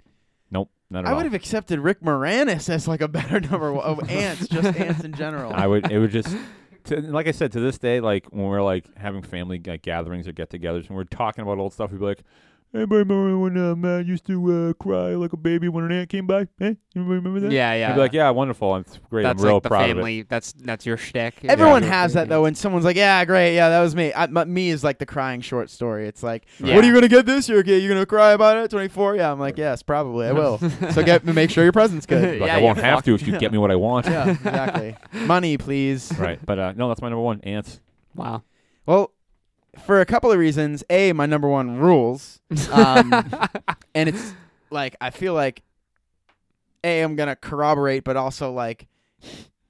Speaker 1: Nope, not at
Speaker 3: I
Speaker 1: all.
Speaker 3: would have accepted Rick Moranis as like a better (laughs) number one. of ants, just ants
Speaker 1: (laughs)
Speaker 3: in (laughs) general.
Speaker 1: I would. It would just. To, like I said, to this day, like when we're like having family like gatherings or get-togethers, and we're talking about old stuff, we'd be like, "Anybody remember when uh, Matt used to uh, cry like a baby when an ant came by? Eh? You remember that?"
Speaker 2: yeah, yeah.
Speaker 1: I'd be like, "Yeah, wonderful. I'm great.
Speaker 2: that's
Speaker 1: I'm real
Speaker 2: like the
Speaker 1: proud of it."
Speaker 2: family. That's that's your shtick.
Speaker 3: (laughs) Everyone
Speaker 2: Yeah.
Speaker 3: has that though. When someone's like, "Yeah, great, yeah, that was me." I, my, me is like the crying short story. It's like,
Speaker 2: Yeah.
Speaker 3: "What are you gonna get this year, kid? You gonna cry about it?" Twenty four. Yeah, I'm like, "Yes, probably
Speaker 2: (laughs)
Speaker 3: I will." so get make sure your present's good.
Speaker 1: Like,
Speaker 2: Yeah,
Speaker 1: I
Speaker 2: you
Speaker 1: won't have
Speaker 2: fuck.
Speaker 3: (laughs)
Speaker 1: to if you get me what I want.
Speaker 3: yeah, exactly. Money, please.
Speaker 1: right. But uh, no, that's my number one. Ants.
Speaker 2: Wow.
Speaker 3: Well, for a couple of reasons. A, my number
Speaker 2: (laughs)
Speaker 3: one rules, um, and it's like I feel like a I'm gonna corroborate, but also like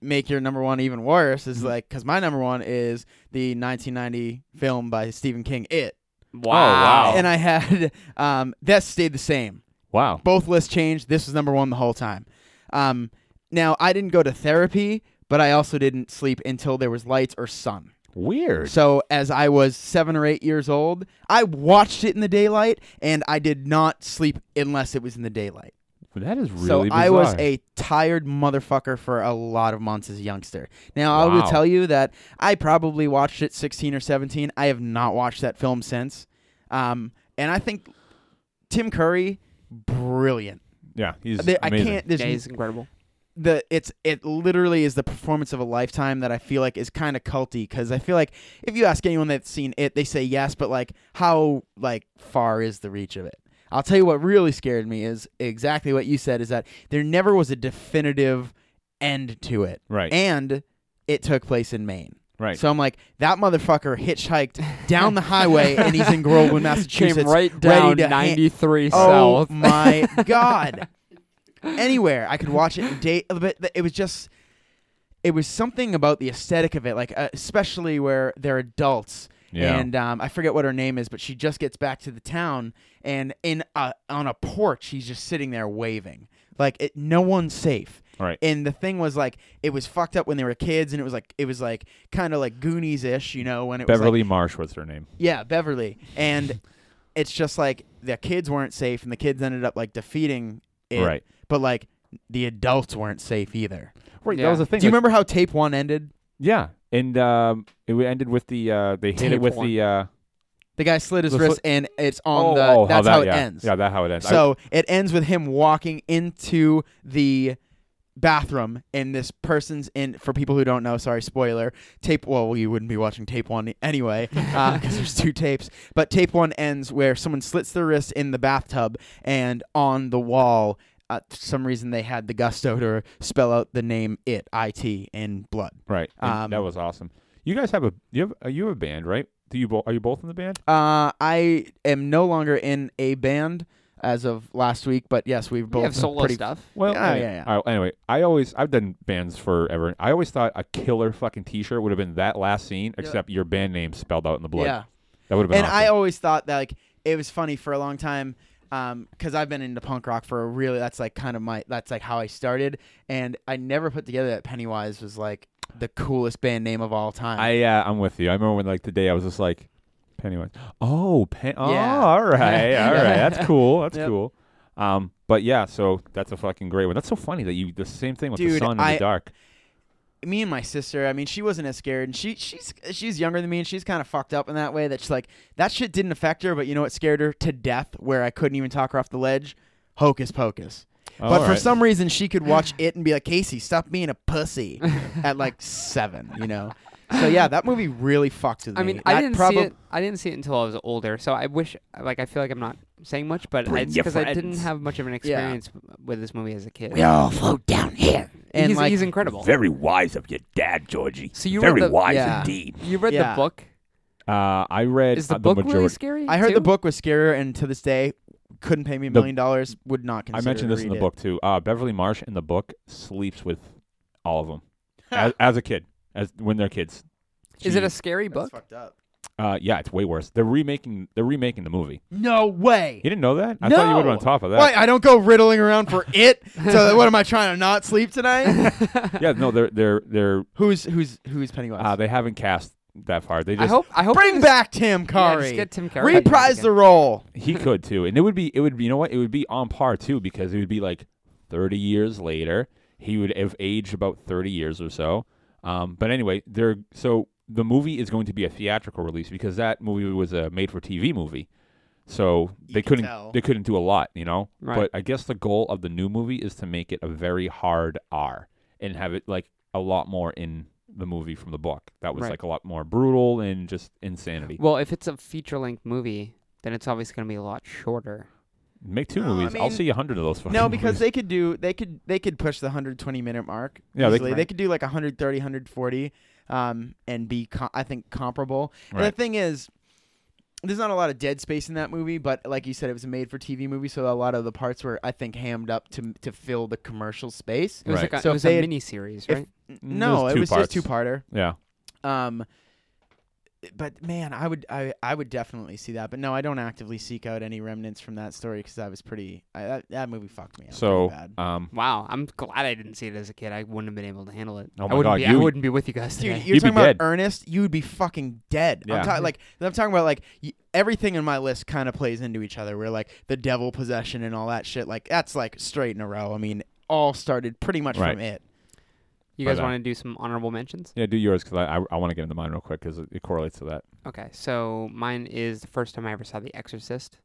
Speaker 3: make your number one even worse
Speaker 2: Mm-hmm.
Speaker 3: is like because my number one is the 1990 film by Stephen King, It,
Speaker 1: wow. Oh.
Speaker 3: and I had (laughs) um, that stayed the same
Speaker 1: Wow.
Speaker 3: both lists changed. This was number one the whole time. Um, now I didn't go to therapy, but I also didn't sleep until there was lights or sun.
Speaker 1: Weird.
Speaker 3: So as I was seven or eight years old, I watched it in the daylight, and I did not sleep unless it was in the daylight.
Speaker 1: That is really
Speaker 3: so I was
Speaker 1: bizarre.
Speaker 3: a tired motherfucker for a lot of months as a youngster. Now I
Speaker 1: Wow.
Speaker 3: will tell you that I probably watched it 16 or 17. I have not watched that film since, um, and I think Tim Curry, brilliant.
Speaker 1: yeah. He's
Speaker 3: There- I
Speaker 1: amazing.
Speaker 3: can't. There's
Speaker 2: Yeah, he's incredible.
Speaker 3: the it's it literally is the performance of a lifetime that I feel like is kind of culty because I feel like if you ask anyone that's seen it, they say yes, but like how like far is the reach of it? I'll tell you what really scared me is exactly what you said is that there never was a definitive end to it,
Speaker 1: Right.
Speaker 3: and it took place in Maine.
Speaker 1: right.
Speaker 3: So I'm like, that motherfucker hitchhiked down the highway and he's
Speaker 2: (laughs)
Speaker 3: in Groveland, Massachusetts.
Speaker 2: Came right
Speaker 3: ready
Speaker 2: down
Speaker 3: to ha-
Speaker 2: 93
Speaker 3: Oh
Speaker 1: (laughs)
Speaker 2: south.
Speaker 3: my god! Anywhere I could watch it. in Date, but th- it was just, it was something about the aesthetic of it, like uh, especially where they're adults.
Speaker 1: Yeah.
Speaker 3: And um, I forget what her name is, but she just gets back to the town, and in a, on a porch, she's just sitting there waving, like it, no one's safe.
Speaker 1: Right.
Speaker 3: And the thing was like, it was fucked up when they were kids, and it was like, it was like kind of like Goonies ish, you know, when it was like,
Speaker 1: Beverly Marsh was her name.
Speaker 3: yeah, Beverly. And it's just like the kids weren't safe and the kids ended up like defeating it.
Speaker 1: Right.
Speaker 3: But like the adults weren't safe either.
Speaker 1: Right.
Speaker 2: Yeah.
Speaker 1: That was the thing.
Speaker 3: Do you
Speaker 1: like-
Speaker 3: remember how tape one ended?
Speaker 1: Yeah. And um, it w- ended with the uh, they hit
Speaker 2: Tape
Speaker 1: it with
Speaker 2: one.
Speaker 1: the uh,
Speaker 3: The guy slid his
Speaker 1: The
Speaker 3: wrist
Speaker 1: sli-
Speaker 3: and it's on
Speaker 1: oh,
Speaker 3: the
Speaker 1: oh,
Speaker 3: that's
Speaker 1: how, that,
Speaker 3: it
Speaker 1: yeah.
Speaker 3: ends.
Speaker 1: Yeah, that how it ends. I-
Speaker 3: So it ends with him walking into the bathroom and this person's in for people who don't know sorry spoiler tape well you wouldn't be watching tape one anyway
Speaker 2: (laughs)
Speaker 3: because there's two tapes but tape one ends where someone slits their wrist in the bathtub and on the wall uh, for some reason they had the gusto to spell out the name it it in blood
Speaker 1: right. And
Speaker 3: um,
Speaker 1: that was awesome. You guys have a you have are you a band right? Do you bo- are you both in the band?
Speaker 3: uh i am no longer in a band as of last week but yes we've both
Speaker 2: We have solo
Speaker 3: pretty
Speaker 2: stuff.
Speaker 1: Well,
Speaker 3: Yeah,
Speaker 1: any-
Speaker 3: yeah, yeah.
Speaker 1: all right, anyway, I always I've done bands forever. I always thought a killer fucking T-shirt would have been that last scene, except your band name spelled out in the blood.
Speaker 3: yeah
Speaker 1: that would have been.
Speaker 3: and I
Speaker 1: awesome.
Speaker 3: always thought that like it was funny for a long time because I've been into punk rock for a really that's like kind of my that's like how I started and I never put together that Pennywise was like the coolest band name of all time.
Speaker 1: I uh, I'm with you. I remember when like the day I was just like, Pennywise. Oh, pen- oh,
Speaker 3: Yeah.
Speaker 1: all right, all right. That's cool. That's
Speaker 3: Yep.
Speaker 1: cool. Um, but yeah, so that's a fucking great one. That's so funny that you the same thing with the
Speaker 3: Dude,
Speaker 1: sun and
Speaker 3: I-
Speaker 1: the dark.
Speaker 3: me and my sister, I mean, she wasn't as scared and she she's she's younger than me and she's kind of fucked up in that way that she's like that shit didn't affect her, but you know what scared her to death where I couldn't even talk her off the ledge. Hocus pocus.
Speaker 1: All
Speaker 3: but for
Speaker 1: right.
Speaker 3: some reason, she could (laughs) watch it and be like, Casey, stop being a pussy
Speaker 2: (laughs)
Speaker 3: at like seven, you know? So, yeah, that movie really fucked with
Speaker 2: I
Speaker 3: me.
Speaker 2: mean, I
Speaker 3: That
Speaker 2: didn't
Speaker 3: probab-
Speaker 2: see it. I didn't see it until I was older. So I wish, like, I feel like I'm not saying much, but
Speaker 4: Bring
Speaker 2: it's
Speaker 4: your
Speaker 2: because I didn't
Speaker 4: friends.
Speaker 2: have much of an
Speaker 3: Yeah.
Speaker 2: experience w- with this movie as a kid.
Speaker 4: We all float down here.
Speaker 3: And
Speaker 2: he's,
Speaker 3: like,
Speaker 2: he's incredible.
Speaker 4: Very wise of your dad, Georgie.
Speaker 2: So you
Speaker 4: Very
Speaker 2: were the-
Speaker 4: wise
Speaker 3: yeah.
Speaker 4: indeed.
Speaker 2: You read
Speaker 3: Yeah.
Speaker 2: the book?
Speaker 1: uh, I read
Speaker 2: Is the
Speaker 1: uh,
Speaker 2: book
Speaker 1: majority.
Speaker 2: really scary?
Speaker 3: I heard
Speaker 2: too?
Speaker 3: the book was scarier, and to this day, couldn't pay me a
Speaker 1: The-
Speaker 3: million dollars, would not
Speaker 1: I
Speaker 3: consider
Speaker 1: mentioned
Speaker 3: to
Speaker 1: this in
Speaker 3: read
Speaker 1: the
Speaker 3: it.
Speaker 1: book too. Uh, Beverly Marsh in the book sleeps with all of them as, as a kid, as when they're kids.
Speaker 2: Is it a
Speaker 1: She-
Speaker 2: scary book?
Speaker 3: fucked up.
Speaker 1: Uh, yeah, it's way worse. They're remaking. They're remaking the movie.
Speaker 3: No way.
Speaker 1: You didn't know that? I thought you would
Speaker 3: No.
Speaker 1: have on top of that.
Speaker 3: Why? I don't go riddling
Speaker 2: (laughs)
Speaker 3: around for it. So, what am I trying to not sleep tonight?
Speaker 1: Yeah, no, they're they're they're
Speaker 3: who's who's who's Pennywise?
Speaker 2: Ah,
Speaker 1: uh, they haven't cast that far. They
Speaker 2: I
Speaker 1: just
Speaker 2: hope. I hope. (laughs)
Speaker 3: Bring
Speaker 2: this-
Speaker 3: back Tim
Speaker 2: Yeah,
Speaker 3: Curry.
Speaker 2: just get Tim Curry. back
Speaker 3: Reprise
Speaker 2: again.
Speaker 3: the role. (laughs)
Speaker 1: he could too, and it would be it would be you know what it would be on par too because it would be like thirty years later he would have aged about thirty years or so. Um, but anyway, they're so the movie is going to be a theatrical release because that movie was a made for TV movie, so
Speaker 3: You
Speaker 1: they
Speaker 3: can
Speaker 1: couldn't
Speaker 3: tell.
Speaker 1: they couldn't do a lot, you know.
Speaker 2: Right.
Speaker 1: But I guess the goal of the new movie is to make it a very hard R and have it like a lot more in the movie from the book. That was
Speaker 2: Right.
Speaker 1: like a lot more brutal and just insanity.
Speaker 2: Well, if it's a feature length movie, then it's obviously going to be a lot shorter.
Speaker 1: Make two
Speaker 3: No, I
Speaker 1: movies. I will
Speaker 3: mean-
Speaker 1: see a hundred of those. fucking
Speaker 3: No, because
Speaker 1: movies.
Speaker 3: they could do they could they could push the 120 minute mark
Speaker 1: Yeah, they-
Speaker 3: easily. They, could do like 130, 140, um, and be com- I think comparable. And
Speaker 1: Right.
Speaker 3: the thing is, there's not a lot of dead space in that movie, but like you said, it was a made for TV movie, so a lot of the parts were I think hammed up to to fill the commercial space.
Speaker 2: It was
Speaker 1: Right.
Speaker 2: like a,
Speaker 3: So
Speaker 2: it
Speaker 3: if
Speaker 2: was
Speaker 3: they
Speaker 2: a
Speaker 3: had-
Speaker 2: mini series,
Speaker 3: if-
Speaker 2: right?
Speaker 3: No,
Speaker 1: There's
Speaker 3: it
Speaker 1: Mm, two
Speaker 3: was
Speaker 1: parts.
Speaker 3: just two parter.
Speaker 1: yeah.
Speaker 3: Um, but man, I would I I would definitely see that. But no, I don't actively seek out any remnants from that story because I was pretty I, that, that movie fucked me. Up
Speaker 1: So,
Speaker 3: pretty bad.
Speaker 1: um,
Speaker 2: Wow, I'm glad I didn't see it as a kid. I wouldn't have been able to handle it.
Speaker 1: Oh
Speaker 2: I
Speaker 1: my
Speaker 2: wouldn't
Speaker 1: God,
Speaker 2: be, I
Speaker 1: you-
Speaker 2: wouldn't be with you guys
Speaker 3: Dude,
Speaker 2: today.
Speaker 3: you're
Speaker 1: You'd be
Speaker 3: talking
Speaker 1: dead.
Speaker 3: about Ernest. You would be fucking dead.
Speaker 1: Yeah.
Speaker 3: I'm talking like I'm talking about like y- everything on my list kind of plays into each other. Where like the devil possession and all that shit. Like that's like straight in a row. I mean, all started pretty much
Speaker 1: Right.
Speaker 3: from it.
Speaker 2: you guys
Speaker 1: Bye-bye.
Speaker 2: want to do some honorable mentions?
Speaker 1: yeah, do yours because I I, I want to get into mine real quick because it, it correlates to that.
Speaker 2: Okay, so mine is the first time I ever saw The Exorcist.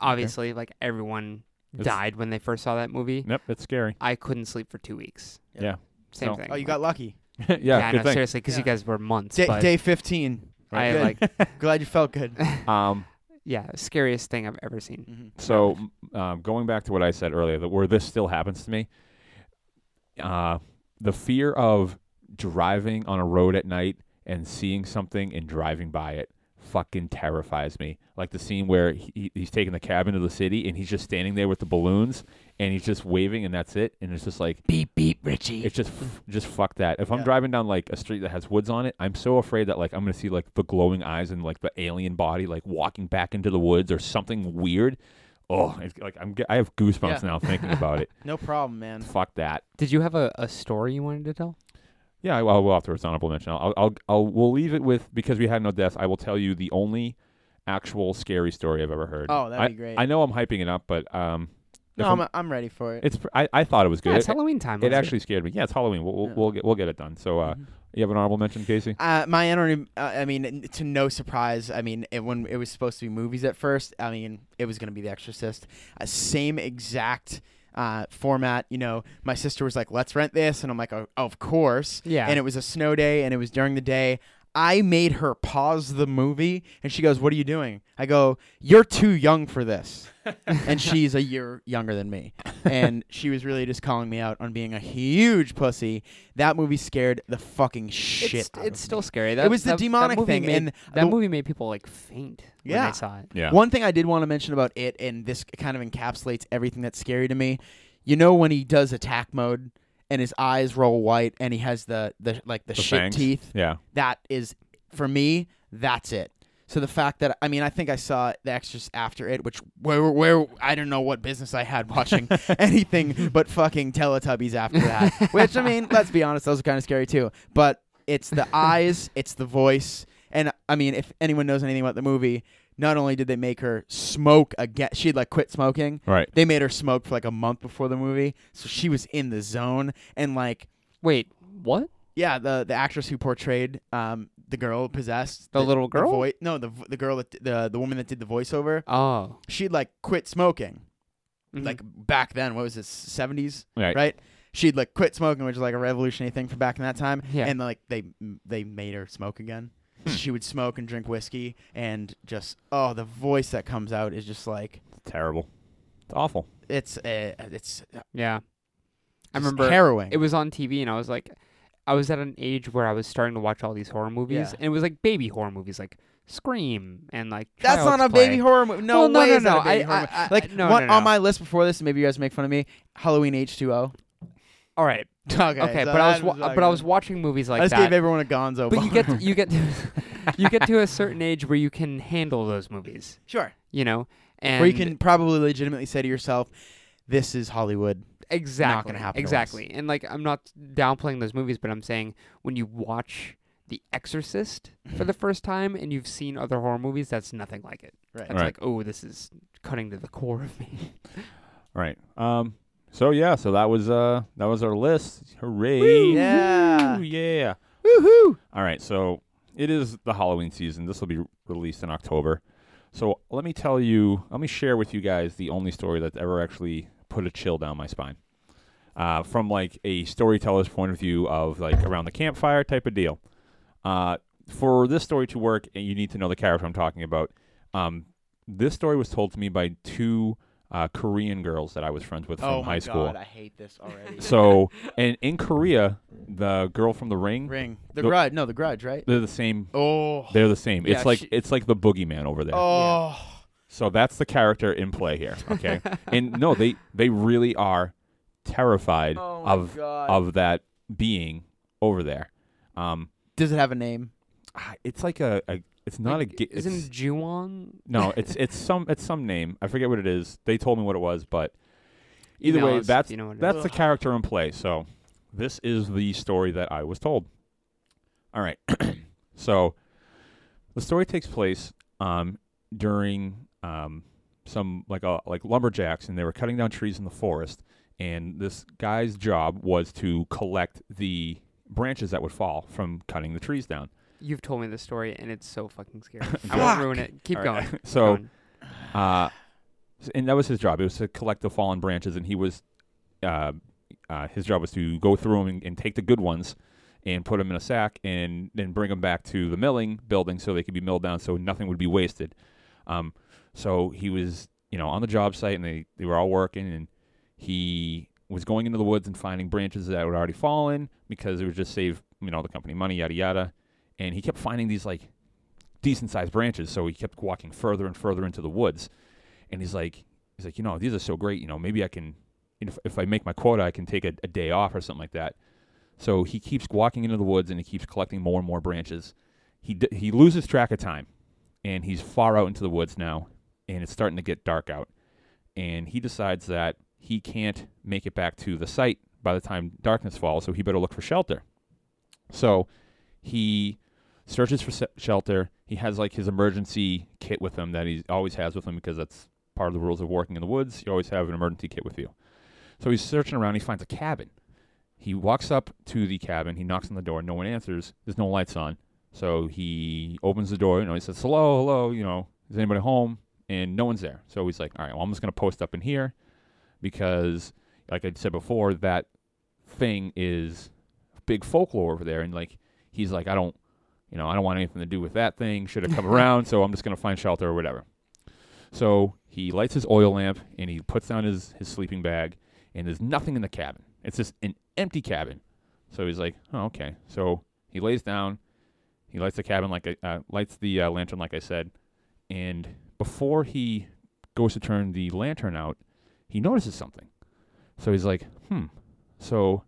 Speaker 2: Obviously, like everyone
Speaker 1: It's-
Speaker 2: died when they first saw that movie.
Speaker 1: Yep, it's scary. (laughs)
Speaker 2: I couldn't sleep for two weeks.
Speaker 3: Yep.
Speaker 1: Yeah.
Speaker 2: Same
Speaker 1: No.
Speaker 2: thing.
Speaker 3: Oh, you
Speaker 2: like-
Speaker 3: got lucky.
Speaker 1: yeah,
Speaker 2: I
Speaker 1: good
Speaker 2: know,
Speaker 1: thing.
Speaker 2: seriously, because you
Speaker 3: Yeah.
Speaker 2: guys were months.
Speaker 3: Day,
Speaker 2: but
Speaker 3: day 15.
Speaker 2: I
Speaker 3: Good.
Speaker 2: like,
Speaker 3: Glad you
Speaker 2: (laughs)
Speaker 3: felt good.
Speaker 1: (laughs) Um,
Speaker 2: yeah, scariest thing I've ever seen.
Speaker 3: Mhm.
Speaker 1: So m- um, going back to what I said earlier, that where this still happens to me, uh, the fear of driving on a road at night and seeing something and driving by it fucking terrifies me. Like the scene where he, he- he's taking the cab into the city and he's just standing there with the balloons and he's just waving and that's it. And it's just like
Speaker 2: Beep beep, Richie.
Speaker 1: it's just f- just fuck that. If I'm
Speaker 3: Yeah.
Speaker 1: driving down like a street that has woods on it, I'm so afraid that like I'm gonna see like the glowing eyes and like the alien body like walking back into the woods or something weird. Oh, it's, like I'm ge- I have goosebumps
Speaker 3: Yeah.
Speaker 1: now thinking about
Speaker 3: (laughs)
Speaker 1: it.
Speaker 3: No problem, man.
Speaker 1: fuck that.
Speaker 2: Did you have a, a story you wanted to tell?
Speaker 1: Yeah, I- well, well, after it's honorable mention, I'll, I'll, I'll, we'll leave it with because we had no deaths. I will tell you the only actual scary story I've ever heard.
Speaker 3: Oh, that'd
Speaker 1: I,
Speaker 3: be great.
Speaker 1: I know I'm hyping it up, but um, if
Speaker 3: no,
Speaker 1: I'm-
Speaker 3: I'm, I'm ready for it.
Speaker 1: it's pr- I, I thought it was good.
Speaker 2: Yeah, it's
Speaker 1: it,
Speaker 2: Halloween time.
Speaker 1: it
Speaker 2: wasn't
Speaker 1: actually scared me. Yeah, it's Halloween. We'll, we'll,
Speaker 3: Yeah.
Speaker 1: we'll get we'll get it done. So, uh,
Speaker 2: Mm-hmm.
Speaker 3: Mhm.
Speaker 1: you have an honorable mention, Casey?
Speaker 3: Uh, my honor, uh, I mean, n- to no surprise, I mean, it, when it was supposed to be movies at first, I mean, it was going to be The Exorcist. Uh, same exact uh, format. You know, my sister was like, let's rent this. And I'm like, oh, of course.
Speaker 2: Yeah.
Speaker 3: And it was a snow day and it was during the day. I made her pause the movie and she goes, What are you doing? I go, You're too young for
Speaker 2: (laughs)
Speaker 3: this. and she's a year younger than me. And she was really just calling me out on being a huge pussy. That movie scared the fucking shit
Speaker 2: It's,
Speaker 3: out of
Speaker 2: it's
Speaker 3: me.
Speaker 2: still scary. That,
Speaker 3: was
Speaker 2: that-
Speaker 3: the
Speaker 2: that
Speaker 3: demonic
Speaker 2: movie
Speaker 3: thing,
Speaker 2: made-
Speaker 3: and
Speaker 2: that
Speaker 3: the-
Speaker 2: movie made people like faint when
Speaker 3: Yeah.
Speaker 2: they saw it.
Speaker 1: Yeah.
Speaker 3: One thing I did want to mention about it, and this kind of encapsulates everything that's scary to me. You know when he does attack mode and his eyes roll white and he has the, the like the,
Speaker 1: The
Speaker 3: shit
Speaker 1: fangs?
Speaker 3: teeth.
Speaker 1: Yeah.
Speaker 3: That is for me. That's it. So the fact that I mean I think I saw The Exorcist after it, which where where I don't know what business I had watching anything but fucking Teletubbies after that. which I mean, let's be honest, those are kind of scary too. But it's the eyes, it's the voice, and I mean, if anyone knows anything about the movie, not only did they make her smoke again, she'd like quit smoking.
Speaker 1: Right.
Speaker 3: They made her smoke for like a month before the movie, so she was in the zone and like
Speaker 2: Wait, what?
Speaker 3: yeah, the the actress who portrayed um the girl possessed
Speaker 2: The little girl?
Speaker 3: voi- no, the v- the girl that the the woman that did the voiceover.
Speaker 2: Oh,
Speaker 3: She'd like quit smoking.
Speaker 2: Mhm.
Speaker 3: Like back then, what was this? 70s,
Speaker 1: Right.
Speaker 3: right? She'd like quit smoking, which was like a revolutionary thing for back in that time.
Speaker 2: Yeah. Hmm.
Speaker 3: And like they they made her smoke again. she would smoke and drink whiskey and just oh, the voice that comes out is just like
Speaker 1: It's terrible. It's awful.
Speaker 3: it's uh, it's just
Speaker 2: yeah. I remember
Speaker 3: harrowing.
Speaker 2: it was on TV, and I was like, I was at an age where I was starting to watch all these horror movies,
Speaker 3: Yeah.
Speaker 2: and it was like baby horror movies, like Scream and like.
Speaker 3: That's
Speaker 2: Child's
Speaker 3: not a
Speaker 2: Play.
Speaker 3: baby horror movie. No
Speaker 2: Well, no,
Speaker 3: way
Speaker 2: no,
Speaker 3: is that
Speaker 2: no.
Speaker 3: a
Speaker 2: I-
Speaker 3: baby horror
Speaker 2: I-
Speaker 3: movie.
Speaker 2: I-
Speaker 3: Like
Speaker 2: no,
Speaker 3: one
Speaker 2: no, no.
Speaker 3: on my list before this, maybe you guys make fun of me. Halloween H two O.
Speaker 2: All right,
Speaker 3: Okay,
Speaker 2: okay,
Speaker 3: so
Speaker 2: but I was
Speaker 3: that
Speaker 2: wa-
Speaker 3: like-
Speaker 2: but I was watching movies like
Speaker 3: I just
Speaker 2: that.
Speaker 3: gave everyone a Gonzo.
Speaker 2: but you
Speaker 3: bone. (laughs)
Speaker 2: get to,
Speaker 1: (laughs)
Speaker 2: you get (laughs) to, you get to a certain age where you can handle those movies,
Speaker 3: sure,
Speaker 2: you know, and
Speaker 3: where you can probably legitimately say to yourself, "This is Hollywood."
Speaker 2: exactly
Speaker 3: happen to us.
Speaker 2: exactly. And like I'm not downplaying those movies, but I'm saying when you watch The Exorcist
Speaker 1: Mm-hmm.
Speaker 2: for the first time and you've seen other horror movies, that's nothing like it.
Speaker 3: Right.
Speaker 2: That's
Speaker 1: Right.
Speaker 2: like oh, this is cutting to the core
Speaker 1: (laughs)
Speaker 2: of me.
Speaker 1: All right. Um. So yeah. So that was uh that was our list. Hooray!
Speaker 3: Yeah.
Speaker 1: Woo, yeah.
Speaker 3: Woohoo!
Speaker 1: All right. So it is the Halloween season. This will be released in October. So let me tell you. Let me share with you guys the only story that's ever actually put a chill down my spine. Uh, from like a storyteller's point of view of like around the campfire type of deal. Uh, for this story to work, and you need to know the character I'm talking about. Um, this story was told to me by two uh, Korean girls that I was friends with
Speaker 3: oh
Speaker 1: from
Speaker 3: my
Speaker 1: high school.
Speaker 3: god, I hate this (laughs) already.
Speaker 1: So, and in Korea, the girl from The Ring,
Speaker 3: Ring. The,
Speaker 1: The-
Speaker 3: grudge. No, the grudge, right?
Speaker 1: they're the same.
Speaker 3: Oh.
Speaker 1: They're the same.
Speaker 3: Yeah,
Speaker 1: it's like
Speaker 3: she-
Speaker 1: it's like the boogeyman over there.
Speaker 3: oh.
Speaker 1: So that's the character in play here.
Speaker 3: (laughs)
Speaker 1: Okay, and no, they they really are terrified
Speaker 3: Oh my
Speaker 1: of
Speaker 3: god.
Speaker 1: of that being over there. Um,
Speaker 3: Does it have a name?
Speaker 1: ah, it's like a, a it's not a. ga-
Speaker 2: Isn't
Speaker 1: it's-
Speaker 2: Juon?
Speaker 1: No, it's it's some it's some name. I forget what it is. They told me what it was, but either
Speaker 2: Email
Speaker 1: way,
Speaker 2: us if
Speaker 1: that's
Speaker 2: you know what it
Speaker 1: that's the
Speaker 3: Ugh.
Speaker 1: character in play. So this is the story that I was told. All right. (clears throat) so the story takes place um, during um, some like a, like lumberjacks, and they were cutting down trees in the forest. And this guy's job was to collect the branches that would fall from cutting the trees down.
Speaker 2: You've told me this story, and it's so fucking
Speaker 1: (laughs)
Speaker 2: scary. I
Speaker 1: Fuck.
Speaker 2: won't ruin it. Keep
Speaker 1: All
Speaker 2: going.
Speaker 1: right.
Speaker 2: Keep
Speaker 1: (laughs) so.
Speaker 2: going.
Speaker 1: Uh, s- and that was his job. It was to collect the fallen branches, and he was, uh, uh, his job was to go through them and, and take the good ones and put them in a sack and then bring them back to the milling building so they could be milled down so nothing would be wasted. Um, so he was, you know, on the job site and they, they were all working and he was going into the woods and finding branches that had already fallen because it would just save, you know, the company money, yada, yada. And he kept finding these like decent sized branches. So he kept walking further and further into the woods. And he's like, he's like, you know, these are so great. You know, maybe I can, you know, if, if I make my quota, I can take a, a day off or something like that. So he keeps walking into the woods and he keeps collecting more and more branches. He d- he loses track of time, and he's far out into the woods now, and it's starting to get dark out. And he decides that he can't make it back to the site by the time darkness falls, so he better look for shelter. So he searches for se- shelter. He has like his emergency kit with him that he always has with him because that's part of the rules of working in the woods. You always have an emergency kit with you. So he's searching around. He finds a cabin. He walks up to the cabin. He knocks on the door. No one answers. There's no lights on. So he opens the door. You know, he says, "Hello, hello. You know, is anybody home?" And no one's there. So he's like, "All right, well, I'm just gonna post up in here because, like I said before, that thing is big folklore over there." And like, he's like, "I don't, you know, I don't want anything to do with that thing. Should have come around, so I'm just going to find shelter or whatever. So he lights his oil lamp and he puts down his, his sleeping bag, and there's nothing in the cabin. It's just an empty cabin. So he's like, oh, okay. So he lays down, he lights the cabin like I, uh, lights the uh, lantern like I said, and before he goes to turn the lantern out, he notices something. So he's like, hmm. So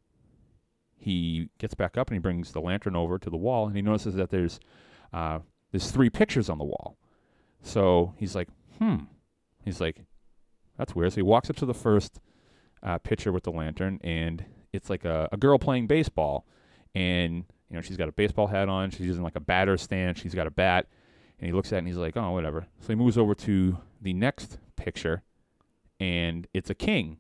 Speaker 1: he gets back up and he brings the lantern over to the wall and he notices that there's uh, there's three pictures on the wall. So he's like, hmm. He's like, that's weird. So he walks up to the first uh, picture with the lantern and it's like a, a girl playing baseball and you know she's got a baseball hat on. She's using like a batter stand. She's got a bat. And he looks at it and he's like, oh, whatever. So he moves over to the next picture and it's a king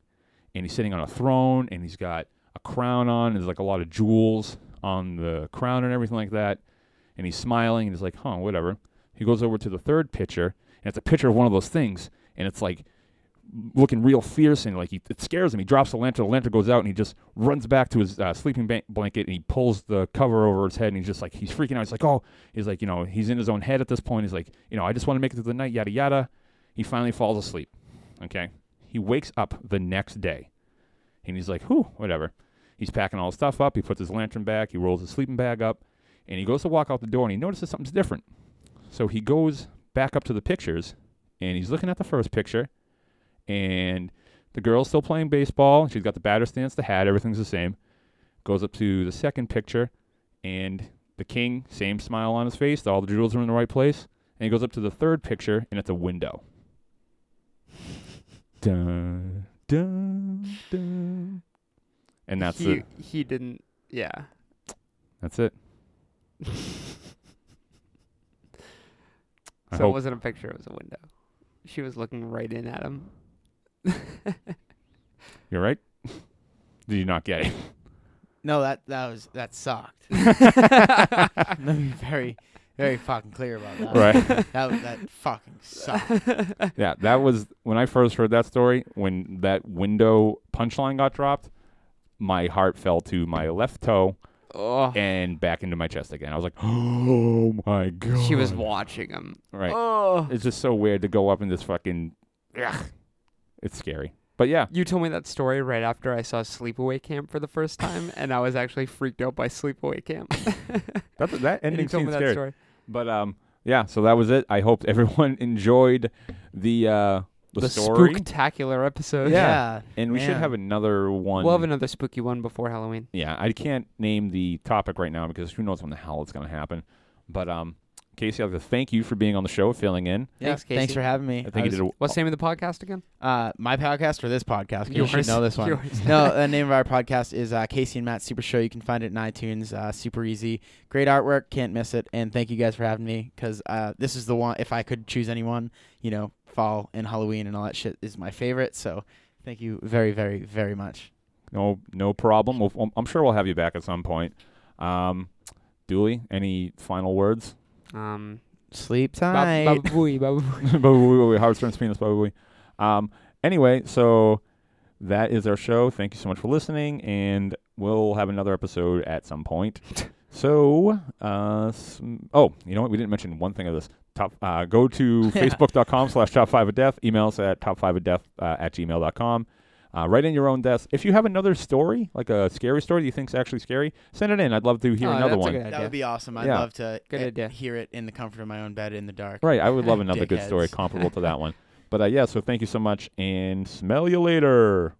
Speaker 1: and he's sitting on a throne and he's got a crown on. There's like a lot of jewels on the crown and everything like that. And he's smiling and he's like, huh, whatever. He goes over to the third picture and it's a picture of one of those things and it's like looking real fierce and like he, it scares him. He drops the lantern, the lantern goes out and he just runs back to his uh, sleeping ba- blanket and he pulls the cover over his head and he's just like, he's freaking out. He's like, oh, he's like, you know, he's in his own head at this point. He's like, you know, I just want to make it through the night, yada, yada. He finally falls asleep. Okay. He wakes up the next day and he's like, whew, whatever. He's packing all his stuff up. He puts his lantern back. He rolls his sleeping bag up. And he goes to walk out the door and he notices something's different. So he goes back up to the pictures and he's looking at the first picture. And the girl's still playing baseball. She's got the batter stance, the hat, everything's the same. Goes up to the second picture and the king, same smile on his face. All the jewels are in the right place. And he goes up to the third picture and it's a
Speaker 2: (laughs)
Speaker 1: window. Dun, dun, dun. And that's
Speaker 2: he,
Speaker 1: it.
Speaker 2: He didn't. Yeah.
Speaker 1: (laughs) That's it. I
Speaker 2: so it
Speaker 1: hope-
Speaker 2: wasn't a picture. It was a window. She was looking right in
Speaker 1: (laughs)
Speaker 2: at him.
Speaker 1: You're right. (laughs) Did you not get it?
Speaker 3: No, that that was that sucked. (laughs) Let me be very very fucking clear about that.
Speaker 1: Right.
Speaker 3: That that fucking sucked.
Speaker 1: yeah, that was when I first heard that story. When that window punchline got dropped, my heart fell to my left toe
Speaker 2: oh,
Speaker 1: and back into my chest again. I was like, (gasps) "Oh my god!"
Speaker 2: she was watching him.
Speaker 1: right.
Speaker 2: Oh.
Speaker 1: It's just so weird to go up in this fucking. Ugh. It's scary. But yeah,
Speaker 2: You told me that story right after I saw Sleepaway Camp for the first time, and I was actually freaked out by Sleepaway Camp.
Speaker 1: that that
Speaker 2: and you
Speaker 1: (laughs) ending
Speaker 2: told
Speaker 1: scene
Speaker 2: me that
Speaker 1: scared.
Speaker 2: story.
Speaker 1: But um, yeah. So that was it. I hope everyone (laughs) enjoyed the uh the,
Speaker 2: The,
Speaker 1: story.
Speaker 2: spooktacular episode.
Speaker 1: Yeah. and we should
Speaker 3: man.
Speaker 1: have another one.
Speaker 2: We'll have another spooky one before Halloween.
Speaker 1: yeah, I can't name the topic right now because who knows when the hell it's going to happen. But um, Casey, I'd like to thank you for being on the show, filling in.
Speaker 3: Yeah,
Speaker 2: Thanks, Casey.
Speaker 3: for having me.
Speaker 1: I think you
Speaker 3: was-
Speaker 1: did. A,
Speaker 2: What's the name of the podcast again?
Speaker 3: uh, my podcast or this podcast? 'Cause You should
Speaker 2: Yours.
Speaker 3: know this
Speaker 2: (laughs)
Speaker 3: one.
Speaker 2: Yours.
Speaker 3: no, the name of our podcast is uh, Casey and Matt Super Show. You can find it in iTunes. Uh, super easy, great artwork, can't miss it. And thank you guys for having me because uh, this is the one. If I could choose anyone, you know, fall and Halloween and all that shit is my favorite. So thank you very, very, very much.
Speaker 1: no, no problem. We'll, I'm sure we'll have you back at some point. Um, Dooley, any final words?
Speaker 2: Um,
Speaker 3: Sleep
Speaker 2: ba-
Speaker 3: tight.
Speaker 2: ba- booey, ba-
Speaker 1: (laughs)
Speaker 2: booey.
Speaker 1: But we- we- we- Howard Stern's penis, but we- Um, anyway, so that is our show. Thank you so much for listening, and we'll have another episode at some point.
Speaker 2: (laughs)
Speaker 1: So, uh, s- oh, you know what? We didn't mention one thing of this. Top, uh, go to
Speaker 2: (laughs)
Speaker 1: facebook.com slash top five of death. Email us at top five of death uh, at gmail.com. Uh, write in your own deaths. If you have another story, like a scary story that you think's actually scary, send it in. I'd love to hear
Speaker 2: Oh,
Speaker 1: another
Speaker 2: that's a
Speaker 1: one.
Speaker 2: good idea.
Speaker 3: be awesome.
Speaker 1: Yeah.
Speaker 3: love to
Speaker 2: Good
Speaker 3: eh,
Speaker 2: idea.
Speaker 3: hear it in the comfort of my own bed in the dark.
Speaker 1: Right. I would love another good story
Speaker 3: Dickheads.
Speaker 1: comparable to that one. But uh, yeah, so thank you so much and smell you later.